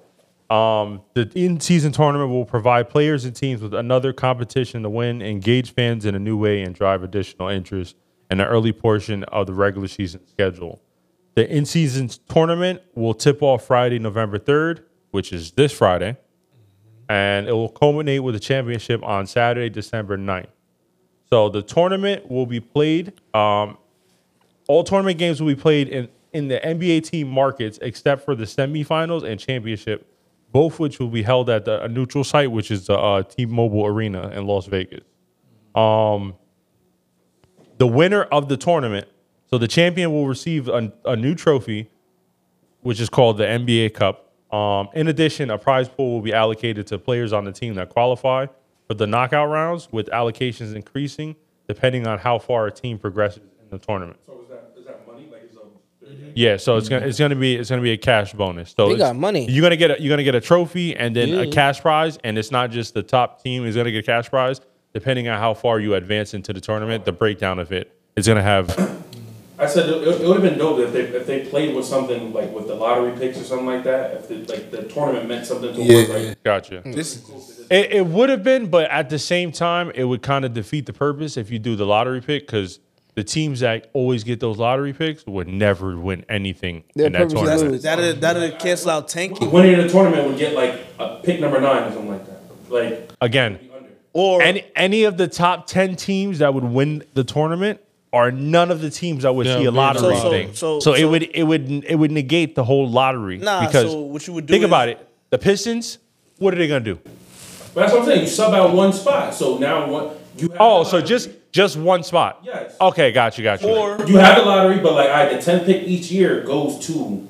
[SPEAKER 6] Um, the in-season tournament will provide players and teams with another competition to win, engage fans in a new way, and drive additional interest in the early portion of the regular season schedule. The in-season tournament will tip off Friday, November 3rd, which is this Friday, and it will culminate with a championship on Saturday, December 9th. So the tournament will be played. Um, all tournament games will be played in, in the NBA team markets except for the semifinals and championship, both which will be held at the, a neutral site, which is the uh, T-Mobile Arena in Las Vegas. Um, the winner of the tournament, so the champion will receive a, a new trophy, which is called the NBA Cup. Um, in addition, a prize pool will be allocated to players on the team that qualify for the knockout rounds, with allocations increasing depending on how far a team progresses in the tournament.
[SPEAKER 7] So is that is that money? Like is a
[SPEAKER 6] Yeah, so it's gonna it's gonna be it's gonna be a cash bonus. So
[SPEAKER 2] They
[SPEAKER 6] it's-
[SPEAKER 2] got money.
[SPEAKER 6] You're gonna get a, you're gonna get a trophy and then a cash prize, and it's not just the top team is gonna get a cash prize. Depending on how far you advance into the tournament, the breakdown of it is gonna have.
[SPEAKER 7] I said it, it would have been dope if they if they played with something like with the lottery picks or something like that. If the, like the tournament meant something to
[SPEAKER 3] Yeah.
[SPEAKER 7] us, like
[SPEAKER 6] Gotcha.
[SPEAKER 3] This is
[SPEAKER 6] It, it would have been, but at the same time, it would kind of defeat the purpose if you do the lottery pick because the teams that always get those lottery picks would never win anything
[SPEAKER 2] Their
[SPEAKER 6] in that
[SPEAKER 2] purpose is
[SPEAKER 6] tournament.
[SPEAKER 2] lose.
[SPEAKER 3] that'll that'll cancel out tanking
[SPEAKER 7] winning the tournament would get like a pick number nine or something like that. Like
[SPEAKER 6] Again,
[SPEAKER 7] under.
[SPEAKER 3] or
[SPEAKER 6] any any of the top ten teams that would win the tournament are none of the teams that would
[SPEAKER 4] Yeah,
[SPEAKER 6] see a
[SPEAKER 4] man.
[SPEAKER 6] lottery
[SPEAKER 3] So- so-
[SPEAKER 6] thing. So,
[SPEAKER 3] so-
[SPEAKER 6] it
[SPEAKER 3] so-
[SPEAKER 6] would it would it would negate the whole lottery.
[SPEAKER 3] Nah,
[SPEAKER 6] because
[SPEAKER 3] so what you would do
[SPEAKER 6] Think
[SPEAKER 3] is-
[SPEAKER 6] about it. The Pistons, what are they gonna do?
[SPEAKER 7] But that's what I'm saying. You sub out one spot, so now what you have
[SPEAKER 6] Oh,
[SPEAKER 7] the
[SPEAKER 6] so
[SPEAKER 7] lottery.
[SPEAKER 6] just just one spot.
[SPEAKER 7] Yes.
[SPEAKER 6] Okay, got you, got you.
[SPEAKER 3] or
[SPEAKER 7] you have the lottery, but like I the tenth pick each year goes to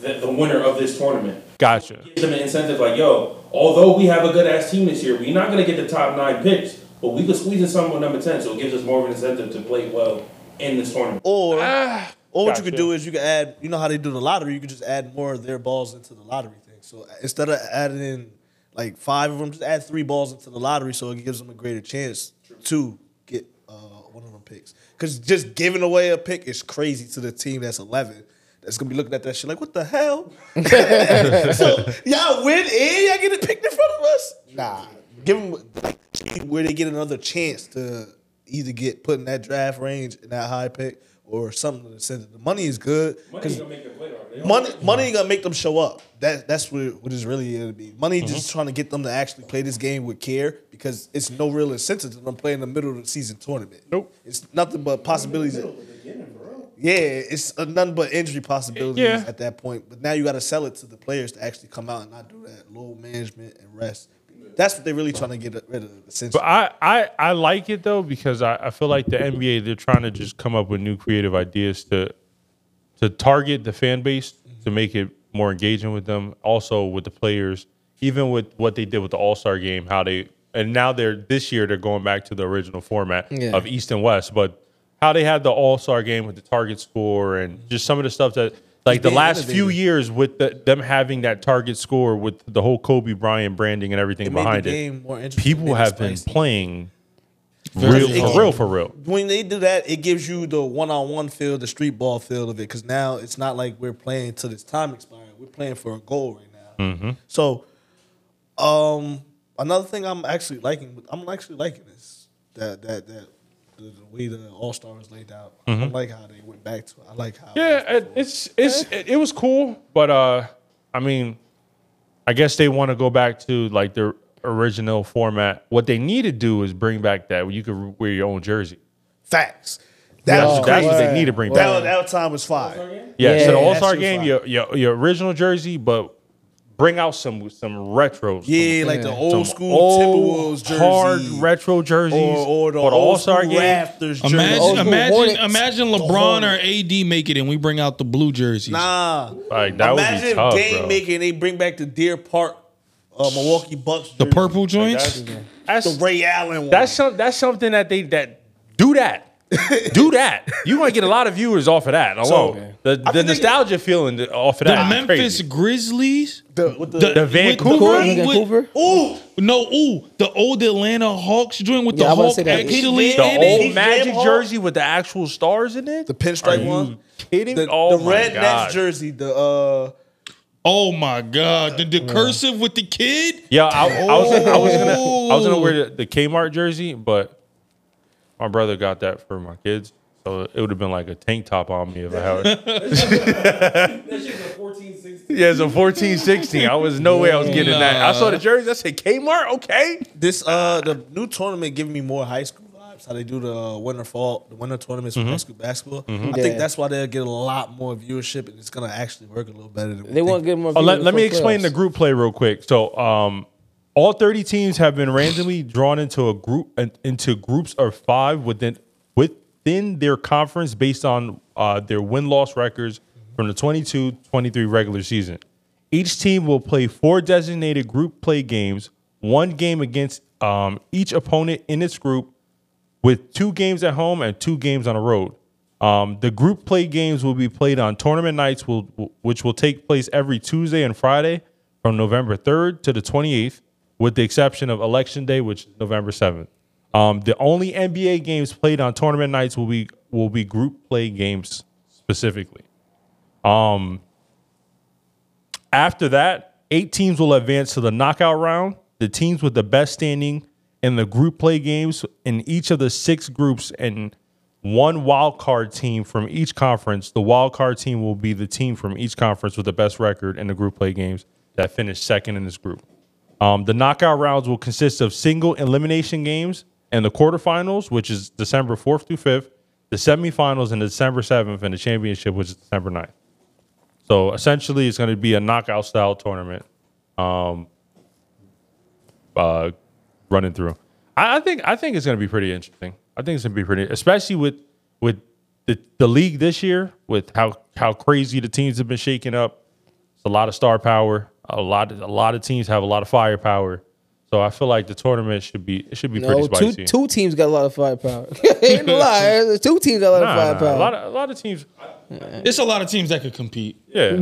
[SPEAKER 7] the, the winner of this tournament.
[SPEAKER 6] got you.
[SPEAKER 7] Give them an incentive like yo, although we have a good ass team this year, we're not gonna get the top nine picks, but we could squeeze in someone with number ten, so it gives us more of an incentive to play well in this tournament.
[SPEAKER 3] or or what you
[SPEAKER 6] Gotcha.
[SPEAKER 3] could do is you could add you know how they do the lottery you could just add more of their balls into the lottery thing so instead of adding in like five of them just add three balls into the lottery so it gives them a greater chance to get uh, one of them picks because just giving away a pick is crazy to the team that's 11 that's gonna be looking at that shit like what the hell so y'all win and y'all get it picked in front of us nah give them where they get another chance to either get put in that draft range in that high pick or something to the sense that the money is good
[SPEAKER 7] Money
[SPEAKER 3] because
[SPEAKER 7] gonna make the play though. They don't-
[SPEAKER 3] money money ain't gonna make them show up. That that's what what is really gonna be. Money just trying to get them to actually play this game with care because it's no real incentive to them play in the middle of the season tournament.
[SPEAKER 6] Nope.
[SPEAKER 3] it's nothing but possibilities. Yeah, it's uh nothing but injury possibilities
[SPEAKER 6] Yeah.
[SPEAKER 3] at that point. But now you got to sell it to the players to actually come out and not do that low management and rest. That's what they're really trying to get rid of. Essentially,
[SPEAKER 6] But I, I, I like it though because I, I feel like the NBA they're trying to just come up with new creative ideas to to target the fan base to make it more engaging with them. Also with the players, even with what they did with the All Star game, how they and now they're this year they're going back to the original format
[SPEAKER 2] Yeah.
[SPEAKER 6] of East and West, but how they had the All Star game with the target score and just some of the stuff that like the
[SPEAKER 3] being
[SPEAKER 6] last few
[SPEAKER 3] innovative.
[SPEAKER 6] years with the, them having that target score with the whole Kobe Bryant branding and everything
[SPEAKER 3] It made the
[SPEAKER 6] behind it
[SPEAKER 3] game more interesting,
[SPEAKER 6] people
[SPEAKER 3] made it
[SPEAKER 6] have been
[SPEAKER 3] spicy.
[SPEAKER 6] playing real
[SPEAKER 4] it-
[SPEAKER 6] for real for real.
[SPEAKER 3] when they do that, it gives you the one-on-one feel, the street ball feel of it. Because now it's not like we're playing till this time expiring. We're playing for a goal right now.
[SPEAKER 6] Mm-hmm.
[SPEAKER 3] So, um, another thing I'm actually liking, I'm actually liking this that that that the, the way the All Star was laid out. I like how they went back to. It. I like how.
[SPEAKER 6] Mm-hmm. Yeah, it- it's it's it, it was cool, but uh, I mean, I guess they want to go back to like their original format. What they need to do is bring back that you could wear your own jersey.
[SPEAKER 3] facts. That
[SPEAKER 6] That's,
[SPEAKER 3] was crazy.
[SPEAKER 6] that's what they
[SPEAKER 2] wow.
[SPEAKER 6] need to bring
[SPEAKER 3] That,
[SPEAKER 6] back.
[SPEAKER 3] that time was fire.
[SPEAKER 6] yeah,
[SPEAKER 2] Yeah,
[SPEAKER 6] so the
[SPEAKER 2] that
[SPEAKER 6] All Star
[SPEAKER 3] shit was
[SPEAKER 6] game,
[SPEAKER 3] fire.
[SPEAKER 6] your, your your original jersey, but bring out some some retros.
[SPEAKER 3] Yeah, like the
[SPEAKER 6] some
[SPEAKER 3] old school
[SPEAKER 6] old,
[SPEAKER 3] Timberwolves jersey,
[SPEAKER 6] hard retro jerseys,
[SPEAKER 3] or, or the
[SPEAKER 6] for
[SPEAKER 3] All Star
[SPEAKER 6] All-Star
[SPEAKER 3] Raptors jersey.
[SPEAKER 4] Imagine,
[SPEAKER 2] the
[SPEAKER 4] imagine,
[SPEAKER 2] Hornets.
[SPEAKER 4] imagine LeBron or AD make it, and we bring out the blue jerseys.
[SPEAKER 3] Oh, Nah,
[SPEAKER 6] Like, that would be
[SPEAKER 3] Imagine
[SPEAKER 6] tough,
[SPEAKER 3] game
[SPEAKER 6] bro.
[SPEAKER 3] making. They bring back the Deer Park, uh, Milwaukee Bucks.
[SPEAKER 4] the
[SPEAKER 3] jersey.
[SPEAKER 4] purple joints.
[SPEAKER 6] That's, that's
[SPEAKER 3] the Ray Allen one.
[SPEAKER 6] That's some, that's something that they that do that. do that. You're gonna get a lot of viewers off of that alone. the
[SPEAKER 3] I
[SPEAKER 6] the
[SPEAKER 3] think they-
[SPEAKER 6] nostalgia feeling th- off of
[SPEAKER 4] The
[SPEAKER 6] that. is
[SPEAKER 4] Memphis
[SPEAKER 6] crazy.
[SPEAKER 4] Grizzlies.
[SPEAKER 3] the, with the,
[SPEAKER 6] the
[SPEAKER 4] with
[SPEAKER 6] Vancouver?
[SPEAKER 4] with-
[SPEAKER 2] Vancouver?
[SPEAKER 3] ooh,
[SPEAKER 4] no, ooh, the old Atlanta Hawks joint with
[SPEAKER 2] Yeah, I
[SPEAKER 4] the
[SPEAKER 2] was gonna
[SPEAKER 4] Hawk
[SPEAKER 2] say that.
[SPEAKER 4] Italy
[SPEAKER 6] the
[SPEAKER 4] in it.
[SPEAKER 6] old
[SPEAKER 3] Heath
[SPEAKER 6] Magic
[SPEAKER 3] Lamb
[SPEAKER 6] jersey with the actual stars in it.
[SPEAKER 3] the pinstripe
[SPEAKER 6] Are you
[SPEAKER 3] one.
[SPEAKER 6] kidding?
[SPEAKER 3] The,
[SPEAKER 6] oh
[SPEAKER 3] the
[SPEAKER 6] my
[SPEAKER 3] red
[SPEAKER 6] God.
[SPEAKER 3] Nets jersey. The uh,
[SPEAKER 4] Oh my god, the, the cursive with the kid.
[SPEAKER 6] Yeah, I, I was I was gonna I was gonna wear the, the Kmart jersey, but my brother got that for my kids, so it would have been like a tank top on me if I had it.
[SPEAKER 7] That shit's a 14, 16.
[SPEAKER 6] yeah, it's a 14, 16. I was no way I was getting that. I saw the jersey. I said Kmart. Okay.
[SPEAKER 3] this uh, the new tournament giving me more high school vibes. How they do the uh, winter fall, the winter tournaments for high school basketball. I
[SPEAKER 2] Yeah.
[SPEAKER 3] think that's why they'll get a lot more viewership, and it's gonna actually work a little better. Than we
[SPEAKER 2] They
[SPEAKER 3] think.
[SPEAKER 2] want to give them. A
[SPEAKER 6] Oh, let,
[SPEAKER 2] few
[SPEAKER 6] let me
[SPEAKER 2] for
[SPEAKER 6] explain the
[SPEAKER 2] playoffs.
[SPEAKER 6] group play real quick. So, um, all 30 teams have been randomly drawn into a group in- into groups of five within within their conference based on uh, their win loss records from the 22-23 regular season. Each team will play four designated group play games, one game against um, each opponent in its group, with two games at home and two games on the road. Um, the group play games will be played on tournament nights, will, which will take place every Tuesday and Friday from November 3rd to the 28th, with the exception of Election Day, which is November 7th. Um, the only NBA games played on tournament nights will be will be group play games specifically. After that, eight teams will advance to the knockout round. The teams with the best standing in the group play games in each of the six groups and one wild card team from each conference. The wild card team will be the team from each conference with the best record in the group play games that finished second in this group. Um, the knockout rounds will consist of single elimination games and the quarterfinals, which is December 4th through 5th, the semifinals and December 7th, and the championship, which is December 9th. So essentially, it's going to be a knockout style tournament. Um, uh, running through, I, I think I think it's going to be pretty interesting. I think it's going to be pretty, especially with with the, the league this year, with how how crazy the teams have been shaking up. It's a lot of star power. A lot a lot of teams have a lot of firepower. So I feel like the tournament should be it should be pretty
[SPEAKER 2] No, two
[SPEAKER 6] spicy.
[SPEAKER 2] two teams got a lot of firepower. Ain't no lie, two teams got a lot
[SPEAKER 6] Nah,
[SPEAKER 2] of
[SPEAKER 6] nah, a lot
[SPEAKER 2] firepower.
[SPEAKER 6] of a lot of teams.
[SPEAKER 4] It's a lot of teams that could compete.
[SPEAKER 6] Yeah,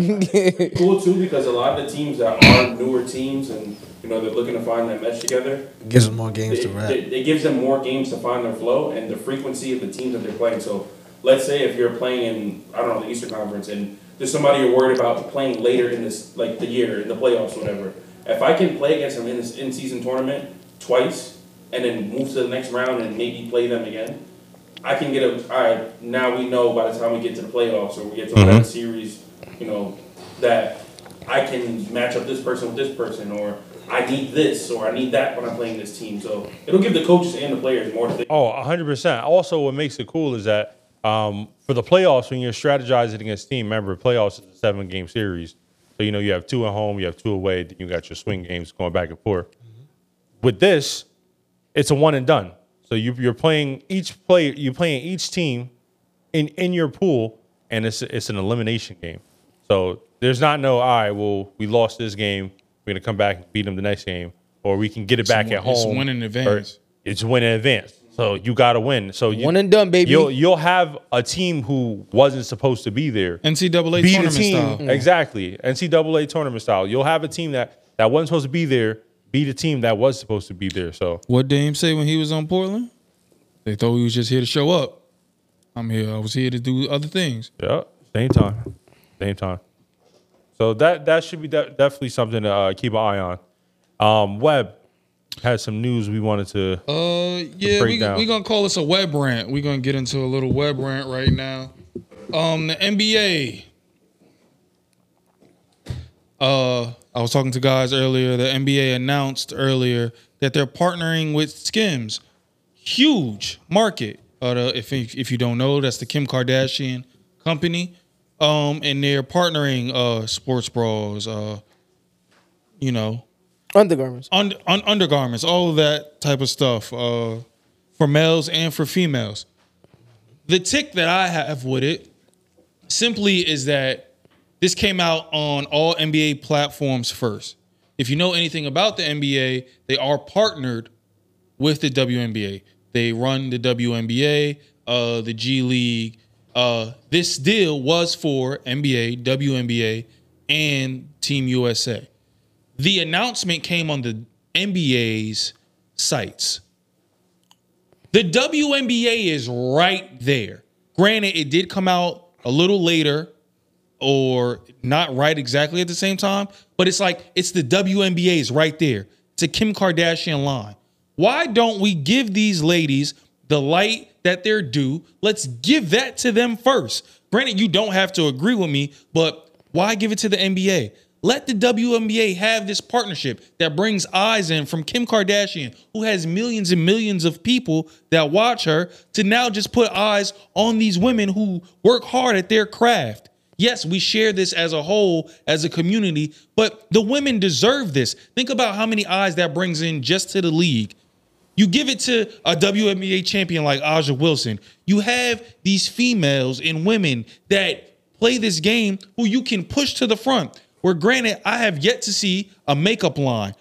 [SPEAKER 7] Cool too because a lot of the teams that are newer teams and you know they're looking to find that mesh together,
[SPEAKER 3] gives them more games
[SPEAKER 7] it,
[SPEAKER 3] to wrap.
[SPEAKER 7] it, it gives them more games to find their flow and the frequency of the teams that they're playing. So let's say if you're playing in I don't know the Eastern Conference and there's somebody you're worried about playing later in this like the year in the playoffs or whatever. If I can play against them in this in season tournament twice and then move to the next round and maybe play them again, I can get a. All right, now we know by the time we get to the playoffs or we get to another series, you know, that I can match up this person with this person, or I need this, or I need that when I'm playing this team. So it'll give the coaches and the players more. To think.
[SPEAKER 6] Oh, 100%. Also, what makes it cool is that um, for the playoffs, when you're strategizing against team, remember, playoffs is a seven game series. So, you know, you have two at home, you have two away, then you got your swing games going back and forth. With this, it's a one and done. So you, you're playing each player, you're playing each team in, in your pool, and it's, it's an elimination game. So there's not no, all right, well, we lost this game. We're going to come back and beat them the next game, or we can get it back
[SPEAKER 4] win-
[SPEAKER 6] at home.
[SPEAKER 4] it's win in
[SPEAKER 6] or-
[SPEAKER 4] advance.
[SPEAKER 6] it's win in advance. So you got to win. So you,
[SPEAKER 2] One and done, baby.
[SPEAKER 6] You'll you'll have a team who wasn't supposed to be there.
[SPEAKER 4] NCAA
[SPEAKER 6] be the
[SPEAKER 4] tournament
[SPEAKER 6] team
[SPEAKER 4] style.
[SPEAKER 2] Mm.
[SPEAKER 6] exactly NCAA tournament style. You'll have a team that that wasn't supposed to be there. Be the team that was supposed to be there. So
[SPEAKER 4] What Dame say when he was on Portland? They thought he was just here to show up. I'm here. I was here to do other things.
[SPEAKER 6] yeah, same time, same time. So that that should be de- definitely something to uh, keep an eye on. Um, Webb had some news we wanted to.
[SPEAKER 4] Uh, yeah, we
[SPEAKER 6] breakdown.
[SPEAKER 4] we gonna call this a web rant. We gonna get into a little web rant right now. Um, the NBA. Uh, I was talking to guys earlier. The NBA announced earlier that they're partnering with Skims, huge market. Uh, the, if if you don't know, that's the Kim Kardashian company. Um, and they're partnering uh sports bras, uh, you know,
[SPEAKER 2] Undergarments.
[SPEAKER 4] on, on undergarments, all of that type of stuff uh, for males and for females. The tick that I have with it simply is that this came out on all NBA platforms first. If you know anything about the NBA, they are partnered with the WNBA. They run the WNBA, uh, the G League. Uh, this deal was for NBA, WNBA, and Team USA the announcement came on the NBA's sites. The WNBA is right there. Granted, it did come out a little later or not right exactly at the same time, but it's like it's the WNBA is right there. It's a Kim Kardashian line. Why don't we give these ladies the light that they're due? Let's give that to them first. Granted, you don't have to agree with me, but why give it to the NBA? Let the WNBA have this partnership that brings eyes in from Kim Kardashian, who has millions and millions of people that watch her, to now just put eyes on these women who work hard at their craft. Yes, we share this as a whole, as a community, but the women deserve this. Think about how many eyes that brings in just to the league. You give it to a WNBA champion like Aja Wilson. You have these females and women that play this game who you can push to the front. Where granted, I have yet to see a makeup line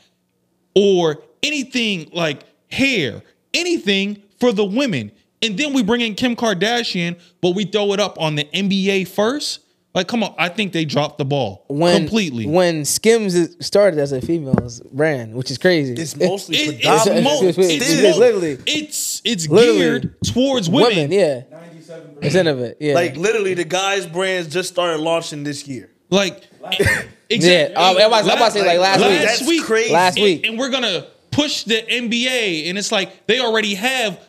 [SPEAKER 4] or anything like hair, anything for the women. And then we bring in Kim Kardashian, but we throw it up on the NBA first. Like, come on, I think they dropped the ball
[SPEAKER 2] When,
[SPEAKER 4] completely.
[SPEAKER 2] When Skims is- started as a female's brand, which is crazy.
[SPEAKER 3] It's mostly
[SPEAKER 4] It- it's,
[SPEAKER 3] predominant.
[SPEAKER 4] mo-
[SPEAKER 2] It's-
[SPEAKER 4] it's,
[SPEAKER 2] it's
[SPEAKER 4] mo-
[SPEAKER 2] literally-
[SPEAKER 4] it's it's
[SPEAKER 2] literally-
[SPEAKER 4] geared towards
[SPEAKER 2] women.
[SPEAKER 4] women.
[SPEAKER 2] Yeah,
[SPEAKER 7] Ninety-seven
[SPEAKER 2] it's in of it. Yeah,
[SPEAKER 3] Like literally, the guys' brands just started launching this year.
[SPEAKER 4] Like,
[SPEAKER 2] yeah.
[SPEAKER 4] exactly.
[SPEAKER 2] Um, I was I was about to say like last
[SPEAKER 4] last
[SPEAKER 2] week.
[SPEAKER 4] That's week.
[SPEAKER 3] crazy.
[SPEAKER 2] Last
[SPEAKER 4] and,
[SPEAKER 2] week.
[SPEAKER 4] and we're gonna push the NBA, and it's like they already have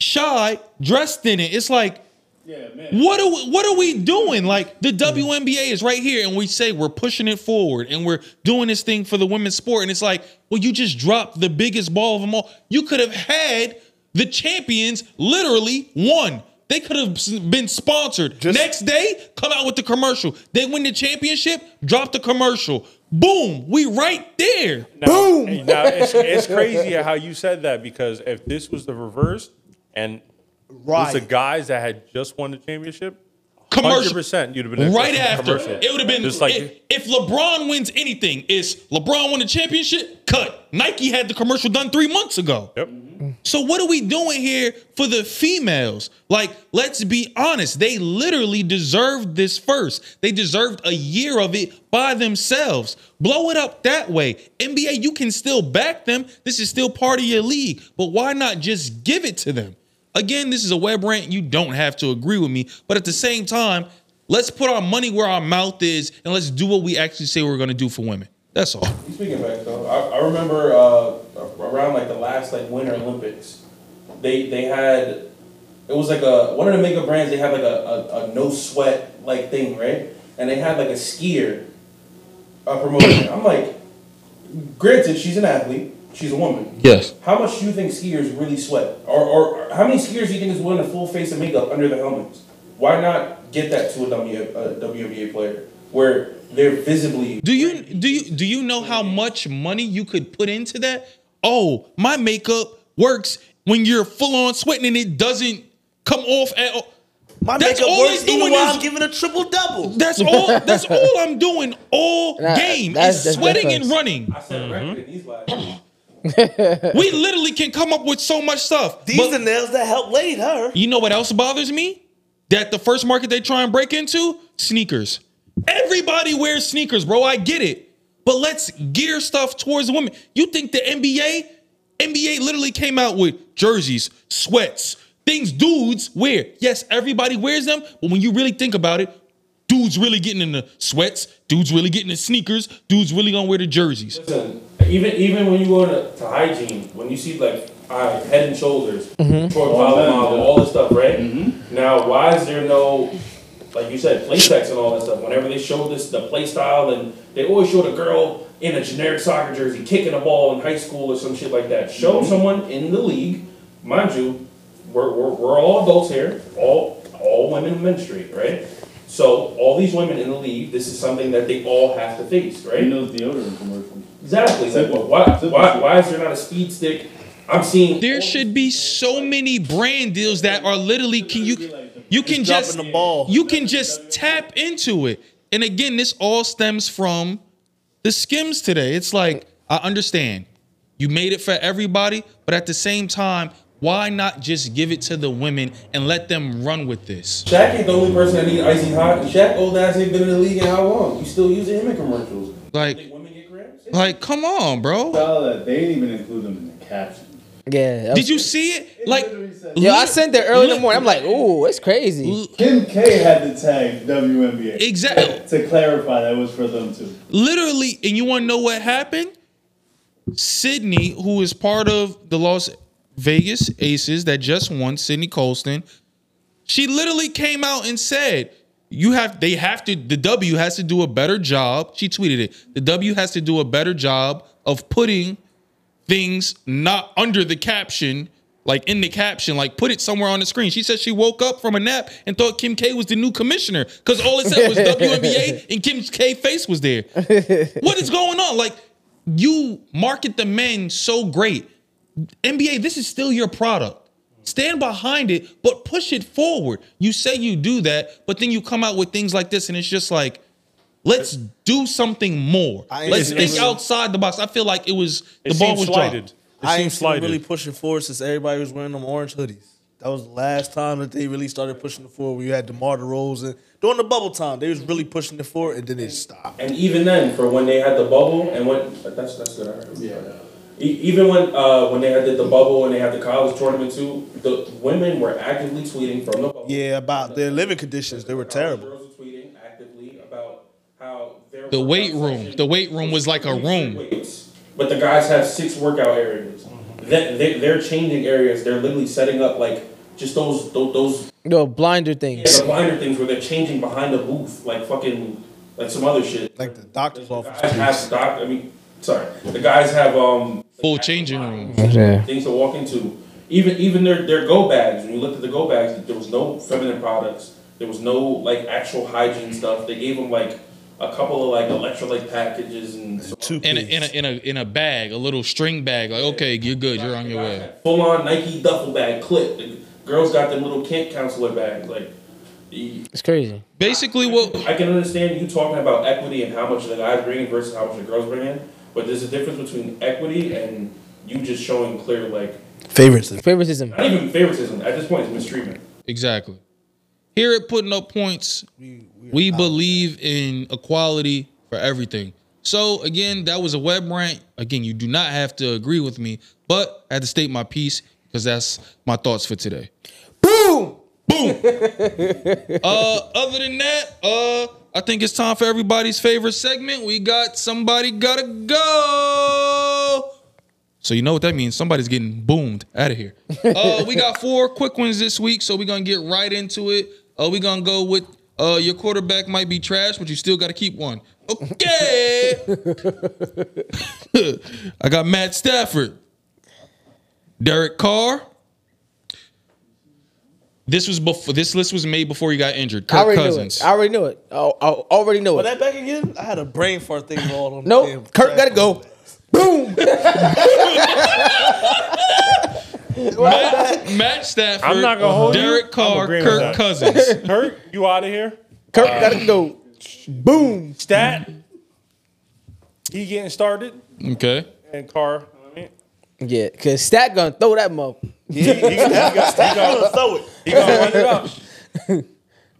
[SPEAKER 4] Shy dressed in it. It's like,
[SPEAKER 7] Yeah, man.
[SPEAKER 4] what are we, what are we doing? Like
[SPEAKER 2] Mm-hmm.
[SPEAKER 4] the WNBA is right here, and we say we're pushing it forward, and we're doing this thing for the women's sport, and it's like, well, you just dropped the biggest ball of them all. You could have had the champions literally won. They could have s- been sponsored.
[SPEAKER 3] Just-
[SPEAKER 4] Next day, come out with the commercial. They win the championship, drop the commercial. Boom, we right there.
[SPEAKER 6] Boom! Now, it's, it's crazy how you said that because if this was the reverse and
[SPEAKER 3] Right.
[SPEAKER 6] It's the guys that had just won the championship. Hundred
[SPEAKER 4] Commercial.
[SPEAKER 6] percent, you'd have been
[SPEAKER 4] right
[SPEAKER 6] a
[SPEAKER 4] after.
[SPEAKER 6] commercial.
[SPEAKER 4] It would have been
[SPEAKER 6] just like
[SPEAKER 4] if, if LeBron wins anything, is LeBron won the championship? Cut. Nike had the commercial done three months ago.
[SPEAKER 6] yep.
[SPEAKER 4] So what are we doing here for the females? Like, let's be honest. They literally deserved this first. They deserved a year of it by themselves. Blow it up that way. NBA, you can still back them. This is still part of your league. But why not just give it to them? Again, this is a web rant. You don't have to agree with me. But at the same time, let's put our money where our mouth is and let's do what we actually say we're going to do for women. That's all.
[SPEAKER 7] Speaking back though, I, I remember uh, around like the last like Winter Olympics, they they had It was like a one of the makeup brands. They had like a, a, a no sweat like thing, right? And they had like a skier, a promoter. I'm like, granted, she's an athlete. She's a woman.
[SPEAKER 4] Yes.
[SPEAKER 7] How much do you think skiers really sweat, or, or, or how many skiers do you think is wearing a full face of makeup under the helmets? Why not get that to a, w, a WNBA player where they're visibly?
[SPEAKER 4] Do you do you do you know how much money you could put into that? Oh, my makeup works when you're full on sweating and it doesn't come off at all.
[SPEAKER 3] My
[SPEAKER 4] That's
[SPEAKER 3] makeup
[SPEAKER 4] all
[SPEAKER 3] works
[SPEAKER 4] they
[SPEAKER 3] even
[SPEAKER 4] doing
[SPEAKER 3] while
[SPEAKER 4] is-
[SPEAKER 3] I'm giving a triple double.
[SPEAKER 4] That's all. That's all I'm doing all
[SPEAKER 2] Nah,
[SPEAKER 4] game
[SPEAKER 2] that's-
[SPEAKER 4] is
[SPEAKER 2] that's
[SPEAKER 4] sweating and
[SPEAKER 2] different.
[SPEAKER 4] running.
[SPEAKER 7] I said record in these lives.
[SPEAKER 4] We literally can come up with so much stuff.
[SPEAKER 3] These
[SPEAKER 4] but
[SPEAKER 3] the nails that help laid her.
[SPEAKER 4] you know what else bothers me? That the first market they try and break into sneakers. Everybody wears sneakers, bro. I get it, but let's gear stuff towards women. You think the NBA? NBA literally came out with jerseys, sweats, things dudes wear. Yes, everybody wears them, but when you really think about it, dudes really getting in the sweats, dudes really getting the sneakers, dudes really gonna wear the jerseys.
[SPEAKER 7] Listen, even even when you go to, to hygiene, when you see like uh, Head and Shoulders, Troy Polamalu, all this stuff, right? Now, why is there no like you said, play sex and all that stuff? Whenever they show this the play style, and they always show the girl in a generic soccer jersey kicking a ball in high school or some shit like that. Show someone in the league, mind you, we're, we're, we're all adults here, all all women menstruate, right? So all these women in the league, this is something that they all have to face, right?
[SPEAKER 8] In those deodorant commercials.
[SPEAKER 7] Exactly. Like,
[SPEAKER 8] Simple.
[SPEAKER 7] why,
[SPEAKER 8] Simple.
[SPEAKER 7] why, why is there not a speed stick? I'm seeing.
[SPEAKER 4] There should be so many brand deals that are literally can you you can just
[SPEAKER 3] dropping the ball.
[SPEAKER 4] you can just tap into it. And again, this all stems from the skims today. It's like I understand you made it for everybody, but at the same time, why not just give it to the women and let them run with this?
[SPEAKER 7] Shaq ain't the only person that needs icy hot. and Shaq old ass ain't been in the league in how long? You still using him in commercials?
[SPEAKER 4] Like
[SPEAKER 7] Think women get Uh, grams?
[SPEAKER 4] like come on, bro.
[SPEAKER 8] Tell that they didn't even include them in the caption.
[SPEAKER 2] Yeah. that
[SPEAKER 4] Did
[SPEAKER 2] was-
[SPEAKER 4] you see it? Like
[SPEAKER 2] Yo, I sent that early in the
[SPEAKER 4] lit-
[SPEAKER 2] morning. I'm like, ooh, it's crazy.
[SPEAKER 8] Kim K had the tag WNBA.
[SPEAKER 4] Exactly.
[SPEAKER 8] To clarify, that was for them too.
[SPEAKER 4] literally, and you want to know what happened? Sydney, who is part of the Las Vegas Aces that just won, Sydney Colston, she literally came out and said, "You have they have to the W has to do a better job." She tweeted it. The W has to do a better job of putting things not under the caption, like in the caption, like put it somewhere on the screen. She said she woke up from a nap and thought Kim K was the new commissioner because all it said was WNBA and Kim K face was there. what is going on? Like you market the men so great. NBA, this is still your product. Stand behind it, but push it forward. You say you do that, but then you come out with things like this, and it's just like, let's do something more.
[SPEAKER 3] I
[SPEAKER 4] Let's
[SPEAKER 3] agree.
[SPEAKER 4] think outside the box. I feel like it was
[SPEAKER 6] It
[SPEAKER 4] the ball
[SPEAKER 6] seems
[SPEAKER 4] was
[SPEAKER 6] slighted.
[SPEAKER 4] dropped.
[SPEAKER 6] It
[SPEAKER 3] I ain't
[SPEAKER 6] seems
[SPEAKER 3] seen them
[SPEAKER 6] slighted.
[SPEAKER 3] really pushing forward since everybody was wearing them orange hoodies. That was the last time that they really started pushing it forward. Where you had DeMar DeRozan during the bubble time, they was really pushing it forward, and then they stopped.
[SPEAKER 7] And even then, for when they had the bubble and when but that's that's good. I heard. Yeah. Even when uh, when they had the, the bubble and they had the college tournament too, the women were actively tweeting from the bubble.
[SPEAKER 3] Yeah, about their living conditions, they were terrible.
[SPEAKER 7] Girls were tweeting actively about how their
[SPEAKER 4] The weight
[SPEAKER 7] workout
[SPEAKER 4] room.
[SPEAKER 7] session-
[SPEAKER 4] The weight room was like a room.
[SPEAKER 7] weights, but the guys have six workout areas.
[SPEAKER 8] Mm-hmm.
[SPEAKER 7] They, they, they're changing areas. They're literally setting up like just those those, those
[SPEAKER 2] Yo, blinder
[SPEAKER 7] yeah,
[SPEAKER 2] things.
[SPEAKER 7] the blinder things where they're changing behind the booth, like fucking like some other shit.
[SPEAKER 3] Like the doctor's office.
[SPEAKER 7] guys have stock. I mean, sorry, the guys have um
[SPEAKER 4] Full changing room.
[SPEAKER 2] Yeah.
[SPEAKER 7] things to walk into. Even even their their go bags. When you looked at the go bags, there was no feminine products. There was no like actual hygiene stuff. They gave them like a couple of like electrolyte packages and some
[SPEAKER 3] Two
[SPEAKER 4] In a, in a in a in a bag, a little string bag. Like, okay, you're good. You're on your way.
[SPEAKER 7] Full on Nike duffel bag clip. The girls got them little camp counselor bags. Like, the-
[SPEAKER 2] It's crazy.
[SPEAKER 4] Basically, what
[SPEAKER 7] I can understand you talking about equity and how much the guys bring in versus how much the girls bring in, but there's a difference between equity and you just showing clear, like,
[SPEAKER 3] favorites.
[SPEAKER 2] Favoritism.
[SPEAKER 7] not even favoritism. At this point, it's mistreatment.
[SPEAKER 4] exactly? Here at putting up points,
[SPEAKER 3] We, we are
[SPEAKER 4] we
[SPEAKER 3] not-
[SPEAKER 4] believe in equality for everything. So again, that was a web rant. Again, you do not have to agree with me, but I had to state my piece because that's my thoughts for today.
[SPEAKER 2] Boom.
[SPEAKER 4] Uh, other than that, uh, I think it's time for everybody's favorite segment. We got somebody gotta go. So you know what that means? Somebody's getting boomed out of here. uh, we got four quick ones this week, so we're gonna get right into it. Uh, we're gonna go with uh, your quarterback might be trash, but you still got to keep one. Okay. I got Matt Stafford, Derek Carr. This was before. This list was made before he got injured.
[SPEAKER 2] I
[SPEAKER 4] Kirk
[SPEAKER 2] already
[SPEAKER 4] Cousins.
[SPEAKER 2] knew it. I already knew it. Oh, I already knew
[SPEAKER 3] But
[SPEAKER 2] it.
[SPEAKER 3] that back again, I had a brain fart thing going on. damn
[SPEAKER 2] Nope. Kirk
[SPEAKER 3] track.
[SPEAKER 2] got to go. Boom.
[SPEAKER 4] Matt, Matt Stafford.
[SPEAKER 6] I'm not gonna hold you.
[SPEAKER 4] Derek
[SPEAKER 6] I'm
[SPEAKER 4] Carr,
[SPEAKER 6] agreeing with
[SPEAKER 4] Kirk
[SPEAKER 6] that.
[SPEAKER 4] Cousins.
[SPEAKER 6] Hurt, you out of here?
[SPEAKER 2] Kirk
[SPEAKER 3] Uh,
[SPEAKER 2] got to go. Boom.
[SPEAKER 6] Stat. He getting started,
[SPEAKER 4] Okay.
[SPEAKER 6] and Carr. I mean,
[SPEAKER 2] Yeah, because Stat going to throw that mug.
[SPEAKER 3] Yeah, he, he, he got, he got, throw it.
[SPEAKER 6] He gonna run it up.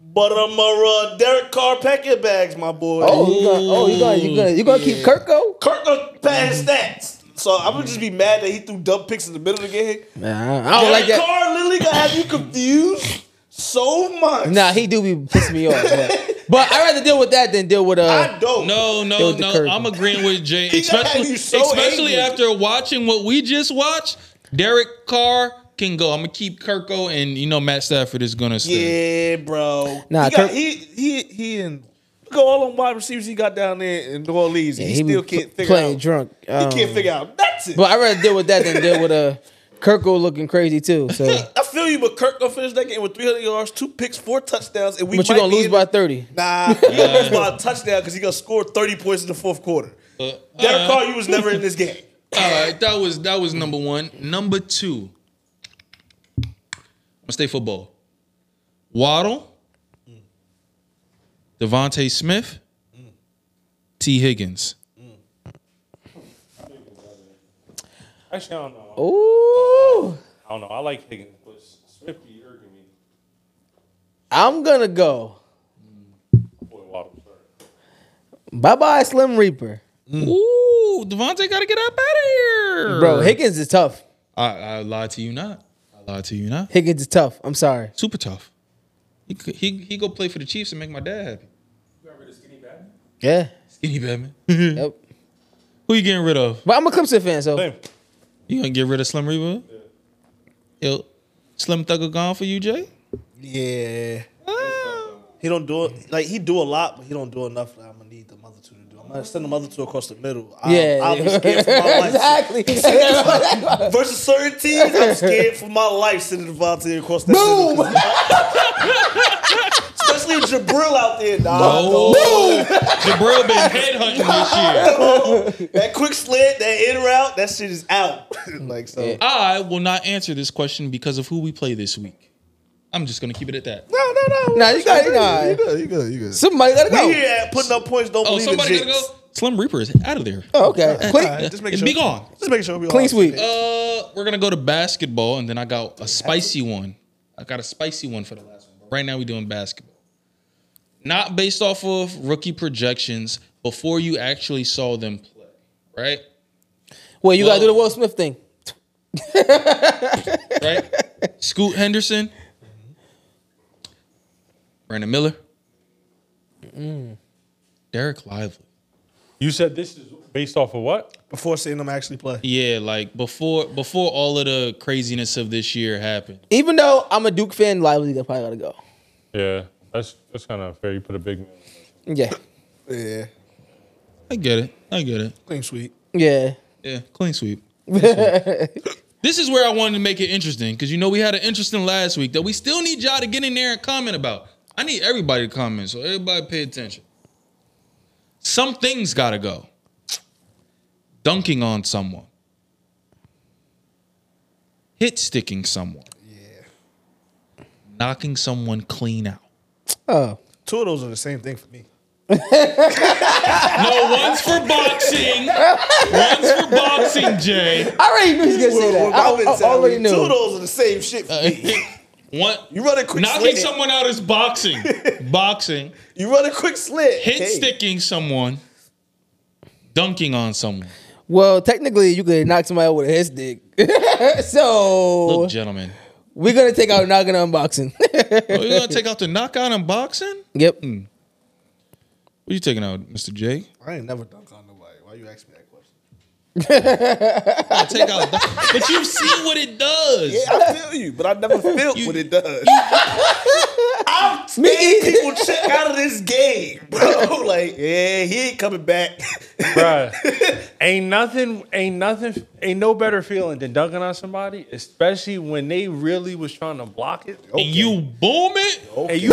[SPEAKER 3] But I'm a uh, Derek Carr packing bags, my boy.
[SPEAKER 2] Oh, you gonna, oh, you gonna, you gonna, you gonna keep Kirk go?
[SPEAKER 3] Kirk gonna pass stats. So I'm gonna just be mad that he threw dumb picks in the middle of the game.
[SPEAKER 2] Nah, I don't
[SPEAKER 3] Derek
[SPEAKER 2] like that.
[SPEAKER 3] Carr literally gonna have you confused so much.
[SPEAKER 2] Nah, he do be pissing me off. But, but I'd rather deal with that than deal with uh.
[SPEAKER 3] I don't.
[SPEAKER 4] No, no,
[SPEAKER 2] Build the
[SPEAKER 4] no.
[SPEAKER 2] curve.
[SPEAKER 4] I'm agreeing with Jay,
[SPEAKER 3] gotta have
[SPEAKER 4] especially
[SPEAKER 3] you so
[SPEAKER 4] especially
[SPEAKER 3] angry.
[SPEAKER 4] after watching what we just watched. Derek Carr can go. I'm gonna keep Kirko, and you know Matt Stafford is gonna stay.
[SPEAKER 3] Yeah, bro.
[SPEAKER 2] Nah,
[SPEAKER 3] he, got,
[SPEAKER 2] Kirk-
[SPEAKER 3] he he he and look at all them wide receivers he got down there in New Orleans. he,
[SPEAKER 2] he be
[SPEAKER 3] still
[SPEAKER 2] pl-
[SPEAKER 3] can't figure
[SPEAKER 2] playing
[SPEAKER 3] out.
[SPEAKER 2] drunk. Um,
[SPEAKER 3] He can't figure out. That's it.
[SPEAKER 2] But I'd rather deal with that than deal with a Kirko looking crazy too. So,
[SPEAKER 3] I feel you, but Kirk gonna finish that game with 300 yards, two picks, four touchdowns, and we
[SPEAKER 2] but
[SPEAKER 3] might
[SPEAKER 2] you gonna
[SPEAKER 3] be
[SPEAKER 2] lose
[SPEAKER 3] in-
[SPEAKER 2] by thirty.
[SPEAKER 3] Nah, he gonna lose by a touchdown because he gonna score 30 points in the fourth quarter. Derek Carr, you was never in this game.
[SPEAKER 4] All right, that was that was number one. Number two, I'm gonna stay football. Waddle, Devontae Smith, T. Higgins.
[SPEAKER 6] Actually, I don't know.
[SPEAKER 2] Ooh,
[SPEAKER 6] I don't know. I like Higgins, but Smith be irking me.
[SPEAKER 2] I'm gonna go.
[SPEAKER 6] Boy, Waddle. sorry.
[SPEAKER 2] Bye bye, Slim Reaper.
[SPEAKER 3] Mm.
[SPEAKER 4] Ooh, Devontae gotta get up out of here,
[SPEAKER 2] Bro, Higgins is tough.
[SPEAKER 4] I, I lied to you not. I lied to you not.
[SPEAKER 2] Higgins is tough. I'm sorry.
[SPEAKER 4] Super tough. He could- he he go play for the Chiefs and make my dad happy.
[SPEAKER 6] You got rid of Skinny Bad?
[SPEAKER 2] Yeah.
[SPEAKER 4] Skinny Batman.
[SPEAKER 2] Yep.
[SPEAKER 4] Who you getting rid of?
[SPEAKER 2] But I'm a Clemson fan, so
[SPEAKER 6] Same.
[SPEAKER 4] You gonna get rid of Slim Reaper? Yo, Slim Thugger gone for you, Jay?
[SPEAKER 3] Yeah.
[SPEAKER 4] Ah.
[SPEAKER 3] He don't do it like he do a lot, but he don't do enough that I'm gonna need the mother two to do. I'm gonna send the mother two across the middle. I'll,
[SPEAKER 2] yeah,
[SPEAKER 3] I'll be scared for my life.
[SPEAKER 2] exactly.
[SPEAKER 3] Versus certain teams, I'm scared for my life sending Devontae across that
[SPEAKER 2] Boom!
[SPEAKER 3] middle. 'cause- Especially with Jabril out there, dog.
[SPEAKER 4] Oh, Jabril been headhunting this year.
[SPEAKER 3] That quick sled, that in route, that shit is out. like so.
[SPEAKER 2] Yeah.
[SPEAKER 4] I will not answer this question because of who we play this week. I'm just gonna keep it at that.
[SPEAKER 3] No, no, no.
[SPEAKER 2] Nah, you got- nah.
[SPEAKER 3] You good, you good, you good.
[SPEAKER 2] Somebody gotta
[SPEAKER 3] We
[SPEAKER 2] go.
[SPEAKER 3] here at putting up points. Don't
[SPEAKER 4] Oh,
[SPEAKER 3] believe
[SPEAKER 4] somebody
[SPEAKER 3] in
[SPEAKER 4] gotta
[SPEAKER 3] jinx.
[SPEAKER 4] go. Slim Reaper is out of there.
[SPEAKER 2] Oh, okay. Quick.
[SPEAKER 3] Alright, just
[SPEAKER 4] Be
[SPEAKER 3] making sure.
[SPEAKER 4] gone.
[SPEAKER 3] Just making sure we all
[SPEAKER 2] Clean sweep.
[SPEAKER 4] Uh, we're gonna go to basketball, and then I got a spicy one. I got a spicy one for the last one. But right now, we're doing basketball. Not based off of rookie projections before you actually saw them play, right?
[SPEAKER 2] Well, you gotta
[SPEAKER 4] Whoa.
[SPEAKER 2] do the Will Smith thing.
[SPEAKER 4] Right? Scoot Henderson, Brandon Miller, Derek Lively.
[SPEAKER 6] You said this is based off of what?
[SPEAKER 3] before seeing them actually play.
[SPEAKER 4] Yeah, like before before all of the craziness of this year happened.
[SPEAKER 2] Even though I'm a Duke fan, Lively probably gotta go.
[SPEAKER 6] Yeah, that's that's kind of unfair. You put a big man.
[SPEAKER 2] Yeah.
[SPEAKER 3] Yeah,
[SPEAKER 4] I get it. I get it.
[SPEAKER 3] clean sweep.
[SPEAKER 2] Yeah.
[SPEAKER 4] Yeah, clean sweep. this is where I wanted to make it interesting because you know we had an interesting last week that we still need y'all to get in there and comment about. I need everybody to comment, so everybody pay attention. Some things gotta go. Dunking on someone. Hit sticking someone. Yeah. Knocking someone clean out.
[SPEAKER 2] Oh.
[SPEAKER 3] Two of those are the same thing for me.
[SPEAKER 4] No, one's for boxing. One's for boxing, Jay.
[SPEAKER 2] I already knew he was gonna say
[SPEAKER 3] Well,
[SPEAKER 2] that.
[SPEAKER 3] well,
[SPEAKER 2] I, I- I already
[SPEAKER 3] Two of
[SPEAKER 2] knew.
[SPEAKER 3] those are the same shit. For me.
[SPEAKER 4] One,
[SPEAKER 3] You run a quick
[SPEAKER 4] Knocking
[SPEAKER 3] sled.
[SPEAKER 4] someone out is boxing. boxing.
[SPEAKER 3] You run a quick slit.
[SPEAKER 4] Hit
[SPEAKER 3] Hey,
[SPEAKER 4] sticking someone. Dunking on someone.
[SPEAKER 2] Well, technically, you could knock somebody out with a head stick. so
[SPEAKER 4] Look, gentlemen.
[SPEAKER 2] we're gonna take out knocking unboxing.
[SPEAKER 4] Are you gonna take out the knockout and boxing?
[SPEAKER 2] yep.
[SPEAKER 3] Mm.
[SPEAKER 4] What you taking out, Mr. J?
[SPEAKER 3] I ain't never dunked on nobody. Why you ask me that question?
[SPEAKER 4] I take out, but you've seen what it does.
[SPEAKER 3] I feel you, but I never felt what it does. I've
[SPEAKER 2] Me
[SPEAKER 3] made
[SPEAKER 2] either.
[SPEAKER 3] people check out of this game, bro. Like, yeah, he ain't coming back.
[SPEAKER 6] Bruh, ain't nothing, ain't nothing, ain't no better feeling than dunking on somebody, especially when they really was trying to block it.
[SPEAKER 4] And you boom it.
[SPEAKER 6] And you, and you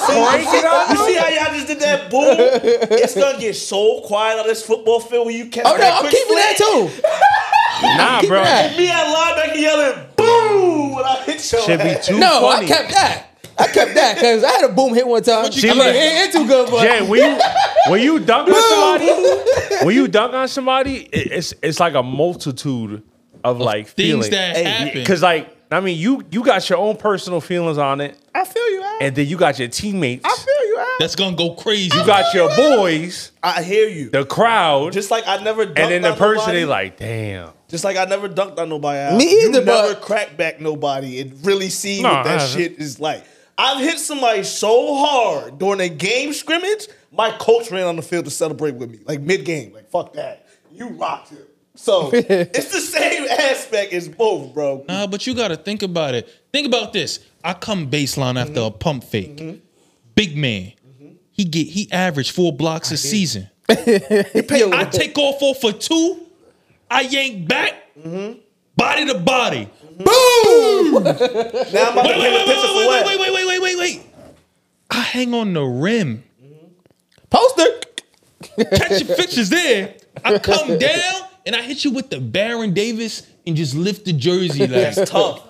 [SPEAKER 6] crank it
[SPEAKER 3] You
[SPEAKER 6] up.
[SPEAKER 3] see how y'all just did that boom? It's gonna get so quiet on this football field when you catch
[SPEAKER 2] Oh no,
[SPEAKER 3] that
[SPEAKER 2] I'm
[SPEAKER 3] quick
[SPEAKER 2] keeping that
[SPEAKER 3] flick.
[SPEAKER 2] too.
[SPEAKER 6] Nah,
[SPEAKER 2] Keep
[SPEAKER 6] bro.
[SPEAKER 2] that.
[SPEAKER 3] Me at linebacker yelling boom when I hit your
[SPEAKER 6] Should be
[SPEAKER 3] ass.
[SPEAKER 6] too
[SPEAKER 2] No, I
[SPEAKER 6] funny.
[SPEAKER 2] kept that. I kept that because I had a boom hit one time.
[SPEAKER 4] What you
[SPEAKER 2] I'm like,
[SPEAKER 6] keep?
[SPEAKER 2] it ain't too good, but
[SPEAKER 6] Jay, when you when you dunk on somebody, when you dunk on somebody, it- it's it's like a multitude of, like
[SPEAKER 4] things
[SPEAKER 6] feelings.
[SPEAKER 4] that happen.
[SPEAKER 6] Because like I mean, you you got your own personal feelings on it,
[SPEAKER 3] I feel you. Al.
[SPEAKER 6] and then you got your teammates,
[SPEAKER 3] I feel you. Al.
[SPEAKER 4] That's gonna go crazy.
[SPEAKER 6] you got your boys,
[SPEAKER 3] I hear you.
[SPEAKER 6] the crowd,
[SPEAKER 3] Just like I never. Dunked
[SPEAKER 6] and then the
[SPEAKER 3] on
[SPEAKER 6] person
[SPEAKER 3] nobody.
[SPEAKER 6] they like, damn.
[SPEAKER 3] Just like I never dunked on nobody. Al.
[SPEAKER 2] Me either,
[SPEAKER 3] You never
[SPEAKER 2] but-
[SPEAKER 3] crack back nobody and really see
[SPEAKER 6] Nah,
[SPEAKER 3] what that
[SPEAKER 6] I haven't.
[SPEAKER 3] shit is like. I've hit somebody so hard during a game scrimmage, my coach ran on the field to celebrate with me, like mid game. Like fuck that, you rocked him. So it's the same aspect as both, bro.
[SPEAKER 4] Nah, but you gotta think about it. Think about this. I come baseline after
[SPEAKER 3] Mm-hmm.
[SPEAKER 4] a pump fake. Big man. He get he averaged four blocks a season. I take off off for two. I yank back. Body to body.
[SPEAKER 3] Now I'm about to
[SPEAKER 4] Wait, wait,
[SPEAKER 3] paint a
[SPEAKER 4] wait,
[SPEAKER 3] picture for
[SPEAKER 4] wait,
[SPEAKER 3] what?
[SPEAKER 4] wait, wait, wait, wait, wait, wait, wait. I hang on the rim.
[SPEAKER 2] poster.
[SPEAKER 4] Catch your fixtures there. I come down and I hit you with the Baron Davis and just lift the jersey like
[SPEAKER 3] Tough.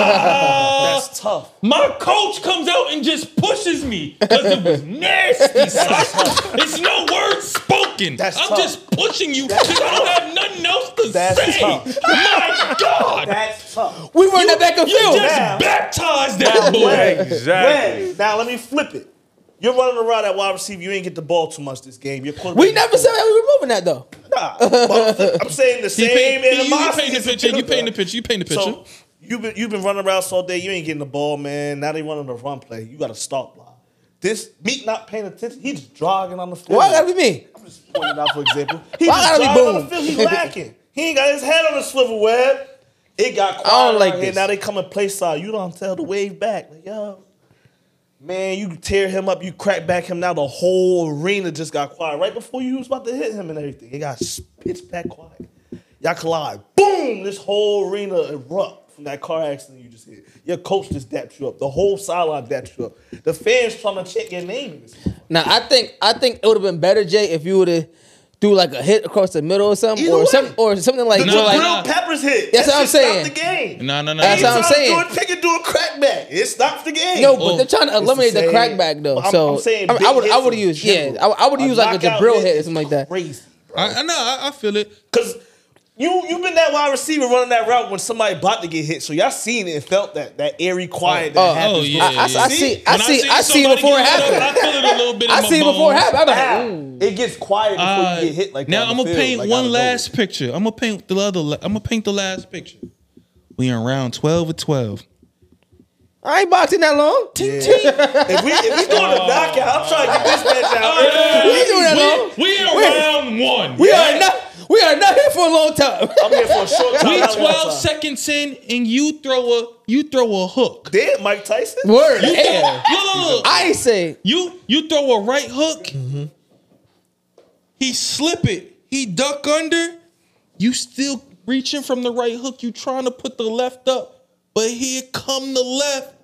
[SPEAKER 3] That's tough.
[SPEAKER 4] My coach comes out and just pushes me because it was nasty. son. it's no word spoken.
[SPEAKER 3] That's
[SPEAKER 4] I'm
[SPEAKER 3] tough.
[SPEAKER 4] just pushing you because I don't have nothing else to
[SPEAKER 3] That's
[SPEAKER 4] say.
[SPEAKER 3] tough.
[SPEAKER 4] My God,
[SPEAKER 3] That's tough.
[SPEAKER 2] We run that back up
[SPEAKER 4] you
[SPEAKER 2] field.
[SPEAKER 4] just
[SPEAKER 3] Now-
[SPEAKER 4] baptized that boy.
[SPEAKER 6] Exactly.
[SPEAKER 3] When? Now let me flip it. You're running around at wide receiver. You ain't get the ball too much this game. Your quarterback-
[SPEAKER 2] We never said that we were moving that though.
[SPEAKER 3] Nah, but I'm saying the
[SPEAKER 4] You
[SPEAKER 3] same
[SPEAKER 4] paint- you- you
[SPEAKER 3] animosity.
[SPEAKER 4] paint the
[SPEAKER 3] is
[SPEAKER 4] picture. You
[SPEAKER 3] built
[SPEAKER 4] paint the
[SPEAKER 3] up.
[SPEAKER 4] picture. You paint the picture.
[SPEAKER 3] So you've been you've been running around all day. You ain't getting the ball, man. Now they running the run play. You got to stop block. This meat not paying attention. He's jogging on the field.
[SPEAKER 2] Why gotta be me?
[SPEAKER 3] I'm just pointing out for example. He's
[SPEAKER 2] Why
[SPEAKER 3] just
[SPEAKER 2] gotta be
[SPEAKER 3] jogging on the
[SPEAKER 2] boom?
[SPEAKER 3] field. He's lacking. He ain't got his head on the swivel web. It got quiet.
[SPEAKER 2] I don't like
[SPEAKER 3] around here.
[SPEAKER 2] this.
[SPEAKER 3] Now they come and play side. You don't tell the wave back. Like yo. Man, you tear him up, you crack back him. Now the whole arena just got quiet right before you was about to hit him and everything. It got pitch back quiet. Y'all collide. Boom! This whole arena erupt from that car accident you just hit. Your coach just dapped you up. The whole sideline dapped you up. The fans trying to check your name. in this motherfucker.
[SPEAKER 2] Now I think I think it would have been better, Jay, if you would have threw like a hit across the middle or something,
[SPEAKER 3] Either
[SPEAKER 2] or
[SPEAKER 3] way.
[SPEAKER 2] some or something like,
[SPEAKER 3] The
[SPEAKER 4] No,
[SPEAKER 2] like uh,
[SPEAKER 4] no.
[SPEAKER 3] Jabril Peppers hit.
[SPEAKER 2] That's
[SPEAKER 3] That
[SPEAKER 2] what I'm
[SPEAKER 3] shit stopped
[SPEAKER 2] saying.
[SPEAKER 3] The game.
[SPEAKER 4] No, no, no.
[SPEAKER 2] That's
[SPEAKER 4] no.
[SPEAKER 2] what I'm
[SPEAKER 3] Trying to
[SPEAKER 2] saying.
[SPEAKER 3] Do a pick and do a crackback. It stops the game.
[SPEAKER 2] No, but
[SPEAKER 4] Oh,
[SPEAKER 2] they're trying to
[SPEAKER 3] it's
[SPEAKER 2] eliminate the,
[SPEAKER 3] the same.
[SPEAKER 2] crackback though.
[SPEAKER 3] But I'm-
[SPEAKER 2] so
[SPEAKER 3] I'm saying
[SPEAKER 2] I, mean, I
[SPEAKER 3] big
[SPEAKER 2] would I
[SPEAKER 3] hits
[SPEAKER 2] would
[SPEAKER 3] in
[SPEAKER 2] use yeah
[SPEAKER 3] general.
[SPEAKER 2] I, I would use like a
[SPEAKER 3] knockout
[SPEAKER 2] Jabril hit or
[SPEAKER 3] is
[SPEAKER 2] something like that.
[SPEAKER 3] Crazy.
[SPEAKER 4] I, I know. I, I feel it.
[SPEAKER 3] Cause you you've been that wide receiver running that route when somebody about to get hit, so y'all seen it and felt that that eerie quiet that
[SPEAKER 2] Oh, oh,
[SPEAKER 3] happens.
[SPEAKER 4] Oh yeah.
[SPEAKER 2] I- I-
[SPEAKER 4] yeah.
[SPEAKER 2] I see- I
[SPEAKER 4] When
[SPEAKER 2] see- I see
[SPEAKER 4] somebody
[SPEAKER 2] before it
[SPEAKER 4] get lit up,
[SPEAKER 2] happened.
[SPEAKER 4] I feel it a little bit. in
[SPEAKER 2] I
[SPEAKER 4] my
[SPEAKER 2] seen it before it
[SPEAKER 4] bones.
[SPEAKER 2] happened. I'm like,
[SPEAKER 3] Ah, It gets quiet before
[SPEAKER 4] Uh,
[SPEAKER 3] you get hit like
[SPEAKER 4] now
[SPEAKER 3] that.
[SPEAKER 4] I'm gonna paint one last picture. I'm gonna paint the other. I'm gonna paint the last picture. We in round twelve or twelve.
[SPEAKER 2] I ainint boxing that long.
[SPEAKER 3] If we if we doing a knockout, I'm trying to get this match
[SPEAKER 2] Oh,
[SPEAKER 3] out.
[SPEAKER 2] We ain't doing that long.
[SPEAKER 4] We, we in round one.
[SPEAKER 2] We are not we are not here for a long time.
[SPEAKER 3] I'm here for a short time.
[SPEAKER 4] We
[SPEAKER 3] not a long
[SPEAKER 4] twelve
[SPEAKER 3] time.
[SPEAKER 4] seconds in, and you throw a you throw a hook.
[SPEAKER 3] Did Mike Tyson?
[SPEAKER 2] Word.
[SPEAKER 4] You throw,
[SPEAKER 2] Yeah.
[SPEAKER 4] look, look, look.
[SPEAKER 2] I ain't say
[SPEAKER 4] You you throw a right hook. He slip it. He duck under. You still reaching from the right hook. You trying to put the left up, but here come the left.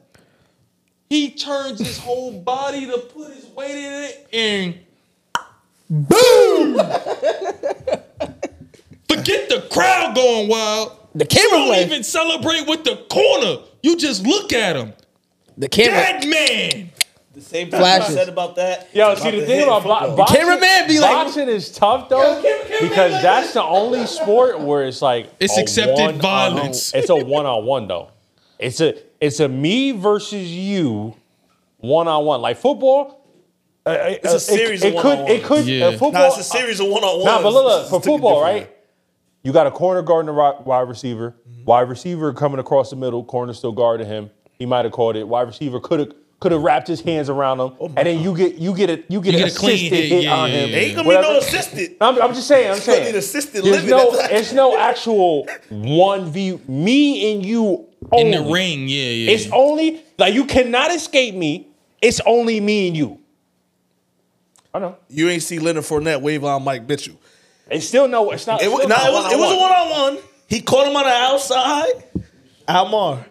[SPEAKER 4] He turns his whole body to put his weight in it, and boom! Forget the crowd going wild.
[SPEAKER 2] the
[SPEAKER 4] You
[SPEAKER 2] camera
[SPEAKER 4] don't
[SPEAKER 2] went.
[SPEAKER 4] even celebrate with the corner. You just look at him.
[SPEAKER 2] The camera.
[SPEAKER 4] Dead man.
[SPEAKER 3] The same thing I
[SPEAKER 2] Flashes.
[SPEAKER 3] said about that.
[SPEAKER 6] Yo,
[SPEAKER 3] About
[SPEAKER 6] see the
[SPEAKER 3] the
[SPEAKER 6] thing
[SPEAKER 3] head
[SPEAKER 6] about
[SPEAKER 3] football.
[SPEAKER 6] bo- boxing,
[SPEAKER 2] Cameraman be like-
[SPEAKER 6] boxing is tough though because that's the only sport where it's like
[SPEAKER 4] It's
[SPEAKER 6] a
[SPEAKER 4] accepted
[SPEAKER 6] one-on-
[SPEAKER 4] violence.
[SPEAKER 6] it's a one on one though. It's a it's a me versus you one on one like football. uh, uh,
[SPEAKER 3] It's a
[SPEAKER 6] it-
[SPEAKER 3] series
[SPEAKER 6] It,
[SPEAKER 3] of
[SPEAKER 6] could it
[SPEAKER 3] one-on-ones.
[SPEAKER 6] could
[SPEAKER 4] Yeah.
[SPEAKER 6] uh, football.
[SPEAKER 3] Nah, it's a series of one on one.
[SPEAKER 6] Nah, but look, look for football, right? You got a corner guarding the ri- wide receiver. Wide receiver coming across the middle. Corner still guarding him. He might have caught it. Wide receiver could have could have wrapped his hands around him, and then you get you get a you get,
[SPEAKER 4] You
[SPEAKER 6] an
[SPEAKER 4] get a clean
[SPEAKER 6] assisted
[SPEAKER 4] hit,
[SPEAKER 6] hit,
[SPEAKER 4] yeah,
[SPEAKER 6] on
[SPEAKER 4] yeah,
[SPEAKER 6] him.
[SPEAKER 4] yeah.
[SPEAKER 3] Ain't gonna
[SPEAKER 6] Whatever.
[SPEAKER 3] be no assistant.
[SPEAKER 6] I'm, I'm just saying. I'm
[SPEAKER 3] gonna
[SPEAKER 6] saying.
[SPEAKER 3] need assisted
[SPEAKER 6] There's
[SPEAKER 3] living
[SPEAKER 6] no.
[SPEAKER 3] at that.
[SPEAKER 6] It's no actual one v me and you
[SPEAKER 4] in
[SPEAKER 6] only.
[SPEAKER 4] the ring. Yeah, yeah.
[SPEAKER 6] It's only like you cannot escape me. It's only me and you. I know.
[SPEAKER 3] You ain't see Leonard Fournette wave on Mike Mitchell.
[SPEAKER 6] It's still no. It's not.
[SPEAKER 3] It was,
[SPEAKER 6] still
[SPEAKER 3] nah,
[SPEAKER 6] not
[SPEAKER 3] it was, it was a
[SPEAKER 6] one-on-one.
[SPEAKER 3] one on one. He caught him on the outside. Almar.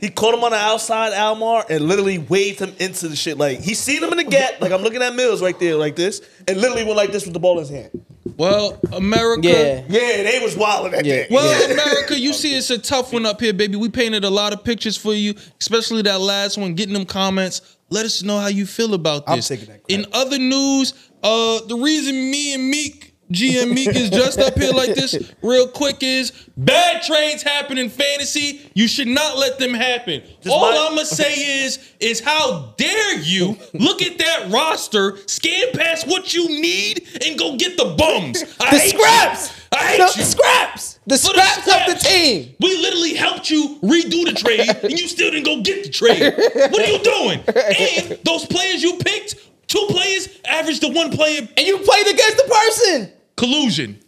[SPEAKER 3] He caught him on the outside, Almar, and literally waved him into the shit. Like he seen him in the gap. Like I'm looking at Mills right there, like this, and literally went like this with the ball in his hand.
[SPEAKER 4] well, America.
[SPEAKER 2] Yeah.
[SPEAKER 3] Yeah, they was wilding that
[SPEAKER 2] Yeah.
[SPEAKER 3] day.
[SPEAKER 4] Well, America, you see, it's a tough one up here, baby. We painted a lot of pictures for you, especially that last one. Getting them comments. Let us know how you feel about this.
[SPEAKER 3] I'm taking that crap.
[SPEAKER 4] In other news, uh, the reason me and Meek, GM Meek, is just up here like this, real quick, is bad trades happen in fantasy. You should not let them happen. All
[SPEAKER 3] my-
[SPEAKER 4] I'ma say is, is how dare you look at that roster, scan past what you need, and go get the bums. I
[SPEAKER 2] The
[SPEAKER 4] hate you.
[SPEAKER 2] scraps!
[SPEAKER 4] I hate
[SPEAKER 2] The
[SPEAKER 4] you.
[SPEAKER 2] scraps! The
[SPEAKER 4] For
[SPEAKER 2] scraps of the team!
[SPEAKER 4] We literally helped you redo the trade, and you still didn't go get the trade. What are you doing? And those players you picked, two players averaged to one player
[SPEAKER 2] And you played against the person!
[SPEAKER 4] collusion.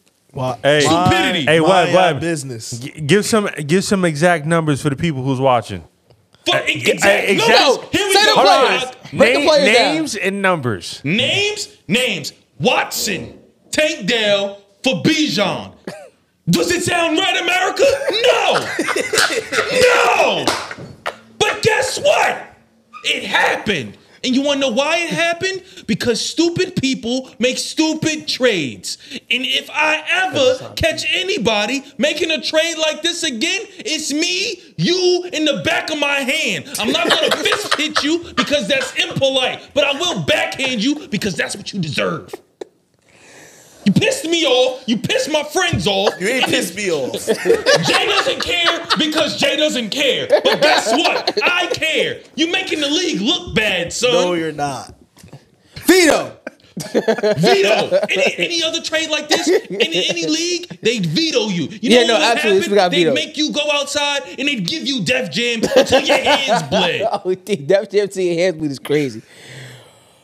[SPEAKER 6] Hey,
[SPEAKER 4] Stupidity.
[SPEAKER 6] Hey, what-
[SPEAKER 3] mind your
[SPEAKER 6] what-
[SPEAKER 3] business?
[SPEAKER 6] G- Give some give some exact numbers for the people who's watching. Uh,
[SPEAKER 4] Fuck, exact,
[SPEAKER 6] exact-
[SPEAKER 4] numbers. Here we
[SPEAKER 2] Say the
[SPEAKER 4] go.
[SPEAKER 6] Hold on.
[SPEAKER 2] players. Break the
[SPEAKER 6] Name-
[SPEAKER 2] players down.
[SPEAKER 6] names and numbers.
[SPEAKER 4] Names, names. Watson, Tank Dell for Bijan. Does it sound right, America? No, no. But guess what? It happened. And you want to know why it happened? Because stupid people make stupid trades. And if I ever catch anybody making a trade like this again, it's me, you, in the back of my hand. I'm not going to fist hit you because that's impolite, but I will backhand you because that's what you deserve. You pissed me off. You pissed my friends off.
[SPEAKER 3] You ain't pissed me off.
[SPEAKER 4] Jay doesn't care because Jay doesn't care. But guess what? I care. You're making the league look bad, son.
[SPEAKER 3] no, you're not.
[SPEAKER 2] Vito!
[SPEAKER 4] veto. Any, any other trade like this in any league, they veto you. You know
[SPEAKER 2] Yeah, no,
[SPEAKER 4] what would
[SPEAKER 2] absolutely,
[SPEAKER 4] happen?
[SPEAKER 2] we got
[SPEAKER 4] They'd
[SPEAKER 2] vetoed.
[SPEAKER 4] make you go outside and they'd give you Def Jam until your hands bled.
[SPEAKER 2] Oh, dude, that DMT and Hansley is crazy.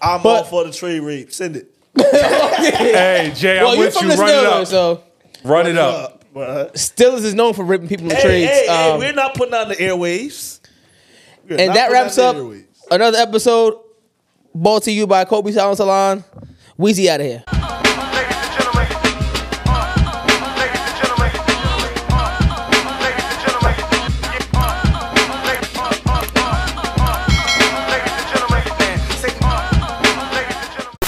[SPEAKER 3] I'm
[SPEAKER 2] But-
[SPEAKER 3] all for the trade rape. Send it.
[SPEAKER 6] Hey, Jay,
[SPEAKER 2] Well,
[SPEAKER 6] I'm
[SPEAKER 2] you're
[SPEAKER 6] with
[SPEAKER 2] from
[SPEAKER 6] you.
[SPEAKER 2] the
[SPEAKER 6] Run it up.
[SPEAKER 2] Steelers, so
[SPEAKER 6] Run it up.
[SPEAKER 3] Bruh.
[SPEAKER 2] Steelers is known for ripping people in
[SPEAKER 3] Hey,
[SPEAKER 2] trades.
[SPEAKER 3] hey, hey,
[SPEAKER 2] Um,
[SPEAKER 3] we're not putting out the airwaves. We are
[SPEAKER 2] and
[SPEAKER 3] not
[SPEAKER 2] that
[SPEAKER 3] putting out
[SPEAKER 2] wraps
[SPEAKER 3] the
[SPEAKER 2] up
[SPEAKER 3] airwaves.
[SPEAKER 2] another episode. Ball to you by Kobe Sound Salon. Weezy out of here.